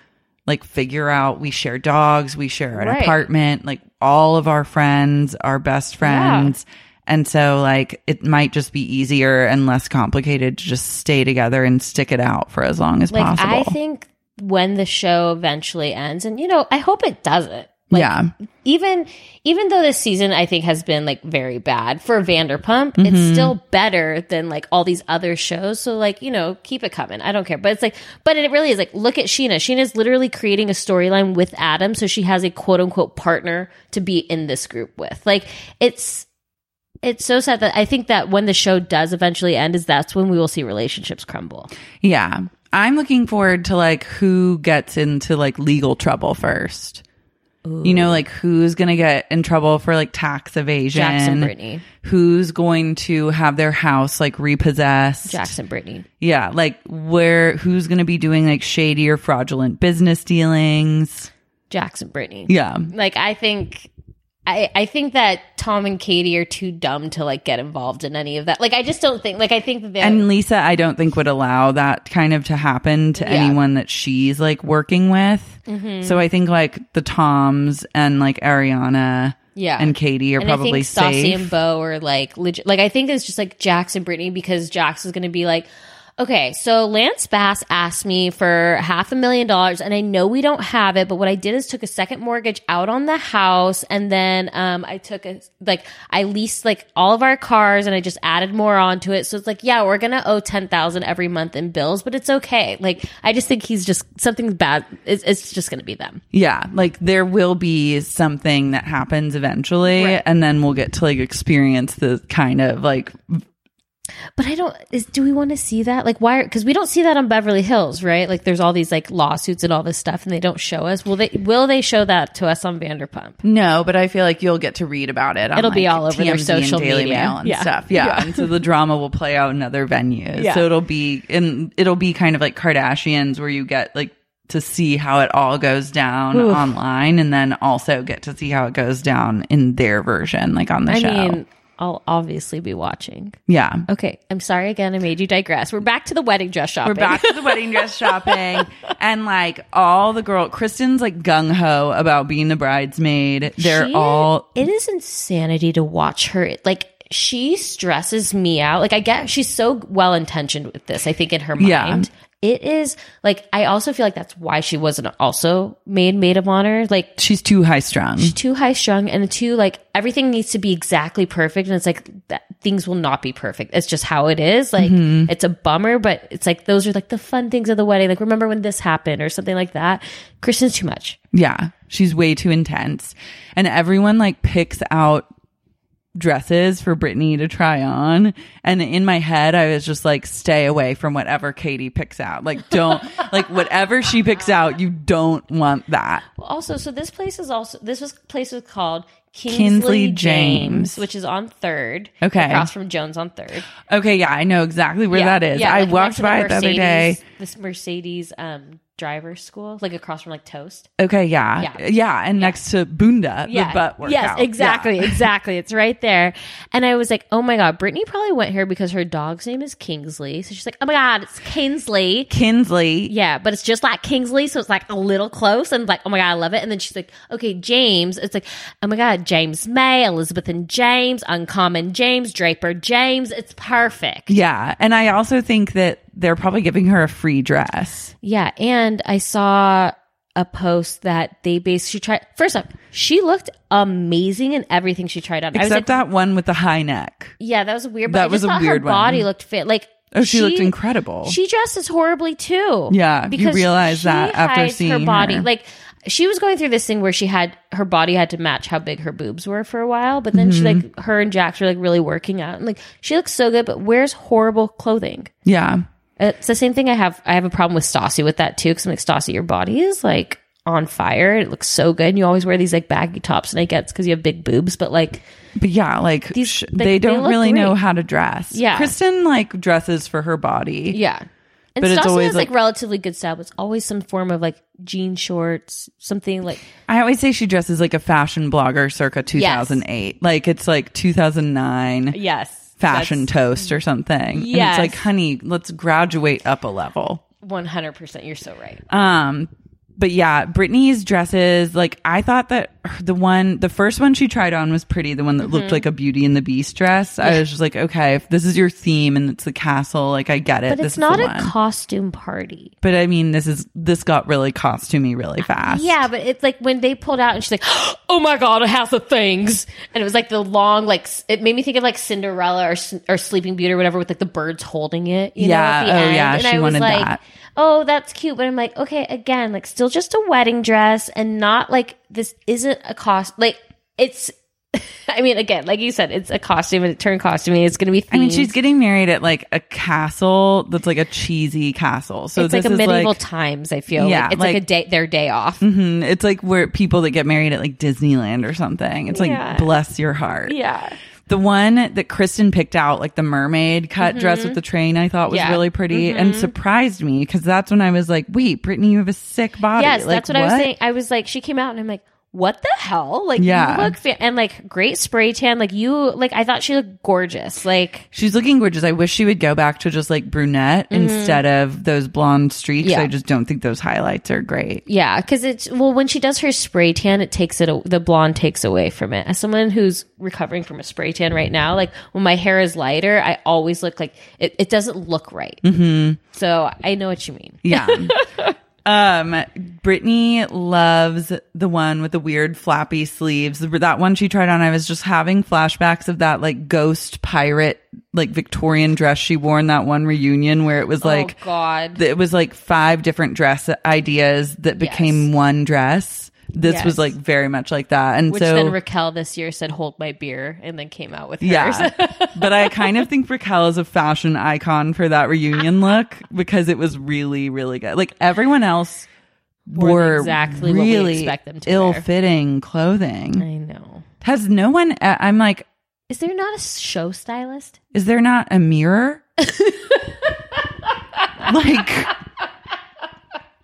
Speaker 2: like figure out we share dogs, we share an
Speaker 4: Right.
Speaker 2: apartment, like all of our friends, our best friends. And so like it might just be easier and less complicated to just stay together and stick it out for as long as
Speaker 4: like
Speaker 2: possible.
Speaker 4: i think when the show eventually ends and you know i hope it doesn't like
Speaker 2: yeah.
Speaker 4: even even though this season i think has been like very bad for vanderpump it's still better than like all these other shows so like you know keep it coming i don't care but it's like but it really is like look at sheena sheena's literally creating a storyline with adam so she has a quote unquote partner to be in this group with like it's it's so sad that i think that when the show does eventually end is that's when we will see relationships crumble
Speaker 2: Yeah. I'm looking forward to like who gets into like legal trouble first. You know, like who's going to get in trouble for like tax evasion?
Speaker 4: Jackson Brittany.
Speaker 2: Who's going to have their house like repossessed?
Speaker 4: jackson brittany
Speaker 2: Yeah. Like where, who's going to be doing like shady or fraudulent business dealings?
Speaker 4: Jackson Brittany.
Speaker 2: Yeah.
Speaker 4: Like I think I I think that Tom and Katie are too dumb to like get involved in any of that. Like I just don't think like I think that they
Speaker 2: And Lisa, I don't think would allow that kind of to happen to anyone that she's like working with.
Speaker 4: Mm-hmm.
Speaker 2: So I think like the Toms and like Ariana
Speaker 4: yeah.
Speaker 2: and Katie are
Speaker 4: And
Speaker 2: probably
Speaker 4: I think
Speaker 2: safe.
Speaker 4: Stassi and Bo are like legit like I think it's just like Jax and Brittany because Jax is gonna be like Okay, so Lance Bass asked me for half a million dollars, and I know we don't have it. But what I did is took a second mortgage out on the house, and then um, I took a like I leased like all of our cars, and I just added more onto it. So it's like, yeah, we're gonna owe ten thousand every month in bills, but it's okay. Like I just think he's just something bad. It's, it's just gonna be them.
Speaker 2: Yeah, like there will be something that happens eventually,
Speaker 4: Right.
Speaker 2: and then we'll get to like experience the kind of like
Speaker 4: But I don't. Is do we want to see that? Like, why? Because we don't see that on Beverly Hills, right? Like, there's all these like lawsuits and all this stuff, and they don't show us. Will they? Will they show that to us on Vanderpump?
Speaker 2: no, but I feel like you'll get to read about it. On,
Speaker 4: It'll be
Speaker 2: like,
Speaker 4: all over their
Speaker 2: TMZ and
Speaker 4: social
Speaker 2: Daily
Speaker 4: media.
Speaker 2: Mail and
Speaker 4: Yeah.
Speaker 2: stuff. Yeah. and so the drama will play out in other venues.
Speaker 4: Yeah.
Speaker 2: So it'll be and it'll be kind of like Kardashians, where you get like to see how it all goes down online, and then also get to see how it goes down in their version, like on the
Speaker 4: I
Speaker 2: show.
Speaker 4: mean, I'll obviously be watching.
Speaker 2: yeah,
Speaker 4: Okay, I'm sorry again. I made you digress. We're back to the wedding dress shopping.
Speaker 2: We're back to the wedding dress shopping, and like all the girl, Kristen's like gung ho about being the bridesmaid. They're
Speaker 4: She-
Speaker 2: all
Speaker 4: It is insanity to watch her. It- Like she stresses me out. Like I get she's so well intentioned with this. I think in her mind.
Speaker 2: Yeah.
Speaker 4: It is like I also feel like that's why she wasn't also made maid of honor. Like
Speaker 2: she's too high strung.
Speaker 4: too high strung and too like everything needs to be exactly perfect and it's like that, things will not be perfect it's just how it is like
Speaker 2: Mm-hmm.
Speaker 4: it's a bummer but it's like those are like the fun things of the wedding like remember when this happened or something like that kristen's too much
Speaker 2: Yeah, she's way too intense, and everyone like picks out dresses for Brittany to try on. And in my head, I was just like, stay away from whatever Katie picks out. Like, don't like whatever she picks out. You don't want that.
Speaker 4: Well, also so this place is also this was place was called kinsley,
Speaker 2: Kinsley
Speaker 4: james,
Speaker 2: James.
Speaker 4: which is on third
Speaker 2: Okay.
Speaker 4: across from jones on third
Speaker 2: Okay, yeah, I know exactly where
Speaker 4: Yeah,
Speaker 2: that is.
Speaker 4: yeah,
Speaker 2: I
Speaker 4: like next
Speaker 2: walked
Speaker 4: to the
Speaker 2: by it the other day.
Speaker 4: Mercedes- this mercedes um driver school, like across from like Toast.
Speaker 2: Okay, yeah. Yeah,
Speaker 4: Yeah.
Speaker 2: and next to Bunda, the butt workout.
Speaker 4: Yes,
Speaker 2: Yeah.
Speaker 4: exactly, exactly. It's right there. And I was like, oh my god, Brittany probably went here because her dog's name is Kingsley. So she's like, oh my god, it's Kingsley.
Speaker 2: Kinsley.
Speaker 4: Yeah, but it's just like Kingsley, so it's like a little close and like, oh my god, I love it. And then she's like, okay, James. It's like, oh my god, James May, Elizabeth and James, Uncommon James, Draper James. It's perfect.
Speaker 2: Yeah, and I also think that they're probably giving her a free dress.
Speaker 4: Yeah, and I saw a post that they basically tried. First up, she looked amazing in everything she tried on. I was
Speaker 2: Except
Speaker 4: like,
Speaker 2: that one with the high neck.
Speaker 4: yeah, that was weird. But
Speaker 2: That
Speaker 4: I just
Speaker 2: was a
Speaker 4: thought
Speaker 2: weird
Speaker 4: her
Speaker 2: one.
Speaker 4: body looked fit. Like,
Speaker 2: Oh, she looked incredible.
Speaker 4: She dresses horribly too.
Speaker 2: Yeah, you realize that after
Speaker 4: hides
Speaker 2: seeing
Speaker 4: her body.
Speaker 2: her.
Speaker 4: Like, she was going through this thing where she had her body had to match how big her boobs were for a while, but then she
Speaker 2: Mm-hmm.
Speaker 4: like her and Jax were like really working out and like she looks so good, but wears horrible clothing. Uh,
Speaker 2: Yeah.
Speaker 4: It's the same thing I have. I have a problem with Stassi with that too. Because I'm like, Stassi, your body is like on fire. It looks so good. And you always wear these like baggy tops and gets because you have big boobs. But like,
Speaker 2: But yeah, like
Speaker 4: These-
Speaker 2: sh-
Speaker 4: they-
Speaker 2: they,
Speaker 4: they
Speaker 2: don't
Speaker 4: look
Speaker 2: really know
Speaker 4: great.
Speaker 2: how to dress.
Speaker 4: Yeah.
Speaker 2: Kristen like dresses for her body.
Speaker 4: yeah. And
Speaker 2: But
Speaker 4: Stassi
Speaker 2: it's always,
Speaker 4: has like,
Speaker 2: like-
Speaker 4: relatively good style. But it's always some form of like jean shorts, something like
Speaker 2: I always say she dresses like a fashion blogger circa 2008. Like it's like 2009
Speaker 4: yes,
Speaker 2: fashion toast or something. And it's
Speaker 4: Yes.
Speaker 2: like, honey, let's graduate up a level.
Speaker 4: One hundred percent. You're so right.
Speaker 2: Um, but yeah, Britney's dresses, like I thought that the one, the first one she tried on was pretty, the one that
Speaker 4: Mm-hmm.
Speaker 2: looked like a Beauty and the Beast dress. I was just like, okay, if this is your theme and it's the castle, like I get it.
Speaker 4: but
Speaker 2: this
Speaker 4: it's
Speaker 2: is
Speaker 4: not
Speaker 2: the
Speaker 4: a
Speaker 2: one.
Speaker 4: costume party.
Speaker 2: But I mean, this is this got really costumey really fast.
Speaker 4: Yeah, but it's like when they pulled out and she's like, "Oh my god, it has the things," and it was like the long, like s- it made me think of like Cinderella or S- or Sleeping Beauty or whatever with like the birds holding it. You know,
Speaker 2: Yeah,
Speaker 4: at the
Speaker 2: oh,
Speaker 4: end.
Speaker 2: yeah,
Speaker 4: and
Speaker 2: she
Speaker 4: I was
Speaker 2: wanted
Speaker 4: like,
Speaker 2: that.
Speaker 4: "Oh, that's cute," but I'm like, okay, again, like still just a wedding dress and not like this isn't a cost. Like it's, I mean, again, like you said, it's a costume and it turned costume. It's going to be. Themed.
Speaker 2: I mean, she's getting married at like a castle that's like a cheesy castle. So
Speaker 4: it's
Speaker 2: this
Speaker 4: like a
Speaker 2: is
Speaker 4: medieval
Speaker 2: like,
Speaker 4: times. I feel
Speaker 2: Yeah,
Speaker 4: like it's like,
Speaker 2: like-
Speaker 4: a day their day off.
Speaker 2: Mhm. It's like where people that get married at like Disneyland or something. It's like
Speaker 4: Yeah.
Speaker 2: bless your heart.
Speaker 4: Yeah,
Speaker 2: The one that Kristen picked out, like the mermaid cut dress with the train, I thought was
Speaker 4: Mm-hmm. Yeah. Mm-hmm.
Speaker 2: really pretty and surprised me because that's when I was like, wait, Brittany, you have a sick body.
Speaker 4: Yes,
Speaker 2: Like,
Speaker 4: that's what, I was saying. I was like, she came out and I'm like, what the hell? Like,
Speaker 2: Yeah.
Speaker 4: you look fa- and like great spray tan. Like you, like I thought she looked gorgeous. Like,
Speaker 2: She's looking gorgeous. I wish she would go back to just like brunette instead of those blonde streaks.
Speaker 4: Mm-hmm. Yeah.
Speaker 2: I just don't think those highlights are great.
Speaker 4: yeah, because it's well when she does her spray tan, it takes it a- the blonde takes away from it. As someone who's recovering from a spray tan right now, like when my hair is lighter, I always look like it. It doesn't look right. Mm-hmm. So I know what you mean.
Speaker 2: Yeah. um, Brittany loves the one with the weird flappy sleeves. That one she tried on, I was just having flashbacks of that like ghost pirate, like Victorian dress she wore in that one reunion where it was like,
Speaker 4: oh God,
Speaker 2: th- it was like five different dress ideas that became one dress. This was
Speaker 4: Yes.
Speaker 2: like very much like that. And
Speaker 4: which
Speaker 2: so
Speaker 4: then Raquel this year said, "Hold my beer," and then came out with hers.
Speaker 2: Yeah. but I kind of think Raquel is a fashion icon for that reunion look because it was really, really good. Like everyone else
Speaker 4: the
Speaker 2: wore
Speaker 4: exactly what we
Speaker 2: really
Speaker 4: expect them to wear.
Speaker 2: ill-fitting clothing.
Speaker 4: I know.
Speaker 2: Has no one? I- I'm like,
Speaker 4: Is there not a show stylist?
Speaker 2: is there not a mirror? like,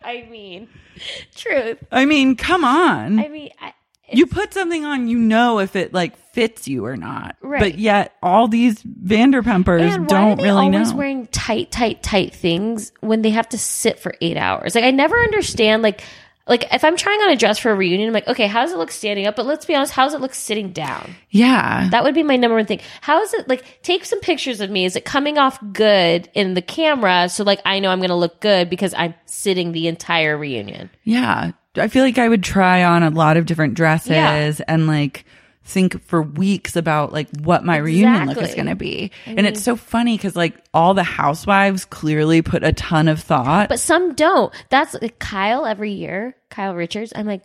Speaker 4: I mean, truth.
Speaker 2: I mean, come on.
Speaker 4: I mean, I,
Speaker 2: you put something on, you know if it like fits you or not.
Speaker 4: Right.
Speaker 2: But yet, all these Vanderpumpers
Speaker 4: man, why are
Speaker 2: don't
Speaker 4: they
Speaker 2: really
Speaker 4: always
Speaker 2: know.
Speaker 4: wearing tight, tight, tight things when they have to sit for eight hours? Like, I never understand. Like, like if I'm trying on a dress for a reunion, I'm like, okay, how does it look standing up? But let's be honest, how does it look sitting down?
Speaker 2: yeah.
Speaker 4: That would be my number one thing. How is it like? Take some pictures of me. Is it coming off good in the camera? So like, I know I'm going to look good because I'm sitting the entire reunion.
Speaker 2: Yeah. I feel like I would try on a lot of different dresses
Speaker 4: Yeah.
Speaker 2: and like think for weeks about like what my reunion look is
Speaker 4: Exactly.
Speaker 2: going to be. and it's so funny because like all the housewives clearly put a ton of thought.
Speaker 4: but some don't. That's like Kyle every year, Kyle Richards. I'm like,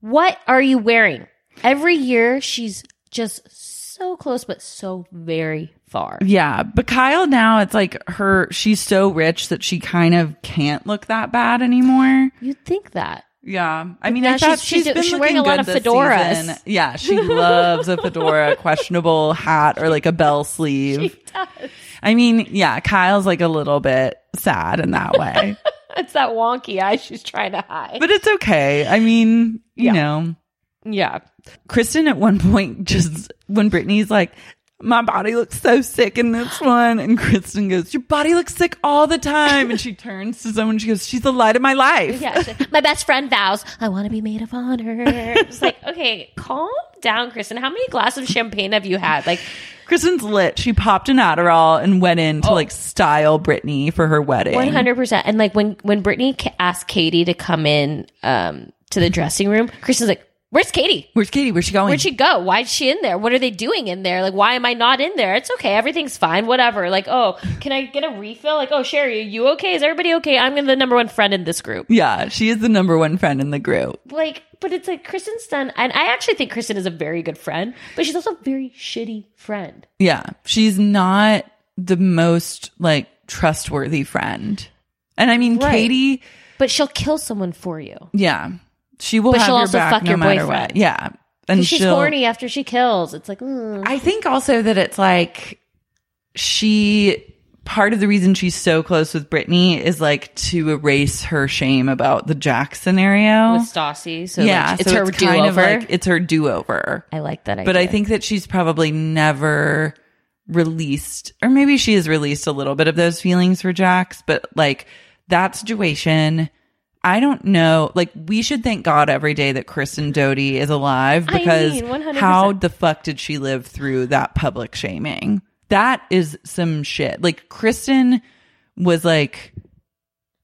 Speaker 4: what are you wearing? Every year, she's just so close, but so very far.
Speaker 2: yeah. But Kyle now it's like her, she's so rich that she kind of can't look that bad anymore.
Speaker 4: You'd think that.
Speaker 2: Yeah. I mean,
Speaker 4: now
Speaker 2: I thought
Speaker 4: she's- she's
Speaker 2: she's
Speaker 4: do-
Speaker 2: been
Speaker 4: she's
Speaker 2: looking
Speaker 4: wearing a lot
Speaker 2: good
Speaker 4: of
Speaker 2: this
Speaker 4: fedoras.
Speaker 2: season. Yeah. She loves a fedora, questionable hat or like a bell sleeve. I mean, yeah, Kyle's like a little bit sad in that way.
Speaker 4: it's that wonky eye she's trying to hide.
Speaker 2: But it's okay. I mean, you
Speaker 4: Yeah.
Speaker 2: know,
Speaker 4: yeah.
Speaker 2: Kristen at one point just when Brittany's like, my body looks so sick in this one. And Kristen goes, Your body looks sick all the time. And she turns to someone, she goes, She's the light of my life.
Speaker 4: Yeah, she's like, my best friend vows I want to be maid of honor. It's like, okay, calm down, Kristen. How many glasses of champagne have you had? Like,
Speaker 2: Kristen's lit. She popped an Adderall and went in to like style Brittany for her wedding.
Speaker 4: Oh. One hundred percent. And like when when Brittany ca- asked Katie to come in um to the dressing room, Kristen's like, "Where's Katie?
Speaker 2: Where's Katie? Where's she going?
Speaker 4: Where'd she go? Why'd she in there? What are they doing in there? Like, why am I not in there? It's okay. Everything's fine. Whatever. Like, oh, can I get a refill? Like, oh, Sherry, are you okay? Is everybody okay? I'm the number one friend in this group.
Speaker 2: yeah, she is the number one friend in the group.
Speaker 4: Like, but it's like Kristen's done, and I actually think Kristen is a very good friend, but she's also a very shitty friend.
Speaker 2: Yeah. She's not the most like trustworthy friend. And I mean,
Speaker 4: Right.
Speaker 2: Katie,
Speaker 4: But she'll kill someone for you.
Speaker 2: yeah, she will
Speaker 4: But
Speaker 2: have
Speaker 4: she'll
Speaker 2: your
Speaker 4: also
Speaker 2: back
Speaker 4: fuck
Speaker 2: no
Speaker 4: your
Speaker 2: matter
Speaker 4: boyfriend.
Speaker 2: what. Yeah. And
Speaker 4: And she's
Speaker 2: she'll-
Speaker 4: horny after she kills. It's like, mm.
Speaker 2: I think also that it's like she part of the reason she's so close with Brittany is like to erase her shame about the Jack scenario.
Speaker 4: with Stassi. So
Speaker 2: yeah,
Speaker 4: like, it's
Speaker 2: so
Speaker 4: her do
Speaker 2: kind of
Speaker 4: over.
Speaker 2: like- it's her do over.
Speaker 4: I like that idea.
Speaker 2: But I think that she's probably never released, or maybe she has released a little bit of those feelings for Jax. But like that situation, I don't know. Like we should thank God every day that Kristen Doty is alive
Speaker 4: I
Speaker 2: because
Speaker 4: mean, 100%.
Speaker 2: how the fuck did she live through that public shaming? That is some shit. Like Kristen was like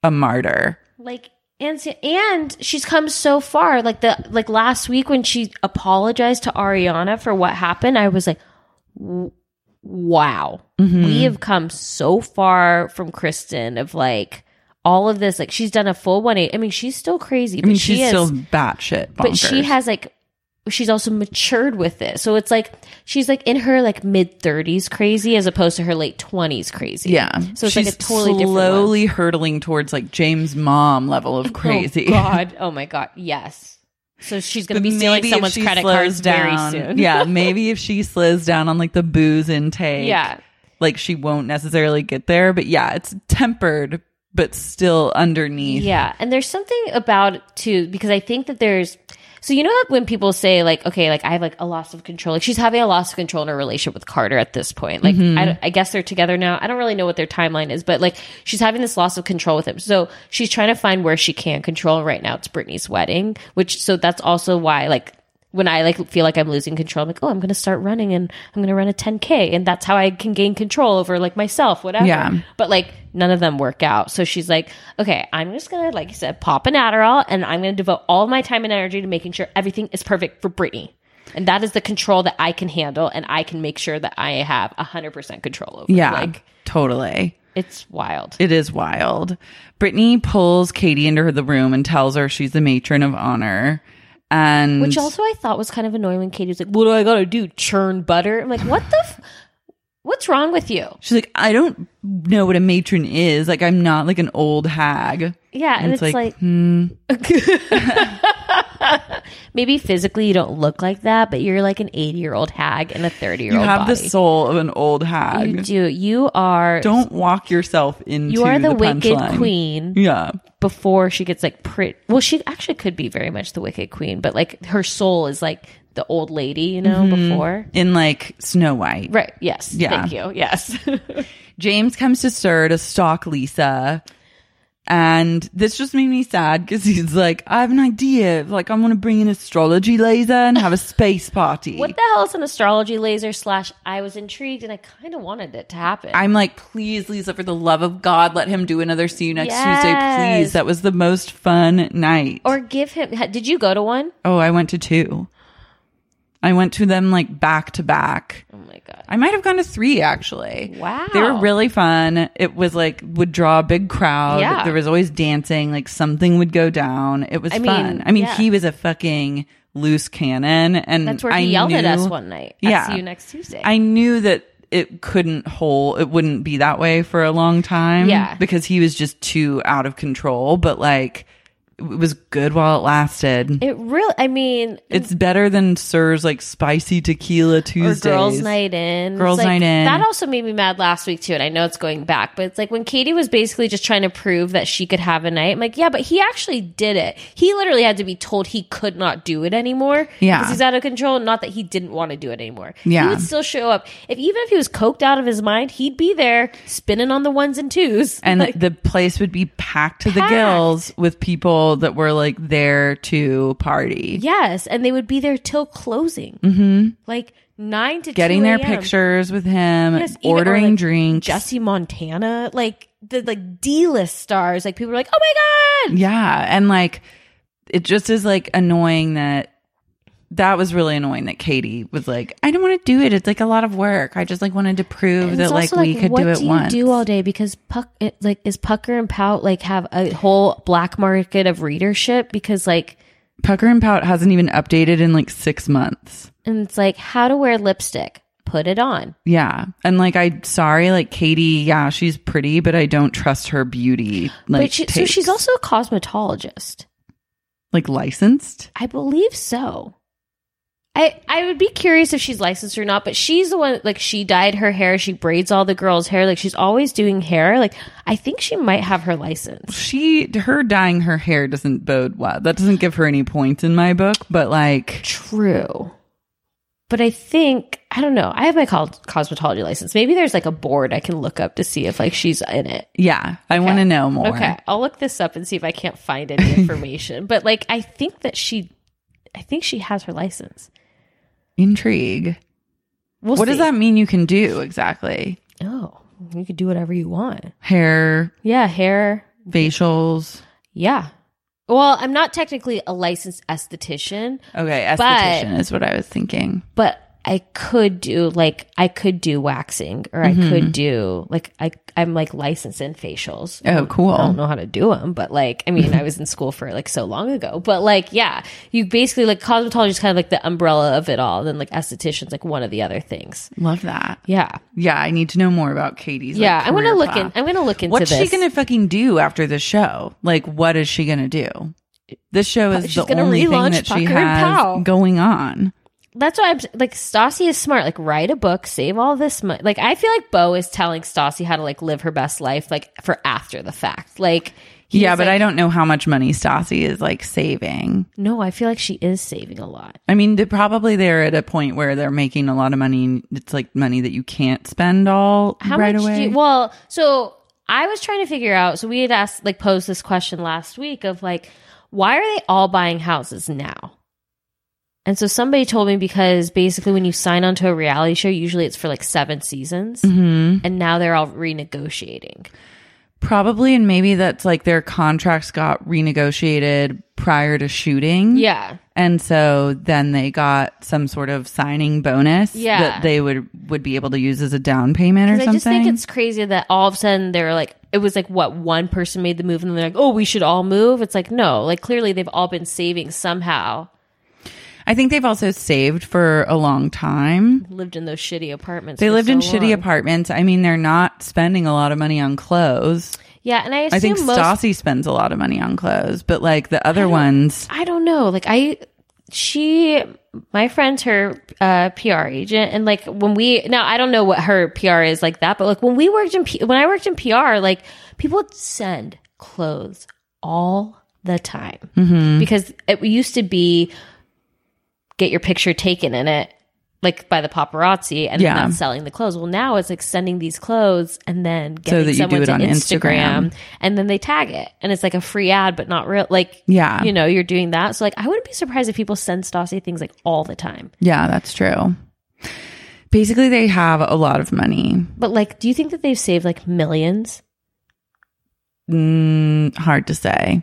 Speaker 2: a martyr.
Speaker 4: like and so- and she's come so far. Like the like last week when she apologized to Ariana for what happened, I was like, w- wow,
Speaker 2: Mm-hmm.
Speaker 4: we have come so far from Kristen of like all of this. Like she's done a full one eight. I mean, she's still
Speaker 2: I
Speaker 4: crazy. But
Speaker 2: mean,
Speaker 4: she
Speaker 2: she's
Speaker 4: is,
Speaker 2: still batshit. Bonkers.
Speaker 4: but she has like she's also matured with it. So it's like she's like in her like mid thirties crazy as opposed to her late twenties crazy.
Speaker 2: Yeah.
Speaker 4: So it's like a totally different one.
Speaker 2: slowly hurtling towards like James mom level of crazy.
Speaker 4: Oh God. Oh my God. Yes. So she's gonna
Speaker 2: But
Speaker 4: be stealing
Speaker 2: maybe if
Speaker 4: someone's
Speaker 2: she
Speaker 4: credit
Speaker 2: slows
Speaker 4: cards
Speaker 2: down,
Speaker 4: very soon.
Speaker 2: yeah, maybe if she slows down on like the booze intake,
Speaker 4: Yeah.
Speaker 2: like she won't necessarily get there. But yeah, it's tempered, but still underneath.
Speaker 4: Yeah. And there's something about it too, because I think that there's so you know like when people say like, okay, like I have like a loss of control. Like she's having a loss of control in her relationship with Carter at this point. Like I, don't- I guess they're together now. I don't really know what their timeline is, but like she's having this loss of control with him. So she's trying to find where she can control. And Right now it's Brittany's wedding, which so that's also why like when I like feel like I'm losing control, I'm like, oh, I'm gonna start running and I'm gonna run a 10k, and that's how I can gain control over like myself, whatever.
Speaker 2: Yeah.
Speaker 4: But like none of them work out, so she's like, okay, I'm just gonna like you said, pop an Adderall, and I'm gonna devote all my time and energy to making sure everything is perfect for Brittany, and that is the control that I can handle, and I can make sure that I have 100% control over.
Speaker 2: yeah,
Speaker 4: like
Speaker 2: totally.
Speaker 4: it's wild.
Speaker 2: It is wild. Brittany pulls Katie into the room and tells her she's the matron of honor, and
Speaker 4: Which also I thought was kind of annoying when Katie was like, what do I gotta do? Churn butter? I'm like, what the. F- What's wrong with you?
Speaker 2: She's like, I don't know what a matron is. Like, I'm not like an old hag.
Speaker 4: Yeah, and, it's, like,
Speaker 2: hmm.
Speaker 4: maybe physically you don't look like that, but you're like an 80 year old hag in a 30 year
Speaker 2: you
Speaker 4: old.
Speaker 2: have
Speaker 4: body.
Speaker 2: the soul of an old
Speaker 4: You
Speaker 2: hag.
Speaker 4: do. You are.
Speaker 2: Don't walk yourself into
Speaker 4: You are the, wicked
Speaker 2: punchline.
Speaker 4: queen
Speaker 2: Yeah.
Speaker 4: before she gets like pretty. Well, she actually could be very much the wicked queen, but like her soul is like the old lady, you know, before.
Speaker 2: In like Snow White.
Speaker 4: Right. Yes.
Speaker 2: Mm-hmm. Yeah.
Speaker 4: Thank you. Yes.
Speaker 2: James comes to Sir to stalk Lisa. And this just made me sad because he's like, I have an idea. Like, I'm going to bring an astrology laser and have a space party.
Speaker 4: what the hell is an astrology laser slash? I was intrigued and I kind of wanted it to happen.
Speaker 2: I'm like, please, Lisa, for the love of God, let him do another see you next Tuesday, please.
Speaker 4: Yes.
Speaker 2: That was the most fun night.
Speaker 4: or give him. Did you go to one?
Speaker 2: Oh, I went to two. I went to them like back to back.
Speaker 4: Oh my god.
Speaker 2: I might have gone to three actually.
Speaker 4: Wow.
Speaker 2: They were really fun. It was like would draw a big crowd.
Speaker 4: Yeah.
Speaker 2: There was always dancing, like something would go down. It was
Speaker 4: I mean,
Speaker 2: fun. I mean,
Speaker 4: yeah.
Speaker 2: he was a fucking loose cannon and
Speaker 4: That's where
Speaker 2: Mm, I
Speaker 4: he yelled at us
Speaker 2: knew-
Speaker 4: one night.
Speaker 2: Yeah.
Speaker 4: i see you next Tuesday.
Speaker 2: I knew that it couldn't hold it wouldn't be that way for a long time.
Speaker 4: Yeah.
Speaker 2: Because he was just too out of control. But like It was good while it lasted.
Speaker 4: It really, I mean,
Speaker 2: it's better than Sir's like spicy tequila
Speaker 4: or
Speaker 2: Tuesdays.
Speaker 4: girls' night in.
Speaker 2: Girls'
Speaker 4: It's like-
Speaker 2: night in.
Speaker 4: That also made me mad last week too, and I know it's going back, but it's like when Katie was basically just trying to prove that she could have a night. I'm like, yeah, but he actually did it. He literally had to be told he could not do it anymore.
Speaker 2: Yeah.
Speaker 4: because he's out of control. Not that he didn't want to do it anymore.
Speaker 2: Yeah.
Speaker 4: he would still show up. If even if he was coked out of his mind, he'd be there spinning on the ones and twos.
Speaker 2: and the place would be packed to the
Speaker 4: Packed.
Speaker 2: gills with people that were like there to party,
Speaker 4: yes, and they would be there till closing. Mm-hmm. Like nine to
Speaker 2: getting
Speaker 4: 2
Speaker 2: their
Speaker 4: a.m..
Speaker 2: pictures with him,
Speaker 4: Yes, even- or,
Speaker 2: ordering
Speaker 4: like,
Speaker 2: drinks.
Speaker 4: Jesse Montana, like the like D list stars, like people are like, oh my god,
Speaker 2: yeah, and like it just is like annoying that that was really annoying that Katie was like, I don't want to do it. It's like a lot of work. I just like wanted to prove
Speaker 4: And
Speaker 2: that
Speaker 4: it's
Speaker 2: like
Speaker 4: also,
Speaker 2: we could
Speaker 4: what
Speaker 2: do it
Speaker 4: you
Speaker 2: once.
Speaker 4: Do all day because puck it, like is pucker and pout like have a whole black market of readership because like
Speaker 2: Pucker and Pout hasn't even updated in like six months.
Speaker 4: and it's like how to wear lipstick, put it on.
Speaker 2: Yeah. And like, I'm sorry, like Katie, yeah, she's pretty, but I don't trust her beauty. Like,
Speaker 4: but she, so she's
Speaker 2: takes.
Speaker 4: also a cosmetologist,
Speaker 2: like licensed.
Speaker 4: I believe so. I, I would be curious if she's licensed or not, but she's the one like she dyed her hair, she braids all the girls' hair, like she's always doing hair. Like I think she might have her license.
Speaker 2: She, her dyeing her hair doesn't bode well. That doesn't give her any points in my book, but like,
Speaker 4: True. But I think I don't know. I have my col- cosmetology license. Maybe there's like a board I can look up to see if like she's in it.
Speaker 2: yeah, I want to know more.
Speaker 4: Okay, I'll look this up and see if I can't find any information. but like, I think that she, I think she has her license.
Speaker 2: Intrigue.
Speaker 4: We'll
Speaker 2: what does
Speaker 4: see.
Speaker 2: that mean you can do exactly?
Speaker 4: Oh, you could do whatever you want.
Speaker 2: Hair,
Speaker 4: Yeah, hair.
Speaker 2: facials.
Speaker 4: Yeah. Well, I'm not technically a licensed esthetician,
Speaker 2: Okay,
Speaker 4: But-
Speaker 2: esthetician is what I was thinking.
Speaker 4: but I could do like I could do waxing or I
Speaker 2: Mm-hmm.
Speaker 4: could do like I I'm like licensed in facials.
Speaker 2: Oh,
Speaker 4: Um,
Speaker 2: cool.
Speaker 4: I don't know how to do them, but like I mean I was in school for like so long ago, but like yeah, you basically like cosmetology is kind of like the umbrella of it all. Then like estheticians like one of the other things.
Speaker 2: Love that.
Speaker 4: Yeah,
Speaker 2: Yeah, I need to know more about Katie's. like,
Speaker 4: yeah. I'm gonna
Speaker 2: career
Speaker 4: look in.
Speaker 2: path.
Speaker 4: I'm gonna look into
Speaker 2: What's
Speaker 4: this.
Speaker 2: she gonna fucking do after the show? Like, what is she gonna do? This show is
Speaker 4: She's
Speaker 2: the
Speaker 4: gonna
Speaker 2: only thing
Speaker 4: relaunch
Speaker 2: that she
Speaker 4: Pucker and Pow.
Speaker 2: has going on.
Speaker 4: That's why I'm like Stassi is smart. Like write a book, save all this money. Like I feel like Bo is telling Stassi how to like live her best life, like for after the fact. Like he's,
Speaker 2: yeah, but
Speaker 4: like,
Speaker 2: I don't know how much money Stassi is like saving.
Speaker 4: No, I feel like she is saving a lot.
Speaker 2: I mean, they probably they're at a point where they're making a lot of money. and It's like money that you can't spend all right
Speaker 4: How much
Speaker 2: away.
Speaker 4: do you, well, so I was trying to figure out, so we had asked like posed this question last week of like, why are they all buying houses now? And so somebody told me because basically when you sign onto a reality show, usually it's for like seven seasons.
Speaker 2: Mm-hmm.
Speaker 4: And now they're all renegotiating.
Speaker 2: probably, and maybe that's like their contracts got renegotiated prior to shooting.
Speaker 4: Yeah.
Speaker 2: And so then they got some sort of signing bonus
Speaker 4: Yeah.
Speaker 2: that they would would be able to use as a down payment or
Speaker 4: Because I
Speaker 2: something.
Speaker 4: just think it's crazy that all of a sudden they're like, it was like, what, one person made the move and they're like, oh, we should all move? It's like, no, like clearly they've all been saving somehow,
Speaker 2: I think they've also saved for a long time.
Speaker 4: lived in those shitty apartments.
Speaker 2: They
Speaker 4: for
Speaker 2: lived
Speaker 4: so
Speaker 2: in shitty
Speaker 4: long.
Speaker 2: apartments. I mean, they're not spending a lot of money on clothes.
Speaker 4: Yeah, and I assume
Speaker 2: I think
Speaker 4: most.
Speaker 2: Stassi spends a lot of money on clothes, but like the other ones,
Speaker 4: I don't know. Like I, she, my friend's her uh, PR agent, and like when we now, I don't know what her PR is like that, but like when we worked in P, when I worked in PR, like people would send clothes all the time
Speaker 2: Mm-hmm.
Speaker 4: because it used to be get your picture taken in it. Like by the paparazzi and
Speaker 2: Yeah.
Speaker 4: not selling the clothes. Well, now it's like sending these clothes and then getting
Speaker 2: that you do
Speaker 4: someone
Speaker 2: it
Speaker 4: to
Speaker 2: on Instagram.
Speaker 4: Instagram and then they tag it and it's like a free ad but not real like
Speaker 2: Yeah.
Speaker 4: you know you're doing that so like i wouldn't be surprised if people send stassi things like all the time
Speaker 2: yeah, that's true. Basically, they have a lot of money.
Speaker 4: but like do you think that they've saved like millions
Speaker 2: Mm, hard to say.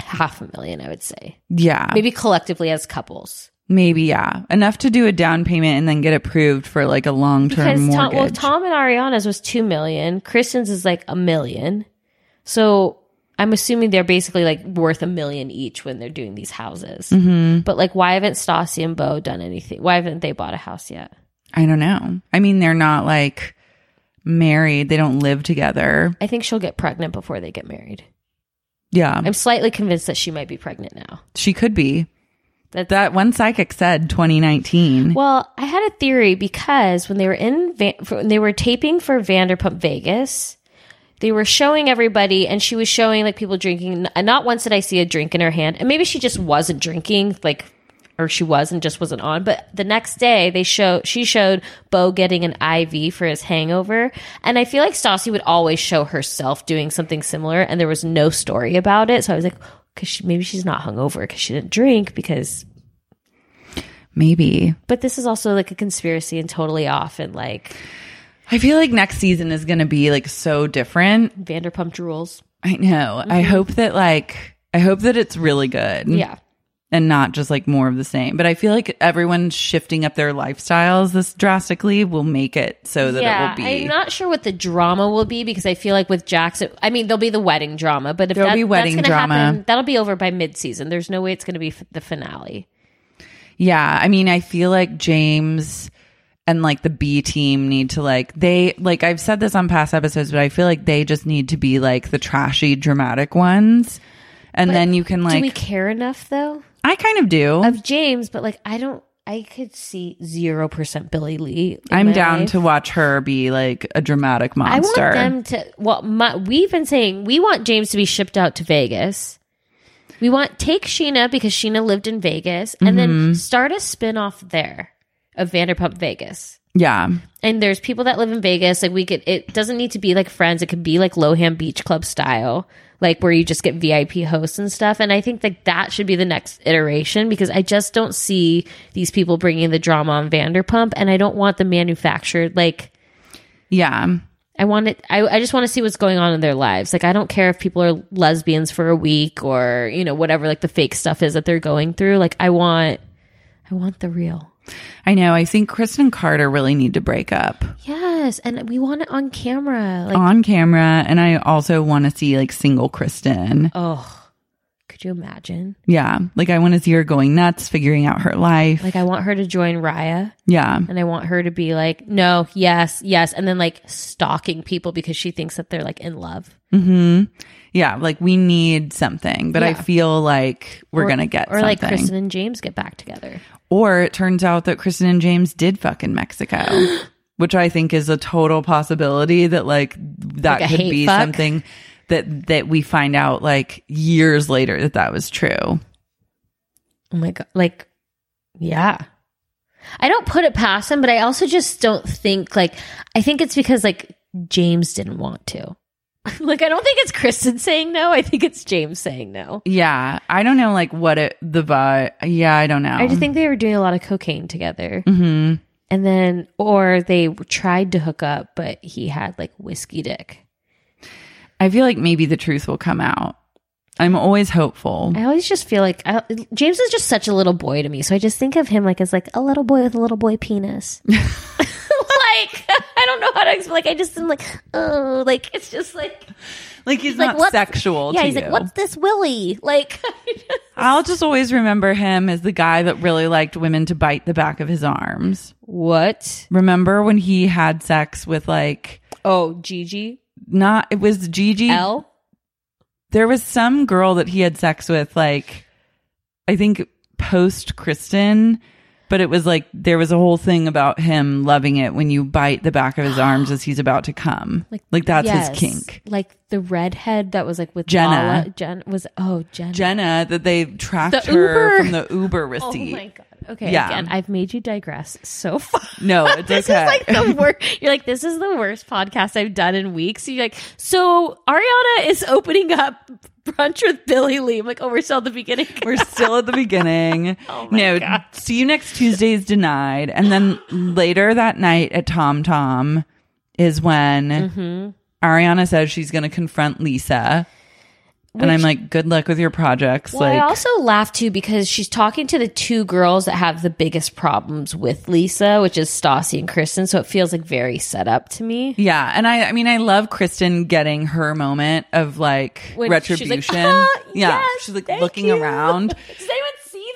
Speaker 4: half a million i would say
Speaker 2: Yeah,
Speaker 4: maybe collectively as couples
Speaker 2: Maybe, yeah. Enough to do a down payment and then get approved for like a long term
Speaker 4: because
Speaker 2: mortgage.
Speaker 4: tom, well tom and ariana's was 2 million kristen's is like a million so i'm assuming they're basically like worth a million each when they're doing these houses
Speaker 2: Mm-hmm.
Speaker 4: but like why haven't stassi and bo done anything why haven't they bought a house yet
Speaker 2: I don't know. I mean, they're not like married, they don't live together.
Speaker 4: i think she'll get pregnant before they get married
Speaker 2: Yeah.
Speaker 4: I'm slightly convinced that she might be pregnant now.
Speaker 2: she could be.
Speaker 4: That,
Speaker 2: That one psychic said 2019.
Speaker 4: Well, I had a theory because when they were in Van- for- when they were taping for Vanderpump Vegas, they were showing everybody, and she was showing like people drinking. And not once did I see a drink in her hand, and maybe she just wasn't drinking, like or she was and just wasn't on. But the next day, they show she showed Bo getting an IV for his hangover, and I feel like Stassi would always show herself doing something similar, and there was no story about it. So I was like. Cause she, maybe she's not hungover because she didn't drink because
Speaker 2: Maybe.
Speaker 4: but this is also like a conspiracy and totally off and like
Speaker 2: I feel like next season is going to be like so different.
Speaker 4: Vanderpump rules.
Speaker 2: I know. I hope that like I hope that it's really good.
Speaker 4: Mm-hmm. Yeah.
Speaker 2: And not just like more of the same. But I feel like everyone shifting up their lifestyles this drastically will make it so that
Speaker 4: yeah,
Speaker 2: it will
Speaker 4: I'm
Speaker 2: be
Speaker 4: not sure what the drama will be because I feel like with Jackson, I mean, there'll be the wedding drama, but if
Speaker 2: There'll
Speaker 4: that,
Speaker 2: be wedding
Speaker 4: that's gonna
Speaker 2: drama.
Speaker 4: happen, that'll be over by mid-season. There's no way it's going to be f- the finale.
Speaker 2: Yeah, I mean, I feel like James and like the B team need to like they like I've said this on past episodes, but I feel like they just need to be like the trashy dramatic ones. And then you can
Speaker 4: do we
Speaker 2: like
Speaker 4: care enough though
Speaker 2: I kind of do.
Speaker 4: of James? But like, I don't. I could see zero percent Billy Lee. in
Speaker 2: I'm
Speaker 4: my
Speaker 2: down
Speaker 4: life.
Speaker 2: to watch her be like a dramatic
Speaker 4: I want
Speaker 2: monster.
Speaker 4: them to. Well, my, we've been saying we want James to be shipped out to Vegas. We want take Sheena because Sheena lived in Vegas, and then start a spinoff there of Vanderpump Vegas.
Speaker 2: yeah.
Speaker 4: And there's people that live in Vegas. Like we could, it doesn't need to be like Friends. It could be like Lohan Beach Club style, like where you just get VIP hosts and stuff. And I think like that should be the next iteration because I just don't see these people bringing the drama on Vanderpump, and I don't want the manufactured like
Speaker 2: Yeah.
Speaker 4: I want it. I, I just want to see what's going on in their lives. Like, I don't care if people are lesbians for a week or, you know, whatever, like the fake stuff is that they're going through. Like, I want, I want the real.
Speaker 2: I know. I think Kristen Carter really need to break up
Speaker 4: Yes. And we want it on camera. Like,
Speaker 2: on camera. And I also want to see like single Kristen.
Speaker 4: oh, could you imagine?
Speaker 2: Yeah. Like I want to see her going nuts, figuring out her life.
Speaker 4: Like, I want her to join Raya
Speaker 2: yeah.
Speaker 4: and I want her to be like, no, yes, yes. And then like stalking people because she thinks that they're like in love.
Speaker 2: Hmm. Yeah. Like we need something, but I
Speaker 4: Yeah.
Speaker 2: feel like we're
Speaker 4: Or-
Speaker 2: gonna get
Speaker 4: Or
Speaker 2: something.
Speaker 4: like Kristen and James get back together.
Speaker 2: Or it turns out that Kristen and James did fuck in Mexico, which I think is a total possibility that like that
Speaker 4: Like a
Speaker 2: could
Speaker 4: hate
Speaker 2: be
Speaker 4: fuck?
Speaker 2: something that that we find out like years later that that was true.
Speaker 4: Oh my god! Like, yeah. I don't put it past him, but I also just don't think like I think it's because like James didn't want to. like I don't think it's Kristen saying no. I think it's James saying no.
Speaker 2: Yeah, I don't know like what it the vibe. Yeah, I don't know.
Speaker 4: I just think they were doing a lot of cocaine together,
Speaker 2: hmm
Speaker 4: and then or they tried to hook up, but he had like whiskey dick.
Speaker 2: I feel like maybe the truth will come out. I'm always hopeful.
Speaker 4: I always just feel like I, James is just such a little boy to me, so I just think of him like as like a little boy with a little boy penis. like I don't know how to explain. Like I just am like oh, like it's just like
Speaker 2: Like he's,
Speaker 4: like,
Speaker 2: not
Speaker 4: what's-
Speaker 2: sexual.
Speaker 4: yeah.
Speaker 2: to
Speaker 4: He's
Speaker 2: you.
Speaker 4: like what's this Willie? Like
Speaker 2: I'll just always remember him as the guy that really liked women to bite the back of his arms.
Speaker 4: what?
Speaker 2: Remember when he had sex with like
Speaker 4: Oh, Gigi
Speaker 2: not it was Gigi.
Speaker 4: L.
Speaker 2: There was some girl that he had sex with like I think post Kristen, but it was like there was a whole thing about him loving it when you bite the back of his arms as he's about to come. Like, that's
Speaker 4: yes.
Speaker 2: his kink.
Speaker 4: Like the redhead that was like with
Speaker 2: Jenna.
Speaker 4: Lala. Jen was oh Jenna.
Speaker 2: Jenna that they tracked
Speaker 4: The
Speaker 2: her
Speaker 4: Uber.
Speaker 2: from the Uber
Speaker 4: Oh
Speaker 2: receipt.
Speaker 4: my god. Okay,
Speaker 2: Yeah.
Speaker 4: again, I've made you digress so far.
Speaker 2: No, it's
Speaker 4: this
Speaker 2: okay.
Speaker 4: is like the worst. You're like, this is the worst podcast I've done in weeks. You're like, so Ariana is opening up brunch with Billy Lee. I'm like, oh, we're still at the beginning.
Speaker 2: We're still at the beginning.
Speaker 4: Oh
Speaker 2: no, see you next Tuesday's denied. And then later that night at Tom Tom is when
Speaker 4: Mm-hmm.
Speaker 2: Ariana says she's going to confront Lisa. and I'm like, good luck with your projects.
Speaker 4: Well,
Speaker 2: like,
Speaker 4: I also laugh too because she's talking to the two girls that have the biggest problems with Lisa, which is Stassi and Kristen. So it feels like very set up to me.
Speaker 2: yeah. And I, I mean, I love Kristen getting her moment of like
Speaker 4: When she's like,
Speaker 2: retribution.
Speaker 4: "Ah,
Speaker 2: yeah.
Speaker 4: yes,
Speaker 2: she's like
Speaker 4: thank
Speaker 2: looking
Speaker 4: you."
Speaker 2: around.
Speaker 4: Does anyone see this?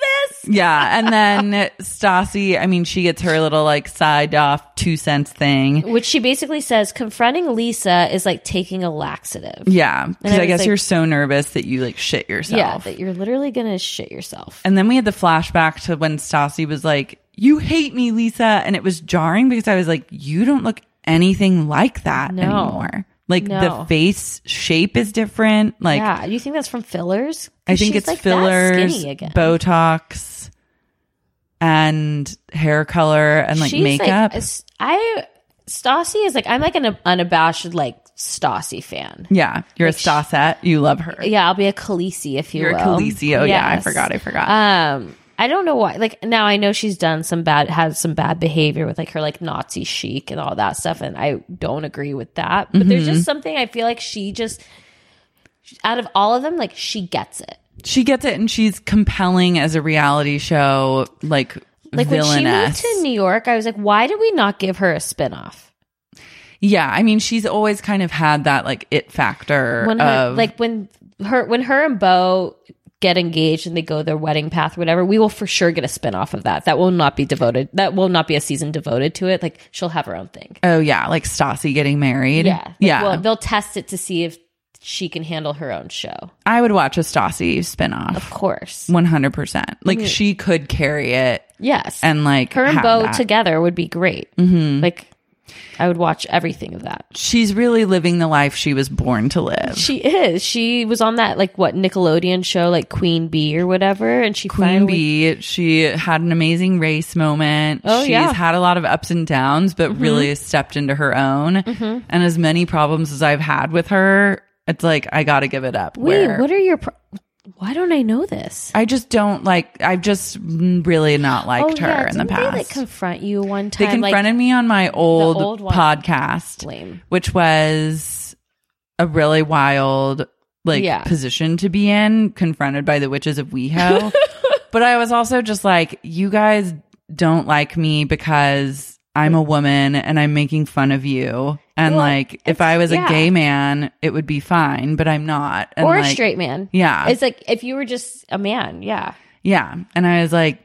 Speaker 4: this.
Speaker 2: Yeah. And then Stassi, I mean, she gets her little like side off two cents thing.
Speaker 4: Which she basically says confronting Lisa is like taking a laxative.
Speaker 2: Yeah. Because
Speaker 4: I
Speaker 2: I
Speaker 4: was
Speaker 2: guess
Speaker 4: like-
Speaker 2: you're so nervous that you like shit
Speaker 4: Yeah,
Speaker 2: yourself.
Speaker 4: that you're literally gonna shit yourself.
Speaker 2: and then we had the flashback to when Stassi was like, You hate me, Lisa. And it was jarring because I was like, You don't look anything like that
Speaker 4: No.
Speaker 2: anymore. Like
Speaker 4: No.
Speaker 2: the face shape is different. Like,
Speaker 4: yeah, you think that's from fillers? 'Cause
Speaker 2: I think
Speaker 4: she's,
Speaker 2: it's
Speaker 4: like, that
Speaker 2: fillers,
Speaker 4: skinny again.
Speaker 2: Botox, and hair color and like
Speaker 4: She's,
Speaker 2: makeup.
Speaker 4: s- I Stassi is like I'm like an unabashed like Stassi fan.
Speaker 2: yeah, you're
Speaker 4: like
Speaker 2: a
Speaker 4: she-
Speaker 2: Stasset. You love her.
Speaker 4: Yeah, I'll be a Khaleesi if you
Speaker 2: Mm. You're a
Speaker 4: will.
Speaker 2: Khaleesi. Oh, yeah, I
Speaker 4: Yes.
Speaker 2: forgot, I forgot.
Speaker 4: Um, I don't know why. Like now, I know she's done some bad, had some bad behavior with like her like Nazi chic and all that stuff, and I don't agree with that. But there's
Speaker 2: Mm-hmm.
Speaker 4: just something I feel like she just out of all of them, like she gets it.
Speaker 2: She gets it, and she's compelling as a reality show like,
Speaker 4: Like when
Speaker 2: villainess.
Speaker 4: she moved to New York, I was like, why did we not give her a spinoff?
Speaker 2: yeah, I mean, she's always kind of had that like it factor
Speaker 4: When her,
Speaker 2: of
Speaker 4: like when her when her and Bo get engaged and they go their wedding path, whatever, we will for sure get a spinoff of that. That will not be devoted. That will not be a season devoted to it. Like she'll have her own thing.
Speaker 2: oh yeah, like Stassi getting married.
Speaker 4: Yeah. Like,
Speaker 2: yeah.
Speaker 4: Well, they'll test it to see if she can handle her own show.
Speaker 2: I would watch a Stassi spinoff.
Speaker 4: Of course.
Speaker 2: One hundred percent. Like she could carry it,
Speaker 4: Yes.
Speaker 2: and like
Speaker 4: her and
Speaker 2: have
Speaker 4: Bo
Speaker 2: that.
Speaker 4: together would be great. Mm-hmm. Like I would watch everything of that.
Speaker 2: She's really living the life she was born to live.
Speaker 4: She is. She was on that like what Nickelodeon show like Queen Bee or whatever and she
Speaker 2: Queen
Speaker 4: finally
Speaker 2: Bee, she had an amazing race moment.
Speaker 4: Oh,
Speaker 2: She's
Speaker 4: yeah. Mm-hmm.
Speaker 2: had a lot of ups and downs, but really stepped into her own. And as many problems as I've had with her, it's like, I got to give it up.
Speaker 4: Wait, what are your pro- Why don't I know this?
Speaker 2: I just don't like, I've just really not liked her in the
Speaker 4: Oh, didn't
Speaker 2: past.
Speaker 4: They like confront you one time.
Speaker 2: They confronted
Speaker 4: like,
Speaker 2: me on my old,
Speaker 4: old one.
Speaker 2: podcast,
Speaker 4: Lame.
Speaker 2: which was a really wild like
Speaker 4: Yeah.
Speaker 2: position to be in, confronted by the witches of WeHo. but I was also just like, you guys don't like me because I'm a woman and I'm making fun of you. And
Speaker 4: Well,
Speaker 2: like, if
Speaker 4: it's-
Speaker 2: I was
Speaker 4: yeah.
Speaker 2: a gay man, it would be fine, but I'm not. And
Speaker 4: or a
Speaker 2: like,
Speaker 4: straight man.
Speaker 2: Yeah.
Speaker 4: It's like if you were just a man, yeah.
Speaker 2: Yeah. And I was like,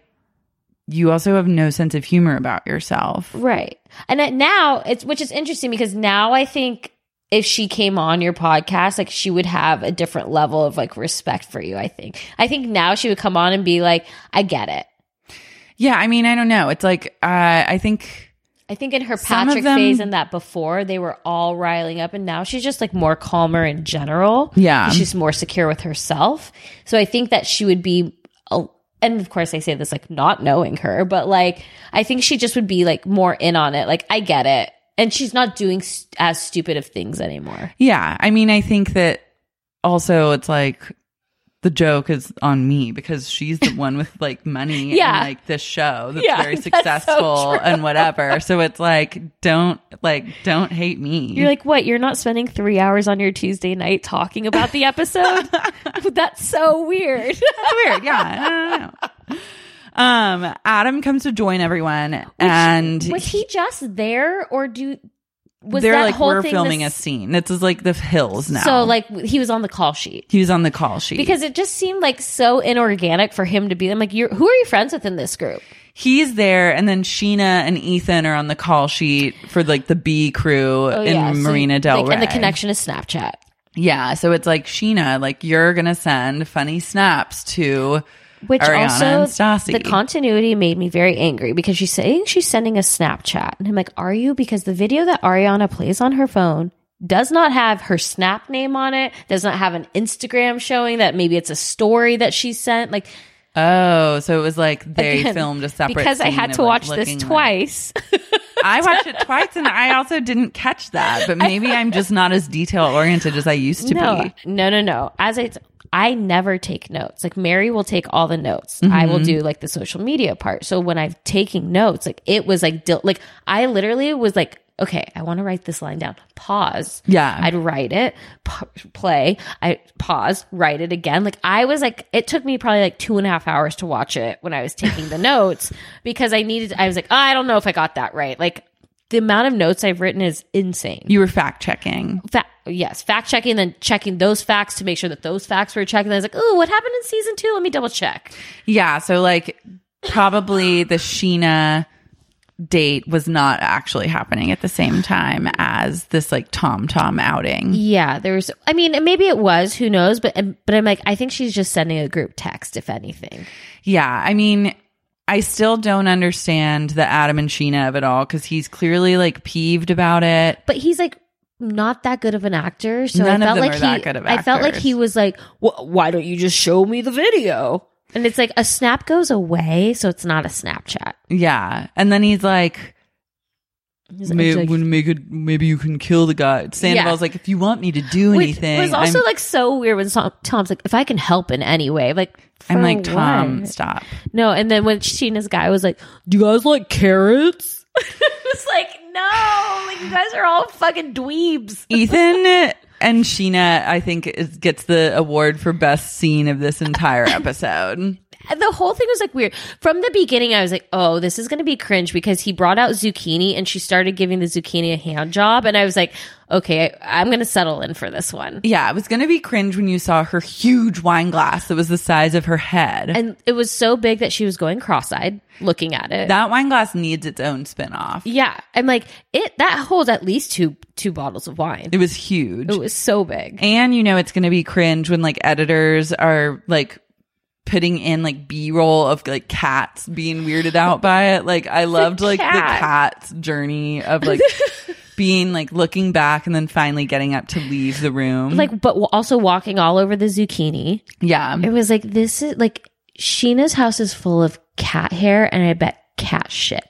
Speaker 2: you also have no sense of humor about yourself.
Speaker 4: Right. And that now it's which is interesting because now I think if she came on your podcast, like she would have a different level of like respect for you, I think. I think now she would come on and be like, I get it.
Speaker 2: Yeah. I mean, I don't know. It's like, uh, I think
Speaker 4: I think in her
Speaker 2: Some of
Speaker 4: Patrick
Speaker 2: them-
Speaker 4: phase and that before, they were all riling up, and now she's just like more calmer in general.
Speaker 2: Yeah.
Speaker 4: she's more secure with herself. So I think that she would be, a- and of course I say this like not knowing her, but like I think she just would be like more in on it. Like I get it, and she's not doing s as stupid of things anymore.
Speaker 2: Yeah. I mean, I think that also it's like the joke is on me because she's the one with like money
Speaker 4: Yeah.
Speaker 2: and like this show that's
Speaker 4: Yeah,
Speaker 2: very
Speaker 4: that's so
Speaker 2: successful
Speaker 4: true.
Speaker 2: and whatever. So it's like, don't like, don't hate me.
Speaker 4: You're like, what? You're not spending three hours on your Tuesday night talking about the episode? That's so weird.
Speaker 2: weird. Yeah. I don't know. Um, Adam comes to join everyone and
Speaker 4: was he just there, or do? Was
Speaker 2: they're
Speaker 4: that
Speaker 2: like,
Speaker 4: whole
Speaker 2: we're
Speaker 4: thing
Speaker 2: filming
Speaker 4: this-
Speaker 2: a scene. This is like the hills now.
Speaker 4: So like he was on the call sheet
Speaker 2: he was on the call sheet
Speaker 4: because it just seemed like so inorganic for him to be. I'm like, you're who are you friends with in this group?
Speaker 2: he's there and then Sheena and Ethan are on the call sheet for like the B crew in
Speaker 4: Oh, so,
Speaker 2: Marina
Speaker 4: like,
Speaker 2: Del Rey.
Speaker 4: and the connection is Snapchat.
Speaker 2: Yeah, so it's like Sheena, like you're gonna send funny snaps to
Speaker 4: Which
Speaker 2: Ariana
Speaker 4: also
Speaker 2: and Stassi.
Speaker 4: the continuity made me very angry because she's saying she's sending a Snapchat, and I'm like, are you? Because the video that Ariana plays on her phone does not have her Snap name on it. Does not have an Instagram showing that maybe it's a story that she sent. Like
Speaker 2: oh, so it was like they
Speaker 4: again,
Speaker 2: filmed a separate
Speaker 4: because I
Speaker 2: scene
Speaker 4: had
Speaker 2: of,
Speaker 4: to
Speaker 2: like,
Speaker 4: watch this
Speaker 2: looking like-
Speaker 4: twice.
Speaker 2: I watched it twice, and I also didn't catch that. But maybe I'm just not as detail oriented as I used to
Speaker 4: no,
Speaker 2: be.
Speaker 4: No, no, no. As I, I never take notes. Like Mary will take all the notes. I
Speaker 2: Mm-hmm.
Speaker 4: will do like the social media part. So when I'm taking notes, like it was like, dil- like I literally was like, okay, I want to write this line down. Pause.
Speaker 2: Yeah.
Speaker 4: I'd write it, pa- play. I pause, write it again. Like I was like, it took me probably like two and a half hours to watch it when I was taking the notes because I needed, I was like, oh, I don't know if I got that right. Like the amount of notes I've written is insane
Speaker 2: You were fact checking.
Speaker 4: fa- yes, fact checking, then checking those facts to make sure that those facts were checked. And I was like, oh, what happened in season two? Let me double check.
Speaker 2: Yeah, so like probably the Sheena date was not actually happening at the same time as this like Tom Tom outing.
Speaker 4: Yeah, there's. I mean, and maybe it was. Who knows? But but I'm like, I think she's just sending a group text, if anything.
Speaker 2: Yeah, I mean, I still don't understand the Adam and Sheena of it all because he's clearly like peeved about it.
Speaker 4: But he's like not that good of an actor, so
Speaker 2: None
Speaker 4: I
Speaker 2: of
Speaker 4: felt
Speaker 2: them
Speaker 4: like
Speaker 2: are
Speaker 4: he.
Speaker 2: that good of
Speaker 4: I felt like
Speaker 2: actors.
Speaker 4: he was like, "Wh- why don't you just show me the video? And it's like a snap goes away, so it's not a Snapchat.
Speaker 2: Yeah, and then he's like,
Speaker 4: He's
Speaker 2: May,
Speaker 4: he's like-
Speaker 2: when maybe maybe you can kill the guy. Sandoval's
Speaker 4: Yeah.
Speaker 2: like, if you want me to do
Speaker 4: Which
Speaker 2: anything,
Speaker 4: was also
Speaker 2: I'm,
Speaker 4: like so weird when Tom, Tom's like, if I can help in any way, like
Speaker 2: I'm
Speaker 4: for
Speaker 2: like Tom,
Speaker 4: what?"
Speaker 2: stop.
Speaker 4: No, and then when Sheena's guy was like, "Do you guys like carrots?" it's like, no, like you guys are all fucking dweebs.
Speaker 2: Ethan and Sheena, I think, is, gets the award for best scene of this entire episode.
Speaker 4: And the whole thing was like weird from the beginning. I was like, "Oh, this is going to be cringe" because he brought out zucchini and she started giving the zucchini a hand job, and I was like, "Okay, I, I'm going to settle in for this one."
Speaker 2: yeah, it was gonna be cringe when you saw her huge wine glass that was the size of her head.
Speaker 4: And it was so big that she was going cross-eyed looking at it.
Speaker 2: that wine glass needs its own spin-off.
Speaker 4: yeah, I'm like, it that holds at least two two bottles of wine.
Speaker 2: It was huge.
Speaker 4: It was so big.
Speaker 2: And you know it's going to be cringe when like editors are like putting in like B-roll of like cats being weirded out by it. Like I loved like the
Speaker 4: cat.
Speaker 2: cat's journey of like being like looking back and then finally getting up to leave the room.
Speaker 4: Like, but also walking all over the zucchini.
Speaker 2: yeah.
Speaker 4: It was like this is like Sheena's house is full of cat hair, and I bet cat shit.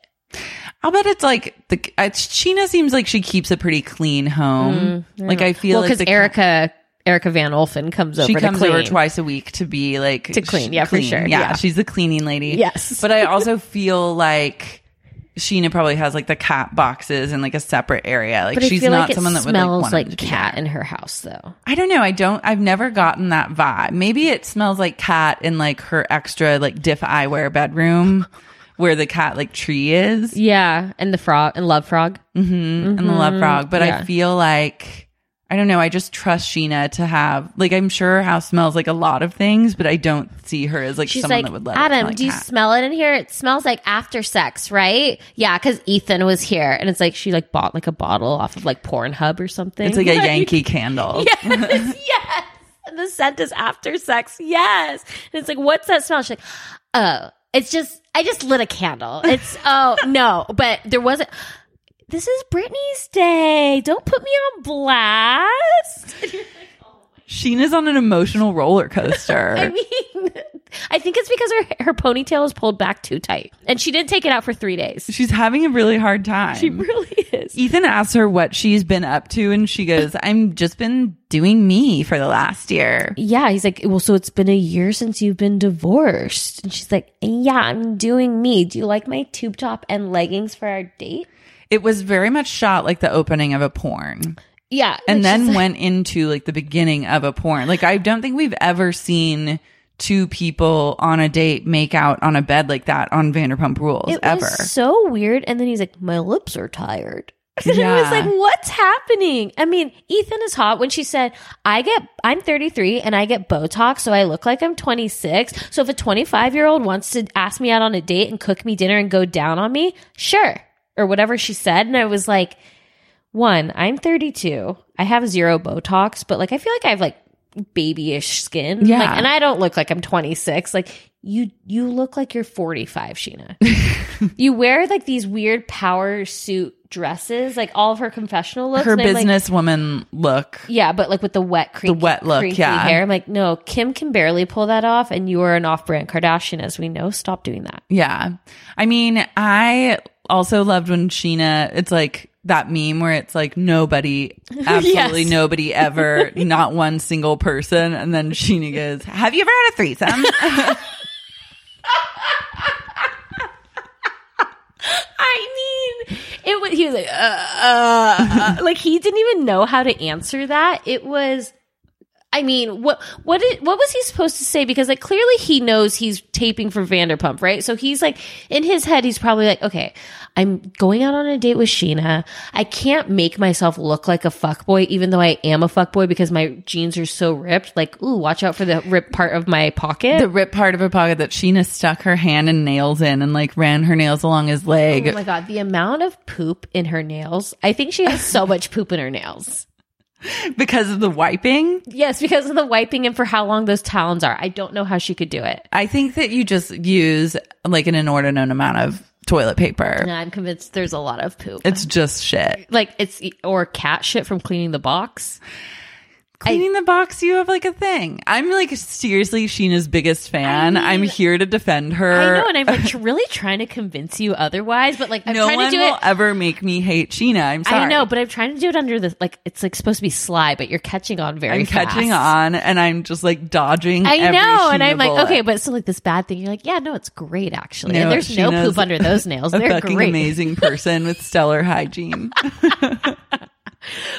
Speaker 2: I'll bet it's like the uh, Sheena seems like she keeps a pretty clean home. like I feel
Speaker 4: Mm, Well,
Speaker 2: like
Speaker 4: because
Speaker 2: the cat-
Speaker 4: Erica Erica Van Olfen comes over.
Speaker 2: she
Speaker 4: to
Speaker 2: comes
Speaker 4: clean.
Speaker 2: over twice a week to be like
Speaker 4: To clean, yeah, for sure,
Speaker 2: Yeah,
Speaker 4: yeah.
Speaker 2: she's the cleaning lady.
Speaker 4: Yes.
Speaker 2: but I also feel like Sheena probably has like the cat boxes in like a separate area. Like
Speaker 4: But
Speaker 2: she's
Speaker 4: I feel
Speaker 2: not
Speaker 4: like it
Speaker 2: someone that would like,
Speaker 4: smells
Speaker 2: want
Speaker 4: like,
Speaker 2: him to be
Speaker 4: cat
Speaker 2: there.
Speaker 4: in her house, though.
Speaker 2: I don't know. I don't. I've never gotten that vibe. Maybe it smells like cat in like her extra like diff eyewear bedroom. Where the cat like tree is
Speaker 4: Yeah, and the frog and love frog.
Speaker 2: and the love frog, but I
Speaker 4: Mm-hmm. Yeah.
Speaker 2: feel like I don't know. I just trust Sheena to have like I'm sure her house smells like a lot of things, but I don't see her as like
Speaker 4: She's
Speaker 2: someone
Speaker 4: like,
Speaker 2: that would let it smell
Speaker 4: Adam,
Speaker 2: like
Speaker 4: do you
Speaker 2: cat."
Speaker 4: smell it in here? It smells like after sex, right? Yeah, because Ethan was here, and it's like she like bought like a bottle off of like Pornhub or something.
Speaker 2: It's like a Yankee candle.
Speaker 4: yes, yes. And the scent is after sex. Yes. And it's like, what's that smell? She's like, oh, it's just, I just lit a candle. It's, oh, no. But there wasn't, this is Brittany's day. Don't put me on blast.
Speaker 2: Sheena's on an emotional roller coaster.
Speaker 4: I mean, I think it's because her, her ponytail is pulled back too tight. And she didn't take it out for three days.
Speaker 2: She's having a really hard time.
Speaker 4: She really is.
Speaker 2: Ethan asks her what she's been up to, and she goes, "I'm just been doing me for the last year."
Speaker 4: yeah, he's like, well, so it's been a year since you've been divorced. And she's like, yeah, I'm doing me. Do you like my tube top and leggings for our date?
Speaker 2: It was very much shot like the opening of a porn,
Speaker 4: Yeah.
Speaker 2: and
Speaker 4: like,
Speaker 2: then
Speaker 4: she's like-
Speaker 2: went into like the beginning of a porn. Like I don't think we've ever seen two people on a date make out on a bed like that on Vanderpump Rules
Speaker 4: it
Speaker 2: ever.
Speaker 4: was so weird. And then he's like, my lips are tired. And I
Speaker 2: Yeah.
Speaker 4: was like, what's happening? I mean, Ethan is hot when she said, I get, I'm 33 and I get Botox. So I look like I'm 26. So if a 25 year old wants to ask me out on a date and cook me dinner and go down on me, sure. Or whatever she said. And I was like, one, I'm 32. I have zero Botox, but like I feel like I have like babyish skin.
Speaker 2: Yeah.
Speaker 4: Like, and I don't look like I'm 26. Like you, you look like you're 45, Sheena. you wear like these weird power suit dresses, like all of her confessional looks.
Speaker 2: Her
Speaker 4: and I'm like,
Speaker 2: businesswoman look.
Speaker 4: yeah, but like with the wet, creaky,
Speaker 2: wet look,
Speaker 4: creaky
Speaker 2: yeah.
Speaker 4: hair. I'm like, no, Kim can barely pull that off, and you are an off-brand Kardashian, as we know. Stop doing that.
Speaker 2: Yeah. I mean, I also loved when Sheena, it's like that meme where it's like nobody, absolutely
Speaker 4: Yes.
Speaker 2: nobody ever, not one single person. And then Sheena goes, Have you ever had a threesome?
Speaker 4: I mean, it was. He was like, uh, uh, uh. like he didn't even know how to answer that. It was I mean, what what did, what was he supposed to say? Because like clearly he knows he's taping for Vanderpump, right? So he's like in his head, he's probably like, okay, I'm going out on a date with Sheena. I can't make myself look like a fuckboy, even though I am a fuckboy because my jeans are so ripped. Like, ooh, watch out for the ripped part of my pocket.
Speaker 2: The rip part of her pocket that Sheena stuck her hand and nails in and like ran her nails along his leg.
Speaker 4: oh my god, the amount of poop in her nails. I think she has so much poop in her nails.
Speaker 2: because of the wiping.
Speaker 4: Yes, because of the wiping and for how long those talons are. I don't know how she could do it.
Speaker 2: I think that you just use like an inordinate amount of toilet paper.
Speaker 4: And I'm convinced there's a lot of poop.
Speaker 2: It's just shit.
Speaker 4: like it's e, or cat shit from cleaning the box.
Speaker 2: Cleaning the box, you have like a thing. I'm like seriously Sheena's biggest fan. I'm here to defend her.
Speaker 4: I know, and I'm like, really trying to convince you otherwise, but like I'm
Speaker 2: no
Speaker 4: trying
Speaker 2: one
Speaker 4: to do
Speaker 2: will
Speaker 4: it.
Speaker 2: ever make me hate Sheena. I'm sorry.
Speaker 4: I know, but I'm trying to do it under the like it's like supposed to be sly, but you're catching on very
Speaker 2: I'm catching
Speaker 4: fast.
Speaker 2: on and I'm just like dodging.
Speaker 4: I
Speaker 2: every
Speaker 4: know, and
Speaker 2: Sheena
Speaker 4: I'm like,
Speaker 2: bullet.
Speaker 4: okay, but so like this bad thing, you're like, yeah, no, it's great actually.
Speaker 2: No,
Speaker 4: and there's no
Speaker 2: Sheena's
Speaker 4: poop under those nails;
Speaker 2: a
Speaker 4: they're
Speaker 2: fucking
Speaker 4: great.
Speaker 2: amazing person with stellar hygiene.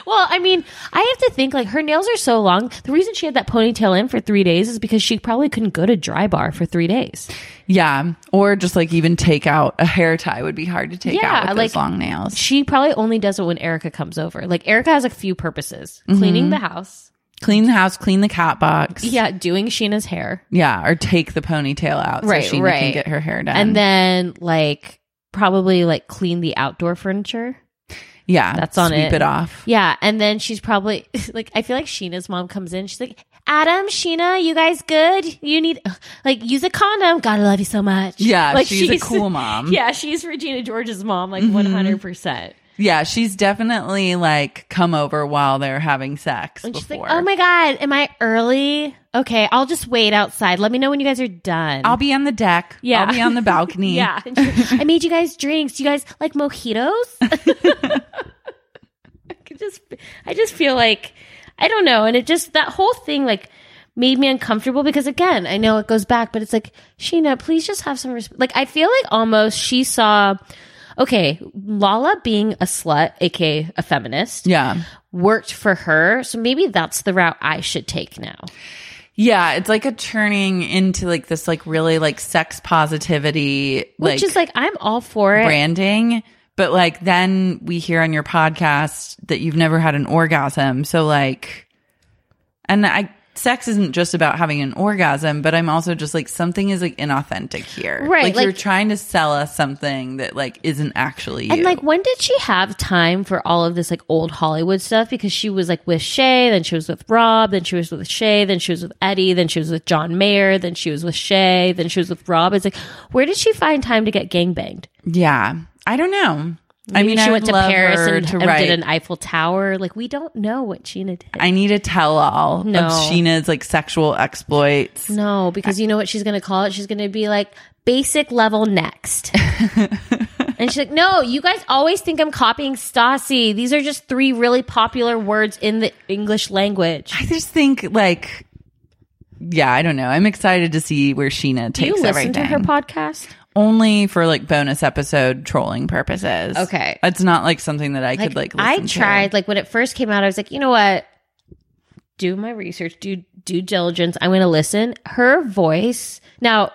Speaker 4: Well, I mean, I have to think like her nails are so long. The reason she had that ponytail in for three days is because she probably couldn't go to dry bar for three days.
Speaker 2: yeah, or just like even take out a hair tie would be hard to take
Speaker 4: Yeah,
Speaker 2: out with
Speaker 4: like-
Speaker 2: those long nails.
Speaker 4: She probably only does it when Erica comes over. Like Erica has a few purposes:
Speaker 2: Mm-hmm.
Speaker 4: cleaning the house,
Speaker 2: Clean the house, clean the cat box.
Speaker 4: yeah, doing Sheena's hair,
Speaker 2: Yeah, or take the ponytail out
Speaker 4: Right,
Speaker 2: so Sheena
Speaker 4: right.
Speaker 2: can get her hair done.
Speaker 4: and then like probably like clean the outdoor furniture.
Speaker 2: yeah,
Speaker 4: That's on
Speaker 2: sweep
Speaker 4: it.
Speaker 2: it. off.
Speaker 4: Yeah, and then she's probably like, I feel like Sheena's mom comes in. She's like, Adam, Sheena, you guys good? You need like use a condom. Gotta love you so much.
Speaker 2: Yeah,
Speaker 4: like
Speaker 2: she's a cool mom.
Speaker 4: Yeah, she's Regina George's mom,
Speaker 2: Mm-hmm.
Speaker 4: like one hundred percent.
Speaker 2: Yeah, she's definitely like come over while they're having sex
Speaker 4: And she's
Speaker 2: before.
Speaker 4: like, Oh my god, am I early? Okay, I'll just wait outside. Let me know when you guys are done.
Speaker 2: I'll be on the deck.
Speaker 4: Yeah.
Speaker 2: I'll be on the balcony.
Speaker 4: yeah. And she's like, I made you guys drinks. Do you guys like mojitos? I could just I just feel like I don't know. And it just that whole thing like made me uncomfortable because again, I know it goes back, but it's like, Sheena, please just have some respect. Like I feel like almost she saw okay, Lala being a slut, aka a feminist,
Speaker 2: Yeah.
Speaker 4: worked for her. So maybe that's the route I should take now.
Speaker 2: Yeah, it's like a turning into like this like really like sex positivity like,
Speaker 4: Which is like I'm all for it.
Speaker 2: branding. But like then we hear on your podcast that you've never had an orgasm. So like and I sex isn't just about having an orgasm, but I'm also just like something is like inauthentic here.
Speaker 4: Right,
Speaker 2: Like, you're
Speaker 4: like-
Speaker 2: trying to sell us something that like isn't actually you.
Speaker 4: And like, when did she have time for all of this like old Hollywood stuff? Because she was like with Shay, then she was with Rob, then she was with Shay, then she was with Eddie, then she was with John Mayer, then she was with Shay, then she was with Rob. It's like, where did she find time to get gangbanged?
Speaker 2: yeah. I don't know. I
Speaker 4: Maybe
Speaker 2: mean,
Speaker 4: she
Speaker 2: I
Speaker 4: went to
Speaker 2: would love
Speaker 4: Paris
Speaker 2: her
Speaker 4: and,
Speaker 2: to
Speaker 4: and
Speaker 2: write.
Speaker 4: did an Eiffel Tower. Like, we don't know what Sheena did.
Speaker 2: I need a tell all
Speaker 4: No.
Speaker 2: of Sheena's like sexual exploits.
Speaker 4: no, because you know what she's gonna call it? She's gonna be like basic level next. and she's like, No, you guys always think I'm copying Stassi. These are just three really popular words in the English language.
Speaker 2: I just think like yeah, I don't know. I'm excited to see where Sheena
Speaker 4: Do you
Speaker 2: takes
Speaker 4: listen
Speaker 2: everything.
Speaker 4: to her podcast?
Speaker 2: Only for like bonus episode trolling purposes.
Speaker 4: Okay.
Speaker 2: It's not like something that I could like
Speaker 4: I
Speaker 2: listen to.
Speaker 4: tried, like when it first came out, I was like, you know what? Do my research, do due diligence. I'm gonna listen. Her voice now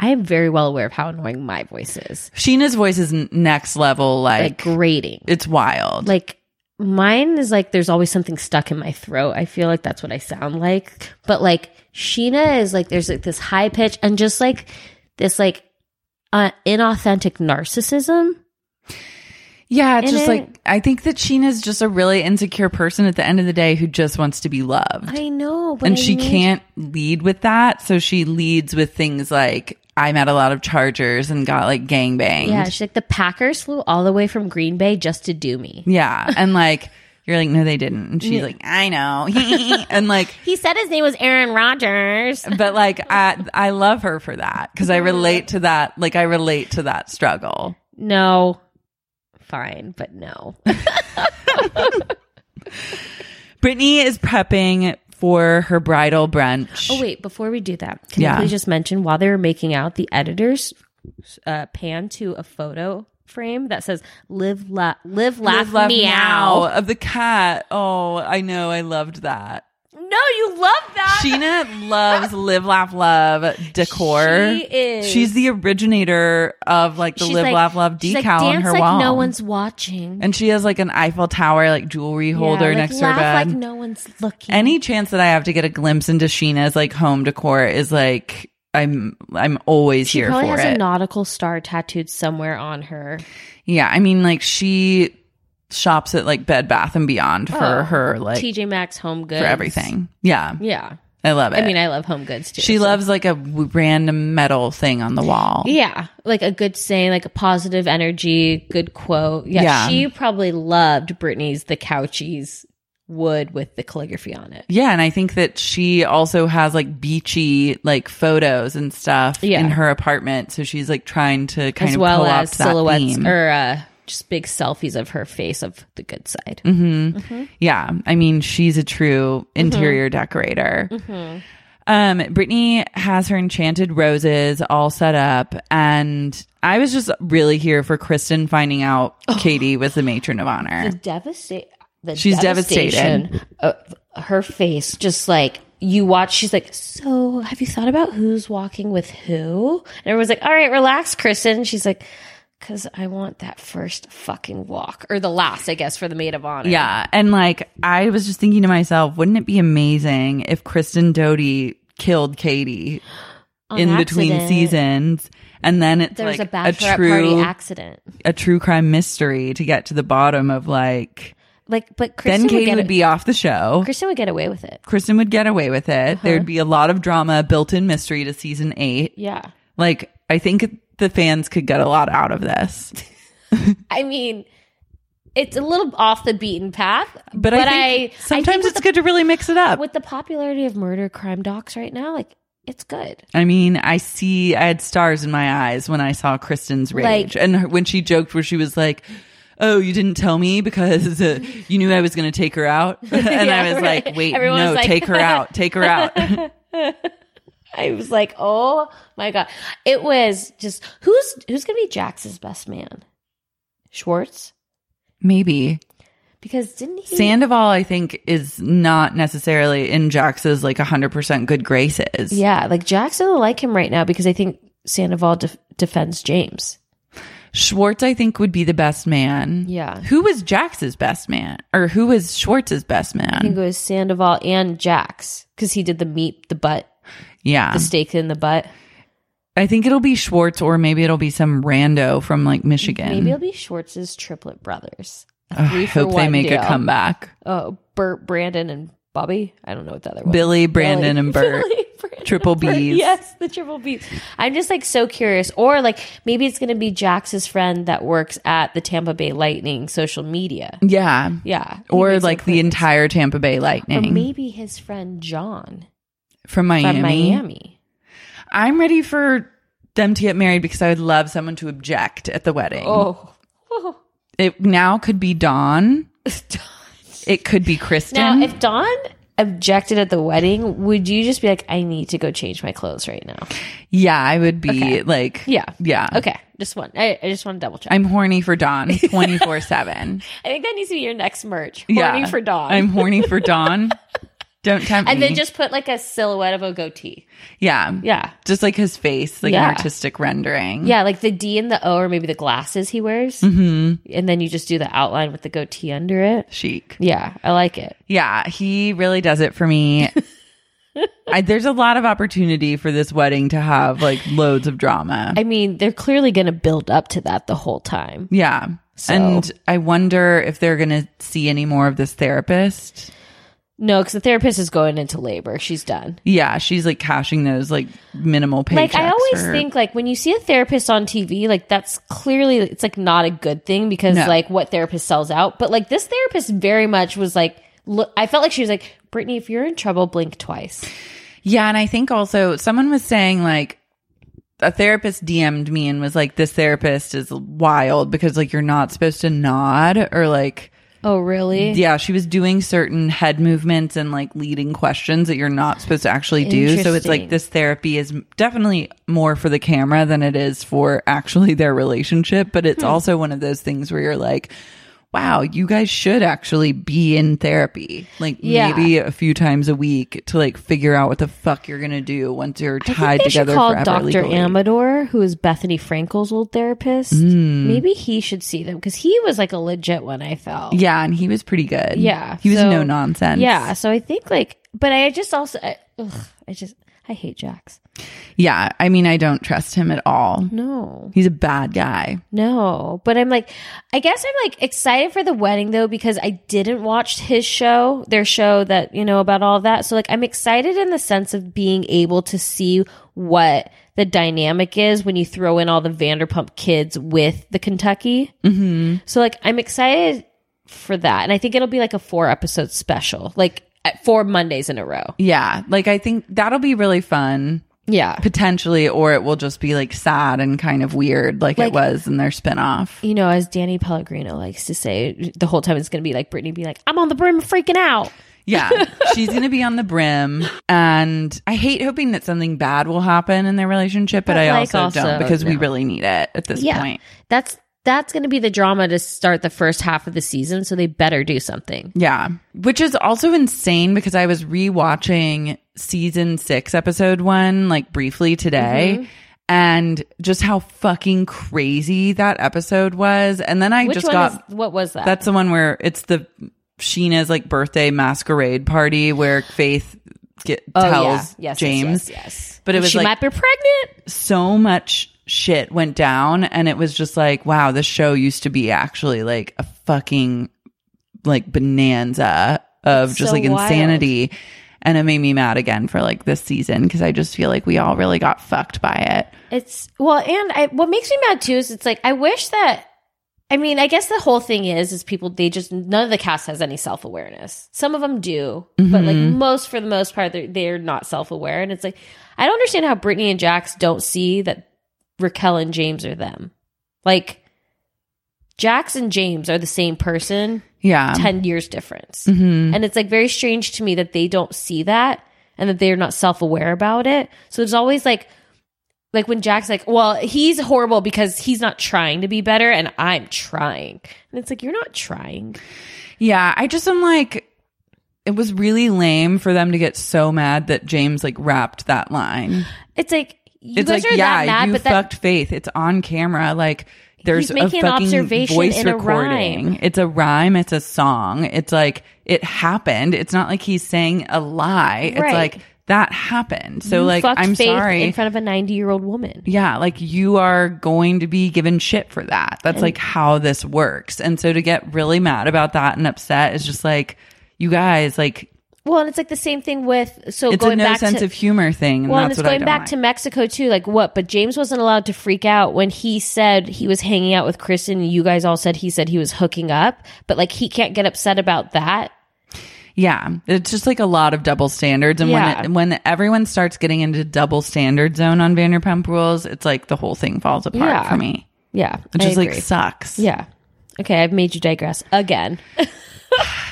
Speaker 4: I am very well aware of how annoying my voice is.
Speaker 2: Sheena's voice is n- next level
Speaker 4: Like
Speaker 2: like,
Speaker 4: grating.
Speaker 2: it's wild.
Speaker 4: Like mine is like there's always something stuck in my throat. I feel like that's what I sound like. But like Sheena is like there's like this high pitch and just like this like uh, inauthentic narcissism.
Speaker 2: yeah, it's
Speaker 4: and
Speaker 2: just
Speaker 4: I-
Speaker 2: like I think that Sheena's just a really insecure person at the end of the day who just wants to be loved.
Speaker 4: I know, but
Speaker 2: and
Speaker 4: I
Speaker 2: she
Speaker 4: need-
Speaker 2: can't lead with that, so she leads with things like I'm at a lot of chargers and got like gangbanged.
Speaker 4: Yeah, she's like the Packers flew all the way from Green Bay just to do me.
Speaker 2: Yeah. And like, you're like, no, they didn't. And she's like, I know. and like,
Speaker 4: He said his name was Aaron Rodgers.
Speaker 2: but like, I, I love her for that because I relate to that. Like, I relate to that struggle.
Speaker 4: No. Fine, but no.
Speaker 2: Brittany is prepping for her bridal brunch.
Speaker 4: Oh wait, before we do that, can
Speaker 2: Yeah.
Speaker 4: you please just mention while they were making out, the editors uh, pan to a photo frame that says "Live, la- live,
Speaker 2: Live,
Speaker 4: laugh,
Speaker 2: laugh,
Speaker 4: meow.
Speaker 2: Of the cat. Oh, I know. I loved that.
Speaker 4: No, No, you love that.
Speaker 2: Sheena loves live, laugh, love decor.
Speaker 4: She is.
Speaker 2: She's the originator of like the
Speaker 4: She's
Speaker 2: live,
Speaker 4: like-
Speaker 2: laugh, love
Speaker 4: she's
Speaker 2: decal
Speaker 4: like,
Speaker 2: on
Speaker 4: "Dance
Speaker 2: her
Speaker 4: like
Speaker 2: wall.
Speaker 4: No one's watching.
Speaker 2: and she has like an Eiffel Tower like jewelry holder
Speaker 4: Yeah, like,
Speaker 2: next to her
Speaker 4: laugh
Speaker 2: bed.
Speaker 4: Like no one's looking.
Speaker 2: Any chance that I have to get a glimpse into Sheena's like home decor is like I'm I'm always
Speaker 4: she
Speaker 2: here
Speaker 4: probably
Speaker 2: for
Speaker 4: has a
Speaker 2: it.
Speaker 4: nautical star tattooed somewhere on her.
Speaker 2: yeah, I mean like she shops at like Bed Bath and Beyond for
Speaker 4: Oh,
Speaker 2: her like
Speaker 4: TJ Maxx, Home Goods,
Speaker 2: for everything. Yeah,
Speaker 4: Yeah,
Speaker 2: I love it.
Speaker 4: I mean, I love Home Goods too.
Speaker 2: she
Speaker 4: so-
Speaker 2: loves like a w- random metal thing on the wall.
Speaker 4: Yeah, like a good saying, like a positive energy, good quote. Yeah,
Speaker 2: Yeah.
Speaker 4: she probably loved Britney's The Couchies wood with the calligraphy on it.
Speaker 2: Yeah, and I think that she also has like beachy like photos and stuff
Speaker 4: Yeah.
Speaker 2: in her apartment, so she's like trying to kind
Speaker 4: as
Speaker 2: of
Speaker 4: well
Speaker 2: co-opt
Speaker 4: as
Speaker 2: that
Speaker 4: silhouettes
Speaker 2: theme.
Speaker 4: or uh, just big selfies of her face of the good side.
Speaker 2: Yeah, I mean, she's a true
Speaker 4: Mm-hmm.
Speaker 2: interior decorator. Um, Brittany has her enchanted roses all set up, and I was just really here for Kristen finding out
Speaker 4: Oh.
Speaker 2: Katie was the matron of honor.
Speaker 4: Devastate. The
Speaker 2: She's
Speaker 4: devastation of her face, just like you watch. She's like, "So, have you thought about who's walking with who?" And everyone's like, "All right, relax, Kristen." She's like, "Cause I want that first fucking walk, or the last, I guess, for the maid of honor."
Speaker 2: Yeah, and like I was just thinking to myself, wouldn't it be amazing if Kristen Doty killed Katie
Speaker 4: On
Speaker 2: in between
Speaker 4: accident.
Speaker 2: seasons? And then it's
Speaker 4: There was
Speaker 2: like
Speaker 4: a bachelorette
Speaker 2: true
Speaker 4: party accident.
Speaker 2: a true crime mystery to get to the bottom of like
Speaker 4: Like, but Kristen
Speaker 2: then Katie
Speaker 4: would,
Speaker 2: would,
Speaker 4: get
Speaker 2: be off the show.
Speaker 4: Kristen would get away with it.
Speaker 2: Kristen would get away with
Speaker 4: Uh-huh.
Speaker 2: it. There'd be a lot of drama, built in mystery to season eight.
Speaker 4: Yeah.
Speaker 2: Like, I think the fans could get a lot out of this.
Speaker 4: I mean, it's a little off the beaten path,
Speaker 2: But, I think sometimes
Speaker 4: with
Speaker 2: it's
Speaker 4: the,
Speaker 2: good to really mix it up.
Speaker 4: With the popularity of murder crime docs right now, like it's good.
Speaker 2: I mean, I see, I had stars in my eyes when I saw Kristen's rage.
Speaker 4: Like-
Speaker 2: and her, when she joked, where she was like, Oh, you didn't tell me because uh, you knew I was going to take her out. and
Speaker 4: Yeah,
Speaker 2: I was
Speaker 4: right.
Speaker 2: like, wait,
Speaker 4: Everyone
Speaker 2: no,
Speaker 4: was like-
Speaker 2: take her out. Take her out.
Speaker 4: I was like, oh my god, it was just who's who's gonna be Jax's best man, Schwartz,
Speaker 2: Maybe.
Speaker 4: because didn't he?
Speaker 2: Sandoval, I think, is not necessarily in Jax's like 100% good graces.
Speaker 4: yeah, like Jax doesn't like him right now because I think Sandoval def- defends James.
Speaker 2: Schwartz, I think, would be the best man.
Speaker 4: Yeah.
Speaker 2: Who was Jax's best man? Or who was Schwartz's best
Speaker 4: I think it
Speaker 2: man?
Speaker 4: was Sandoval and Jax because he did the meat, the butt,
Speaker 2: Yeah.
Speaker 4: the steak in the butt.
Speaker 2: I think it'll be Schwartz or maybe it'll be some rando from like Michigan.
Speaker 4: Maybe it'll be Schwartz's triplet brothers.
Speaker 2: Ugh,
Speaker 4: three
Speaker 2: I
Speaker 4: for
Speaker 2: hope they
Speaker 4: one
Speaker 2: make
Speaker 4: deal.
Speaker 2: a comeback.
Speaker 4: Oh, Bert, Brandon, and Bobby. I don't know what the other one.
Speaker 2: Billy, Brandon, and Bert.
Speaker 4: Brandon,
Speaker 2: Triple
Speaker 4: and Bert.
Speaker 2: Bs.
Speaker 4: Yes, the triple B's. I'm just like so curious. Or like maybe it's gonna be Jax's friend that works at the Tampa Bay Lightning social media.
Speaker 2: Yeah.
Speaker 4: Yeah. He
Speaker 2: Or
Speaker 4: makes
Speaker 2: like the
Speaker 4: improvements.
Speaker 2: entire Tampa Bay
Speaker 4: Or
Speaker 2: Lightning
Speaker 4: maybe his friend John
Speaker 2: from, Miami.
Speaker 4: from Miami.
Speaker 2: I'm ready for them to get married because I would love someone to object at the wedding.
Speaker 4: Oh. oh.
Speaker 2: It now could be Dawn. It could be Kristen.
Speaker 4: Now, if Don objected at the wedding, would you just be like, I need to go change my clothes right now?
Speaker 2: yeah, I would be like,
Speaker 4: Yeah.
Speaker 2: yeah.
Speaker 4: Okay. Just one. I, I just want to double check.
Speaker 2: I'm horny for Dawn 24 7.
Speaker 4: I think that needs to be your next merch. Horny
Speaker 2: Yeah.
Speaker 4: for Dawn.
Speaker 2: I'm horny for Dawn. Don't tempt
Speaker 4: and
Speaker 2: me.
Speaker 4: then just put like a silhouette of a goatee.
Speaker 2: yeah.
Speaker 4: Yeah.
Speaker 2: Just like his face, like
Speaker 4: Yeah.
Speaker 2: an artistic rendering.
Speaker 4: Yeah, like the D and the O, or maybe the glasses he wears. Mm-hmm. And then you just do the outline with the goatee under it.
Speaker 2: Chic.
Speaker 4: Yeah, I like it.
Speaker 2: Yeah, he really does it for me. I, there's a lot of opportunity for this wedding to have like loads of drama.
Speaker 4: I mean, they're clearly going to build up to that the whole time.
Speaker 2: yeah. And I wonder if they're going to see any more of this therapist.
Speaker 4: No, because the therapist is going into labor. She's done.
Speaker 2: Yeah, she's like cashing those like minimal paychecks.
Speaker 4: Like I always
Speaker 2: for-
Speaker 4: think, like when you see a therapist on TV, like that's clearly it's like not a good thing because
Speaker 2: No.
Speaker 4: like what therapist sells out. But like this therapist very much was like, look, I felt like she was like, Brittany, if you're in trouble, blink twice.
Speaker 2: Yeah, and I think also someone was saying like a therapist DM'd me and was like, "This therapist is wild because like you're not supposed to nod or like."
Speaker 4: Oh, really?
Speaker 2: Yeah, she was doing certain head movements and like leading questions that you're not supposed to actually do. So it's like
Speaker 4: Interesting.
Speaker 2: this therapy is definitely more for the camera
Speaker 4: Hmm.
Speaker 2: than it is for actually their relationship. But it's also one of those things where you're like, wow, you guys should actually be in therapy. Like
Speaker 4: Yeah.
Speaker 2: maybe a few times a week to like figure out what the fuck you're gonna do once you're
Speaker 4: I
Speaker 2: tied
Speaker 4: think they should
Speaker 2: together
Speaker 4: call
Speaker 2: forever
Speaker 4: Dr.
Speaker 2: legally.
Speaker 4: Amador, who is Bethany Frankel's old therapist.
Speaker 2: Hmm.
Speaker 4: Maybe he should see them because he was like a legit one, I felt.
Speaker 2: Yeah, and he was pretty good.
Speaker 4: Yeah.
Speaker 2: He was
Speaker 4: so-
Speaker 2: no nonsense.
Speaker 4: Yeah. So I think like, but I just also, I, ugh, I just, I hate Jax.
Speaker 2: Yeah. I mean, I don't trust him at all.
Speaker 4: Hmm. No,
Speaker 2: He's a bad guy.
Speaker 4: no. But I'm like, I guess I'm like excited for the wedding though because I didn't watch his show, their show that, you know, about all that. So like, I'm excited in the sense of being able to see what the dynamic is when you throw in all the Vanderpump kids with the Kentucky. So like I'm excited for that. And I think it'll be like a four episode special, like at four Mondays in a row.
Speaker 2: Yeah. Like, I think that'll be really fun.
Speaker 4: Yeah.
Speaker 2: Potentially, or it will just be like sad and kind of weird, like,
Speaker 4: Like-
Speaker 2: it was in their spinoff.
Speaker 4: You know, as Danny Pellegrino likes to say, the whole time it's going to be like Brittany be like, I'm on the brim freaking out.
Speaker 2: Yeah, she's gonna be on the brim, and I hate hoping that something bad will happen in their relationship, but,
Speaker 4: But,
Speaker 2: I
Speaker 4: like,
Speaker 2: also,
Speaker 4: also,
Speaker 2: don't because we
Speaker 4: no.
Speaker 2: really need it at this point.
Speaker 4: That's that's going to be the drama to start the first half of the season. So they better do something.
Speaker 2: Yeah, which is also insane because I was rewatching season six, episode one, like briefly today.
Speaker 4: Mm-hmm.
Speaker 2: And just how fucking crazy that episode was. And then I
Speaker 4: Which
Speaker 2: just
Speaker 4: one
Speaker 2: got
Speaker 4: is, what was that?
Speaker 2: That's the one where it's the Sheena's like birthday masquerade party where Faith get,
Speaker 4: Oh, yeah.
Speaker 2: tells
Speaker 4: Yes, yes,
Speaker 2: James.
Speaker 4: Yes, yes.
Speaker 2: But it was
Speaker 4: she
Speaker 2: like-
Speaker 4: might be pregnant.
Speaker 2: So much shit went down, and it was just like, wow, this show used to be actually like a fucking like bonanza of
Speaker 4: It's
Speaker 2: just
Speaker 4: so
Speaker 2: like
Speaker 4: wild.
Speaker 2: insanity. And it made me mad again for like this season because I just feel like we all really got fucked by it.
Speaker 4: It's well, and I, what makes me mad too is it's like I wish that. I mean, I guess the whole thing is is people they just none of the cast has any self awareness. Some of them do, but like most for the most part, they're they're not self aware, and it's like I don't understand how Brittany and Jax don't see that Raquel and James are them. Like Jax and James are the same person,
Speaker 2: Yeah.
Speaker 4: ten years difference,
Speaker 2: Mm-hmm.
Speaker 4: and it's like very strange to me that they don't see that and that they're not self aware about it. So it's always like like when Jack's like, well, he's horrible because he's not trying to be better and I'm trying. And it's like, you're not trying.
Speaker 2: Yeah, I just am like, it was really lame for them to get so mad that James like wrapped that line.
Speaker 4: It's like, you
Speaker 2: it's
Speaker 4: guys
Speaker 2: like,
Speaker 4: are
Speaker 2: yeah,
Speaker 4: that mad,
Speaker 2: you
Speaker 4: but that,
Speaker 2: fucked Faith. It's on camera. Like, there's
Speaker 4: He's making
Speaker 2: a
Speaker 4: an
Speaker 2: fucking
Speaker 4: observation
Speaker 2: voice
Speaker 4: in a
Speaker 2: recording.
Speaker 4: rhyme.
Speaker 2: It's a rhyme. It's a song. It's like it happened. It's not like he's saying a lie. It's
Speaker 4: Right.
Speaker 2: like that happened. So
Speaker 4: you
Speaker 2: like,
Speaker 4: fucked
Speaker 2: I'm
Speaker 4: Faith
Speaker 2: sorry.
Speaker 4: in front of a 90 year old woman.
Speaker 2: yeah, like you are going to be given shit for that. That's like how this works. And so to get really mad about that and upset is just like, you guys, like
Speaker 4: Well, and it's like the same thing with, so
Speaker 2: it's
Speaker 4: going
Speaker 2: a no
Speaker 4: back
Speaker 2: sense
Speaker 4: to,
Speaker 2: of humor thing. And
Speaker 4: Well, and
Speaker 2: that's
Speaker 4: it's
Speaker 2: what I
Speaker 4: going
Speaker 2: don't
Speaker 4: back
Speaker 2: like.
Speaker 4: to Mexico too. Like what? But James wasn't allowed to freak out when he said he was hanging out with Kristen. You guys all said he said he was hooking up, but like he can't get upset about that.
Speaker 2: Yeah, it's just like a lot of double standards, and
Speaker 4: Yeah.
Speaker 2: when it, when everyone starts getting into double standard zone on Vanderpump Rules, it's like the whole thing falls apart
Speaker 4: Yeah.
Speaker 2: for me.
Speaker 4: Yeah,
Speaker 2: It
Speaker 4: I
Speaker 2: just like
Speaker 4: agree.
Speaker 2: sucks.
Speaker 4: Yeah. Okay, I've made you digress again.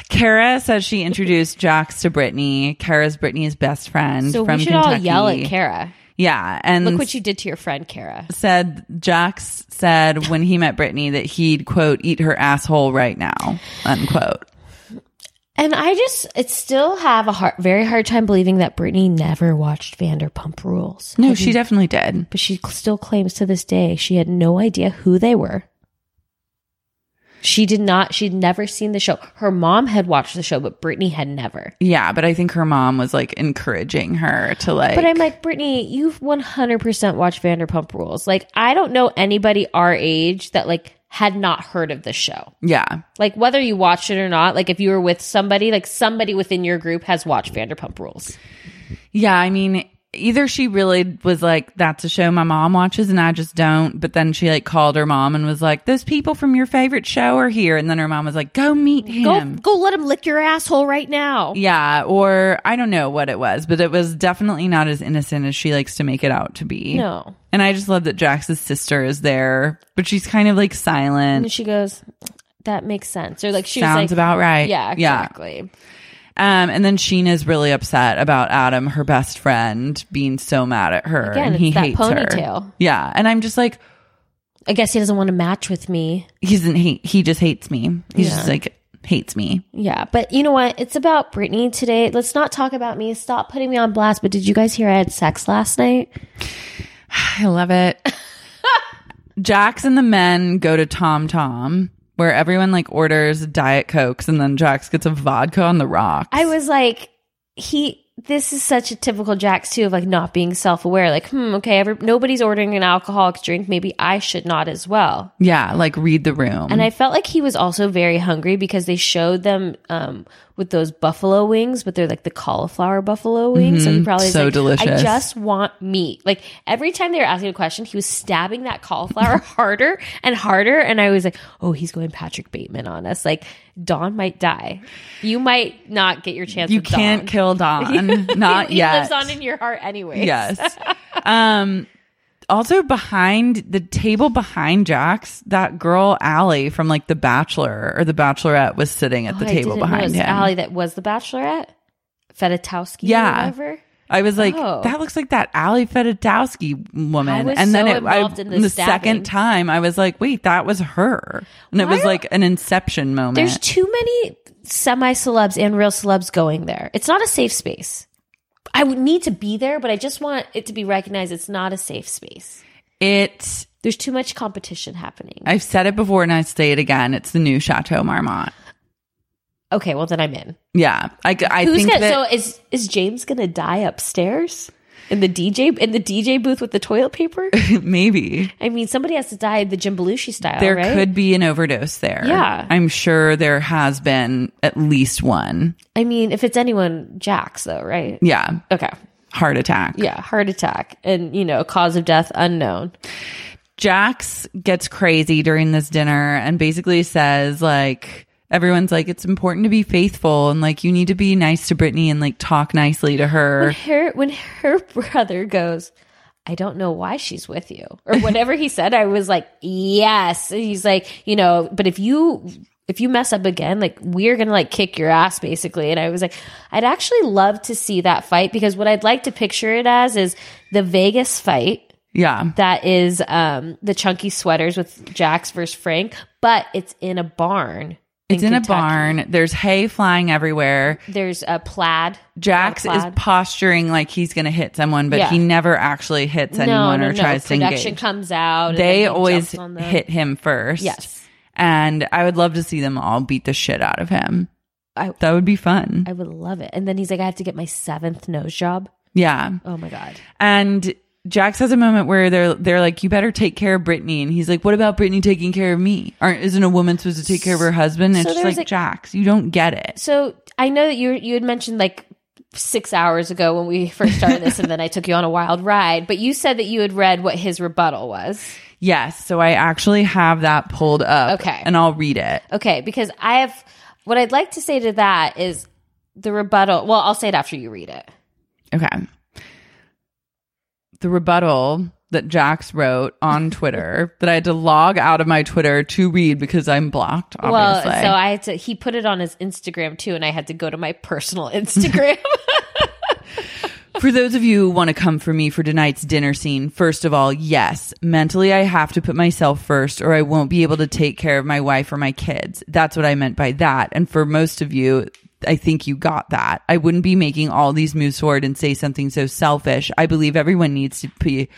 Speaker 2: Kara says she introduced Jax to Brittany. Kara's Brittany's best friend
Speaker 4: So
Speaker 2: from
Speaker 4: we should
Speaker 2: Kentucky.
Speaker 4: all yell at Kara.
Speaker 2: Yeah, and
Speaker 4: Look what you did to your friend, Kara.
Speaker 2: said. Jax said when he met Brittany that he'd quote eat her asshole right now unquote.
Speaker 4: And I just, it still have a hard, very hard time believing that Brittany never watched Vanderpump Rules.
Speaker 2: No, she definitely did.
Speaker 4: But she still claims to this day she had no idea who they were. She did not, she'd never seen the show. Her mom had watched the show, but Brittany had never.
Speaker 2: Yeah, but I think her mom was like encouraging her to like.
Speaker 4: But I'm like, Brittany, you've 100% watched Vanderpump Rules. Like, I don't know anybody our age that, like, had not heard of the show.
Speaker 2: yeah,
Speaker 4: Like, whether you watched it or not, like, if you were with somebody, like, somebody within your group has watched Vanderpump Rules.
Speaker 2: Yeah, I mean, either she really was like, that's a show my mom watches and I just don't. But then she like called her mom and was like, those people from your favorite show are here. And then her mom was like, go meet him.
Speaker 4: Go, go let him lick your asshole right now.
Speaker 2: Yeah, or I don't know what it was, but it was definitely not as innocent as she likes to make it out to be.
Speaker 4: No.
Speaker 2: And I just love that Jax's sister is there, but she's kind of like silent.
Speaker 4: And she goes, that makes sense. Or, like, she
Speaker 2: Sounds
Speaker 4: was like,
Speaker 2: about right.
Speaker 4: Yeah,
Speaker 2: Yeah.
Speaker 4: exactly.
Speaker 2: Um, and then Sheena's really upset about Adam, her best friend, being so mad at her.
Speaker 4: Again,
Speaker 2: and
Speaker 4: it's
Speaker 2: he
Speaker 4: that
Speaker 2: hates her.
Speaker 4: ponytail.
Speaker 2: Yeah. And I'm just like,
Speaker 4: I guess he doesn't want to match with me.
Speaker 2: He doesn't hate. He just hates me. He's just like hates me.
Speaker 4: Yeah, but you know what? It's about Brittany today. Let's not talk about me. Stop putting me on blast. But did you guys hear I had sex last night?
Speaker 2: I love it. Jax and the men go to Tom Tom, where everyone like orders diet cokes, and then Jax gets a vodka on the rocks.
Speaker 4: I was like, he. This is such a typical Jax too of like not being self aware. Like, hmm, okay, every, nobody's ordering an alcoholic drink. Maybe I should not as well.
Speaker 2: yeah, like read the room.
Speaker 4: And I felt like he was also very hungry because they showed them um, with those buffalo wings, but they're like the cauliflower buffalo wings. So he probably was
Speaker 2: Mm-hmm. So
Speaker 4: like,
Speaker 2: delicious.
Speaker 4: I just want meat. Like every time they were asking a question, he was stabbing that cauliflower harder and harder. And I was like, oh, he's going Patrick Bateman on us. Like Don might die. You might not get your chance.
Speaker 2: you
Speaker 4: with
Speaker 2: can't
Speaker 4: Dawn.
Speaker 2: kill Don, not
Speaker 4: he
Speaker 2: yet.
Speaker 4: lives on in your heart anyway.
Speaker 2: yes. um. Also behind the table behind Jax, that girl Allie from like The Bachelor or The Bachelorette was sitting
Speaker 4: Oh,
Speaker 2: at the table behind him.
Speaker 4: Allie that was the Bachelorette, Fedotowsky.
Speaker 2: Yeah.
Speaker 4: or whatever.
Speaker 2: I was like,
Speaker 4: Oh.
Speaker 2: that looks like that Ali Fedotowsky woman.
Speaker 4: I was
Speaker 2: and then
Speaker 4: so
Speaker 2: it, I,
Speaker 4: involved in the
Speaker 2: the
Speaker 4: stabbing.
Speaker 2: second time, I was like, wait, that was her. And it
Speaker 4: Why
Speaker 2: was
Speaker 4: are-
Speaker 2: like an inception moment.
Speaker 4: There's too many semi celebs and real celebs going there. It's not a safe space. I would need to be there, but I just want it to be recognized it's not a safe space.
Speaker 2: it,
Speaker 4: There's too much competition happening.
Speaker 2: I've said it before and I say it again. It's the new Chateau Marmont.
Speaker 4: okay, well then I'm in.
Speaker 2: Yeah. I, I
Speaker 4: Who's
Speaker 2: think
Speaker 4: gonna,
Speaker 2: that,
Speaker 4: so is is James gonna die upstairs in the DJ in the DJ booth with the toilet paper?
Speaker 2: maybe
Speaker 4: I mean, somebody has to die the Jim Belushi style.
Speaker 2: there
Speaker 4: right?
Speaker 2: could be an overdose there.
Speaker 4: Yeah.
Speaker 2: I'm sure there has been at least one.
Speaker 4: I mean, if it's anyone, Jax though, right?
Speaker 2: Yeah.
Speaker 4: Okay.
Speaker 2: Heart attack.
Speaker 4: Yeah, heart attack and you know cause of death unknown.
Speaker 2: Jax gets crazy during this dinner and basically says like everyone's like it's important to be faithful and like you need to be nice to Brittany and like talk nicely to
Speaker 4: when
Speaker 2: her.
Speaker 4: her when her brother goes i don't know why she's with you or whatever he said i was like yes And he's like you know but if you if you mess up again like we're gonna like kick your ass basically and i was like i'd actually love to see that fight because what i'd like to picture it as is the vegas fight
Speaker 2: Yeah.
Speaker 4: that is um the chunky sweaters with jax versus frank but it's in a barn
Speaker 2: It's in a
Speaker 4: Kentucky.
Speaker 2: barn. There's hay flying everywhere.
Speaker 4: there's a plaid
Speaker 2: Jax is
Speaker 4: plaid.
Speaker 2: posturing like he's going to hit someone, but
Speaker 4: Yeah.
Speaker 2: he never actually hits anyone or tries to
Speaker 4: Production
Speaker 2: engage.
Speaker 4: comes out. and then
Speaker 2: They
Speaker 4: he
Speaker 2: always
Speaker 4: jumps on the-
Speaker 2: hit him first.
Speaker 4: Yes.
Speaker 2: And I would love to see them all beat the shit out of him.
Speaker 4: I-
Speaker 2: that would be fun.
Speaker 4: I would love it. And then he's like, I have to get my seventh nose job.
Speaker 2: yeah.
Speaker 4: Oh my god.
Speaker 2: And Jax has a moment where they're they're like, "You better take care of Brittany," and he's like, "What about Brittany taking care of me? Aren't isn't a woman supposed to take care of her husband?" And
Speaker 4: So
Speaker 2: it's just
Speaker 4: there's
Speaker 2: like,
Speaker 4: like-
Speaker 2: Jax, you don't get it.
Speaker 4: So I know that you you had mentioned like six hours ago when we first started this, and then I took you on a wild ride. But you said that you had read what his rebuttal was.
Speaker 2: Yes, so I actually have that pulled up.
Speaker 4: Okay.
Speaker 2: and I'll read it.
Speaker 4: Okay, because I have what I'd like to say to that is the rebuttal. Well, I'll say it after you read it.
Speaker 2: Okay. The rebuttal that Jax wrote on Twitter that I had to log out of my Twitter to read because I'm blocked. Obviously,
Speaker 4: Well, so I had to. He put it on his Instagram too, and I had to go to my personal Instagram.
Speaker 2: For those of you who want to come for me for tonight's dinner scene, first of all, yes, mentally I have to put myself first or I won't be able to take care of my wife or my kids. That's what I meant by that. And for most of you, I think you got that. I wouldn't be making all these moves forward and say something so selfish. I believe everyone needs to be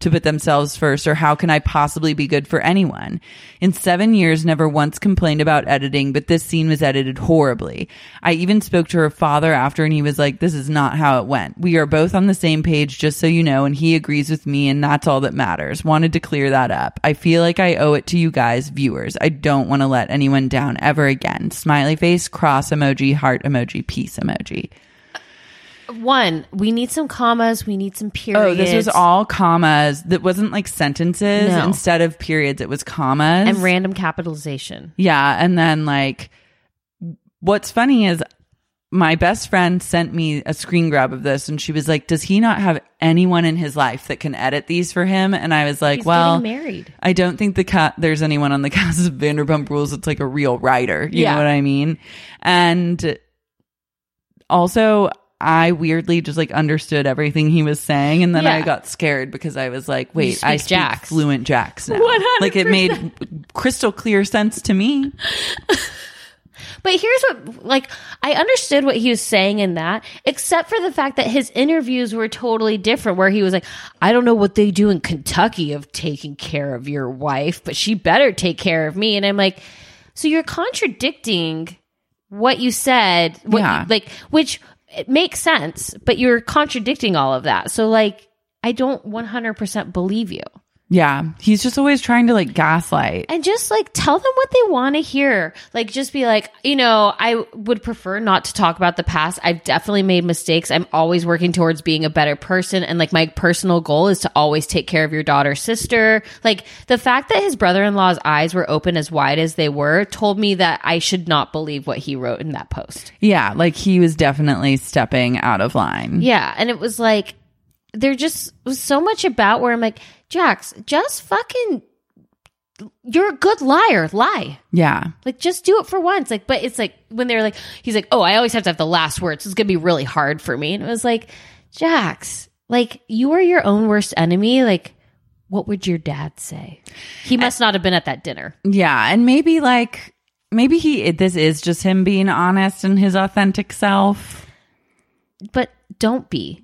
Speaker 2: to put themselves first or how can I possibly be good for anyone? In seven years, never once complained about editing, but this scene was edited horribly. I even spoke to her father after and he was like, this is not how it went. We are both on the same page, just so you know, and he agrees with me and that's all that matters. Wanted to clear that up. I feel like I owe it to you guys, viewers. I don't want to let anyone down ever again. Smiley face, cross emoji, heart emoji, peace emoji.
Speaker 4: One, we need some commas. We need some periods.
Speaker 2: Oh, this was all commas. That wasn't like sentences.
Speaker 4: No.
Speaker 2: Instead of periods, it was commas.
Speaker 4: and random capitalization.
Speaker 2: yeah. And then like what's funny is my best friend sent me a screen grab of this and she was like, Does he not have anyone in his life that can edit these for him? And I was like,
Speaker 4: He's
Speaker 2: Well,
Speaker 4: getting married.
Speaker 2: I don't think the cat there's anyone on the cast of Vanderpump Rules that's like a real writer. You
Speaker 4: Yeah.
Speaker 2: know what I mean? And also I weirdly just like understood everything he was saying, and then I
Speaker 4: Yeah.
Speaker 2: got scared because I was like, "Wait,
Speaker 4: speak
Speaker 2: I speak
Speaker 4: Jax.
Speaker 2: fluent Jax now."
Speaker 4: 100%.
Speaker 2: Like it made crystal clear sense to me.
Speaker 4: But here's what like I understood what he was saying in that, except for the fact that his interviews were totally different where he was like, I don't know what they do in Kentucky of taking care of your wife, but she better take care of me. And I'm like, so you're contradicting what you said, what you-
Speaker 2: Yeah.
Speaker 4: like which it makes sense, but you're contradicting all of that. So like I don't 100% believe you.
Speaker 2: Yeah, he's just always trying to like gaslight.
Speaker 4: and just like tell them what they want to hear. Like just be like, you know, I would prefer not to talk about the past. I've definitely made mistakes. I'm always working towards being a better person and like my personal goal is to always take care of your daughter, sister. Like the fact that his brother-in-law's eyes were open as wide as they were told me that I should not believe what he wrote in that post.
Speaker 2: Yeah, like he was definitely stepping out of line.
Speaker 4: Yeah, and it was like there just was so much about where I'm like, Jax, just fucking you're a good liar. Lie.
Speaker 2: Yeah.
Speaker 4: Like, just do it for once. Like, but it's like when they're like, he's like, oh, I always have to have the last word. So it's going to be really hard for me. And it was like, Jax, like, you are your own worst enemy. Like, what would your dad say? He must not have been at that dinner.
Speaker 2: Yeah, and maybe like maybe he this is just him being honest and his authentic self.
Speaker 4: But don't be.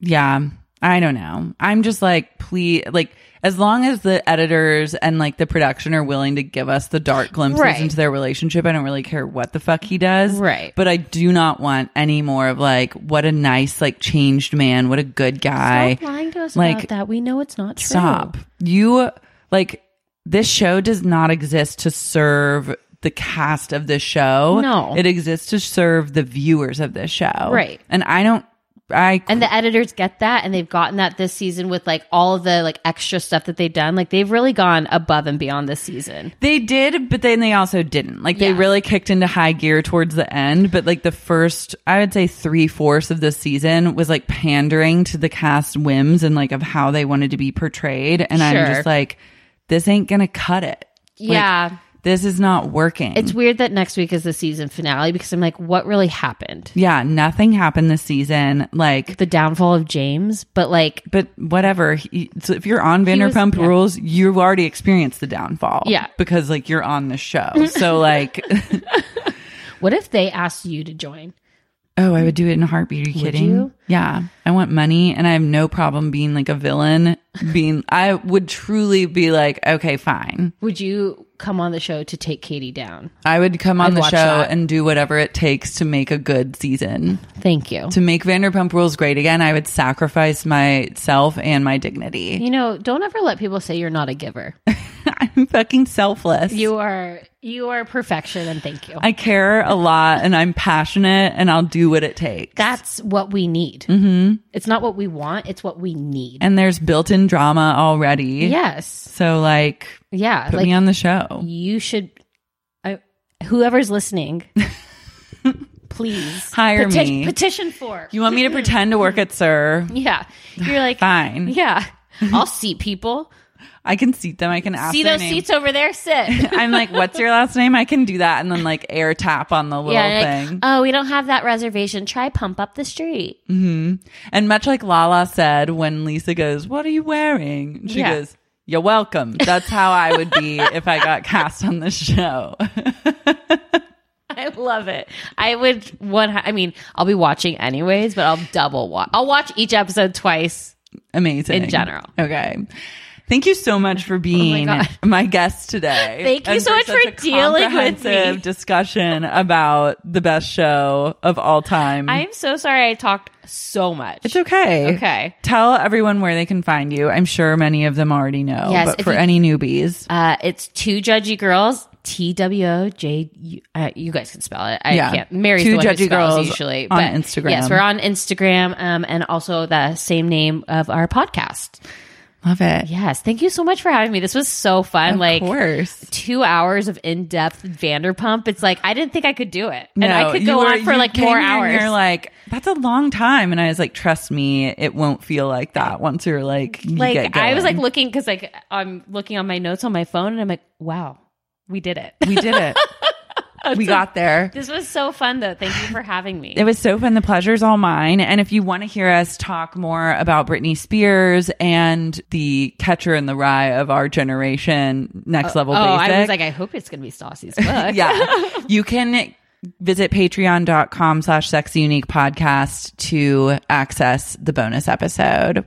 Speaker 2: Yeah. I don't know. I'm just like please like as long as the editors and like the production are willing to give us the dark glimpses
Speaker 4: Right.
Speaker 2: into their relationship, I don't really care what the fuck he does.
Speaker 4: Right.
Speaker 2: But I do not want any more of like what a nice like changed man, what a good guy.
Speaker 4: Stop lying to us
Speaker 2: like,
Speaker 4: about that. We know it's not true.
Speaker 2: Stop. You like this show does not exist to serve the cast of this show.
Speaker 4: No.
Speaker 2: It exists to serve the viewers of this show.
Speaker 4: Right.
Speaker 2: And I don't I
Speaker 4: And the editors get that, and they've gotten that this season with like all of the like extra stuff that they've done. Like they've really gone above and beyond this season.
Speaker 2: they did, but then they also didn't. Like they
Speaker 4: Yeah.
Speaker 2: really kicked into high gear towards the end, but like the first I would say three fourths of this season was like pandering to the cast whims and like of how they wanted to be portrayed. And
Speaker 4: Sure.
Speaker 2: I'm just like, this ain't gonna cut it. Like,
Speaker 4: Yeah.
Speaker 2: this is not working.
Speaker 4: It's weird that next week is the season finale because I'm like, what really happened?
Speaker 2: Yeah, nothing happened this season. Like,
Speaker 4: The downfall of James, but like,
Speaker 2: but whatever. He, so if you're on Vanderpump
Speaker 4: was- yeah.
Speaker 2: Rules, you've already experienced the downfall.
Speaker 4: Yeah.
Speaker 2: because like you're on the show. So like,
Speaker 4: what if they asked you to join?
Speaker 2: oh, I would do it in a heartbeat. Are you kidding?
Speaker 4: you?
Speaker 2: Yeah, I want money, and I have no problem being like a villain. Being, I would truly be like, okay, fine.
Speaker 4: Would you come on the show to take Katie down?
Speaker 2: I would come on
Speaker 4: I'd
Speaker 2: the
Speaker 4: watch
Speaker 2: show
Speaker 4: that.
Speaker 2: and do whatever it takes to make a good season.
Speaker 4: Thank you.
Speaker 2: To make Vanderpump Rules great again, I would sacrifice myself and my dignity.
Speaker 4: You know, don't ever let people say you're not a giver.
Speaker 2: I'm fucking selfless.
Speaker 4: You are you are perfection and thank you.
Speaker 2: I care a lot and I'm passionate and I'll do what it takes.
Speaker 4: That's what we need. Mm-hmm. It's not what we want, it's what we need.
Speaker 2: and there's built in drama already.
Speaker 4: yes.
Speaker 2: So, like,
Speaker 4: Yeah.
Speaker 2: put
Speaker 4: like
Speaker 2: me on the show.
Speaker 4: you should I, whoever's listening, please
Speaker 2: Hire
Speaker 4: peti-
Speaker 2: me.
Speaker 4: Petition for
Speaker 2: You want me to pretend to work at Sir?
Speaker 4: Yeah. You're like,
Speaker 2: Fine. Mm-hmm.
Speaker 4: Yeah. I'll seat people.
Speaker 2: I can seat them. I can ask
Speaker 4: See
Speaker 2: their
Speaker 4: those
Speaker 2: name.
Speaker 4: seats over there? Sit.
Speaker 2: I'm like, what's your last name? I can do that. And then, like, air tap on the little
Speaker 4: yeah.
Speaker 2: thing.
Speaker 4: Like, oh, we don't have that reservation. Try pump up the street.
Speaker 2: and much like Lala said when Lisa goes, What are you wearing? She
Speaker 4: Yeah.
Speaker 2: goes, You're welcome. That's how I would be if I got cast on the show.
Speaker 4: I love it. I would one. I mean, I'll be watching anyways, but I'll double watch. I'll watch each episode twice.
Speaker 2: amazing
Speaker 4: In general.
Speaker 2: Okay. Thank you so much for being
Speaker 4: God.
Speaker 2: my guest today.
Speaker 4: Thank you
Speaker 2: and
Speaker 4: so much
Speaker 2: such
Speaker 4: for
Speaker 2: a
Speaker 4: dealing with
Speaker 2: comprehensive
Speaker 4: me.
Speaker 2: discussion about the best show of all time.
Speaker 4: I'm so sorry I talked so much.
Speaker 2: Mm. it's okay.
Speaker 4: Okay.
Speaker 2: Tell everyone where they can find you. I'm sure many of them already know.
Speaker 4: Yes,
Speaker 2: but
Speaker 4: if
Speaker 2: for
Speaker 4: you-
Speaker 2: any newbies,
Speaker 4: Uh, it's two judgy girls. T W O J. you- Uh, you guys can spell it. I
Speaker 2: Yeah.
Speaker 4: can't. Mary's
Speaker 2: Two
Speaker 4: the one
Speaker 2: Judgy
Speaker 4: who spells
Speaker 2: Girls
Speaker 4: usually
Speaker 2: on
Speaker 4: but
Speaker 2: Instagram.
Speaker 4: Yes, we're on Instagram, um, and also the same name of our podcast.
Speaker 2: love it.
Speaker 4: Yes, thank you so much for having me. This was so fun.
Speaker 2: Of
Speaker 4: like
Speaker 2: course.
Speaker 4: two hours of in depth Vanderpump. It's like I didn't think I could do it, and I
Speaker 2: No,
Speaker 4: could
Speaker 2: you
Speaker 4: go
Speaker 2: were-
Speaker 4: on for
Speaker 2: you
Speaker 4: like
Speaker 2: came
Speaker 4: more
Speaker 2: here and
Speaker 4: hours.
Speaker 2: You're like, that's a long time. And I was like, trust me, it won't feel like that once you're like, you
Speaker 4: like
Speaker 2: get
Speaker 4: I was like
Speaker 2: going.
Speaker 4: looking because like I'm looking on my notes on my phone, and I'm like, wow, we did it.
Speaker 2: we did it. we got there.
Speaker 7: This was so fun, though. Thank you for having me.
Speaker 2: It was so fun. The pleasure's all mine. And if you want to hear us talk more about Britney Spears and the catcher in the rye of our generation, next level
Speaker 7: oh,
Speaker 2: basic.
Speaker 7: I was like, I hope it's going to be Stassi's book.
Speaker 2: yeah, you can visit patreon.com slash sexy unique podcast to access the bonus episode.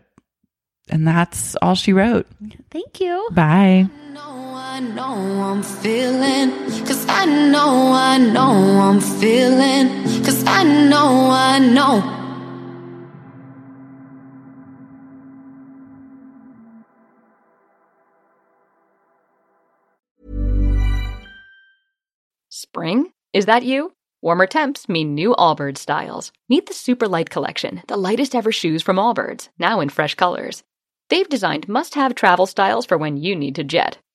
Speaker 2: And that's all she wrote.
Speaker 7: Thank you.
Speaker 2: Bye.
Speaker 1: know, I know I'm feeling. Cause I know, I know I'm feeling. Cause I know, I know.
Speaker 4: Spring? Is that you? Warmer temps mean new Allbirds styles. Meet the Super Light Collection, the lightest ever shoes from Allbirds, now in fresh colors. They've designed must have travel styles for when you need to jet.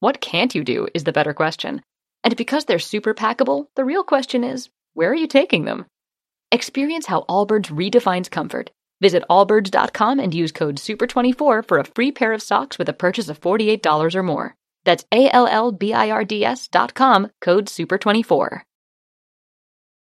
Speaker 4: What can't you do is the better question. And because they're super packable, the real question is where are you taking them? Experience how Allbirds redefines comfort. Visit allbirds.com and use code SUPER24 for a free pair of socks with a purchase of $48 or more. That's A L L B I R D S dot com, code SUPER24.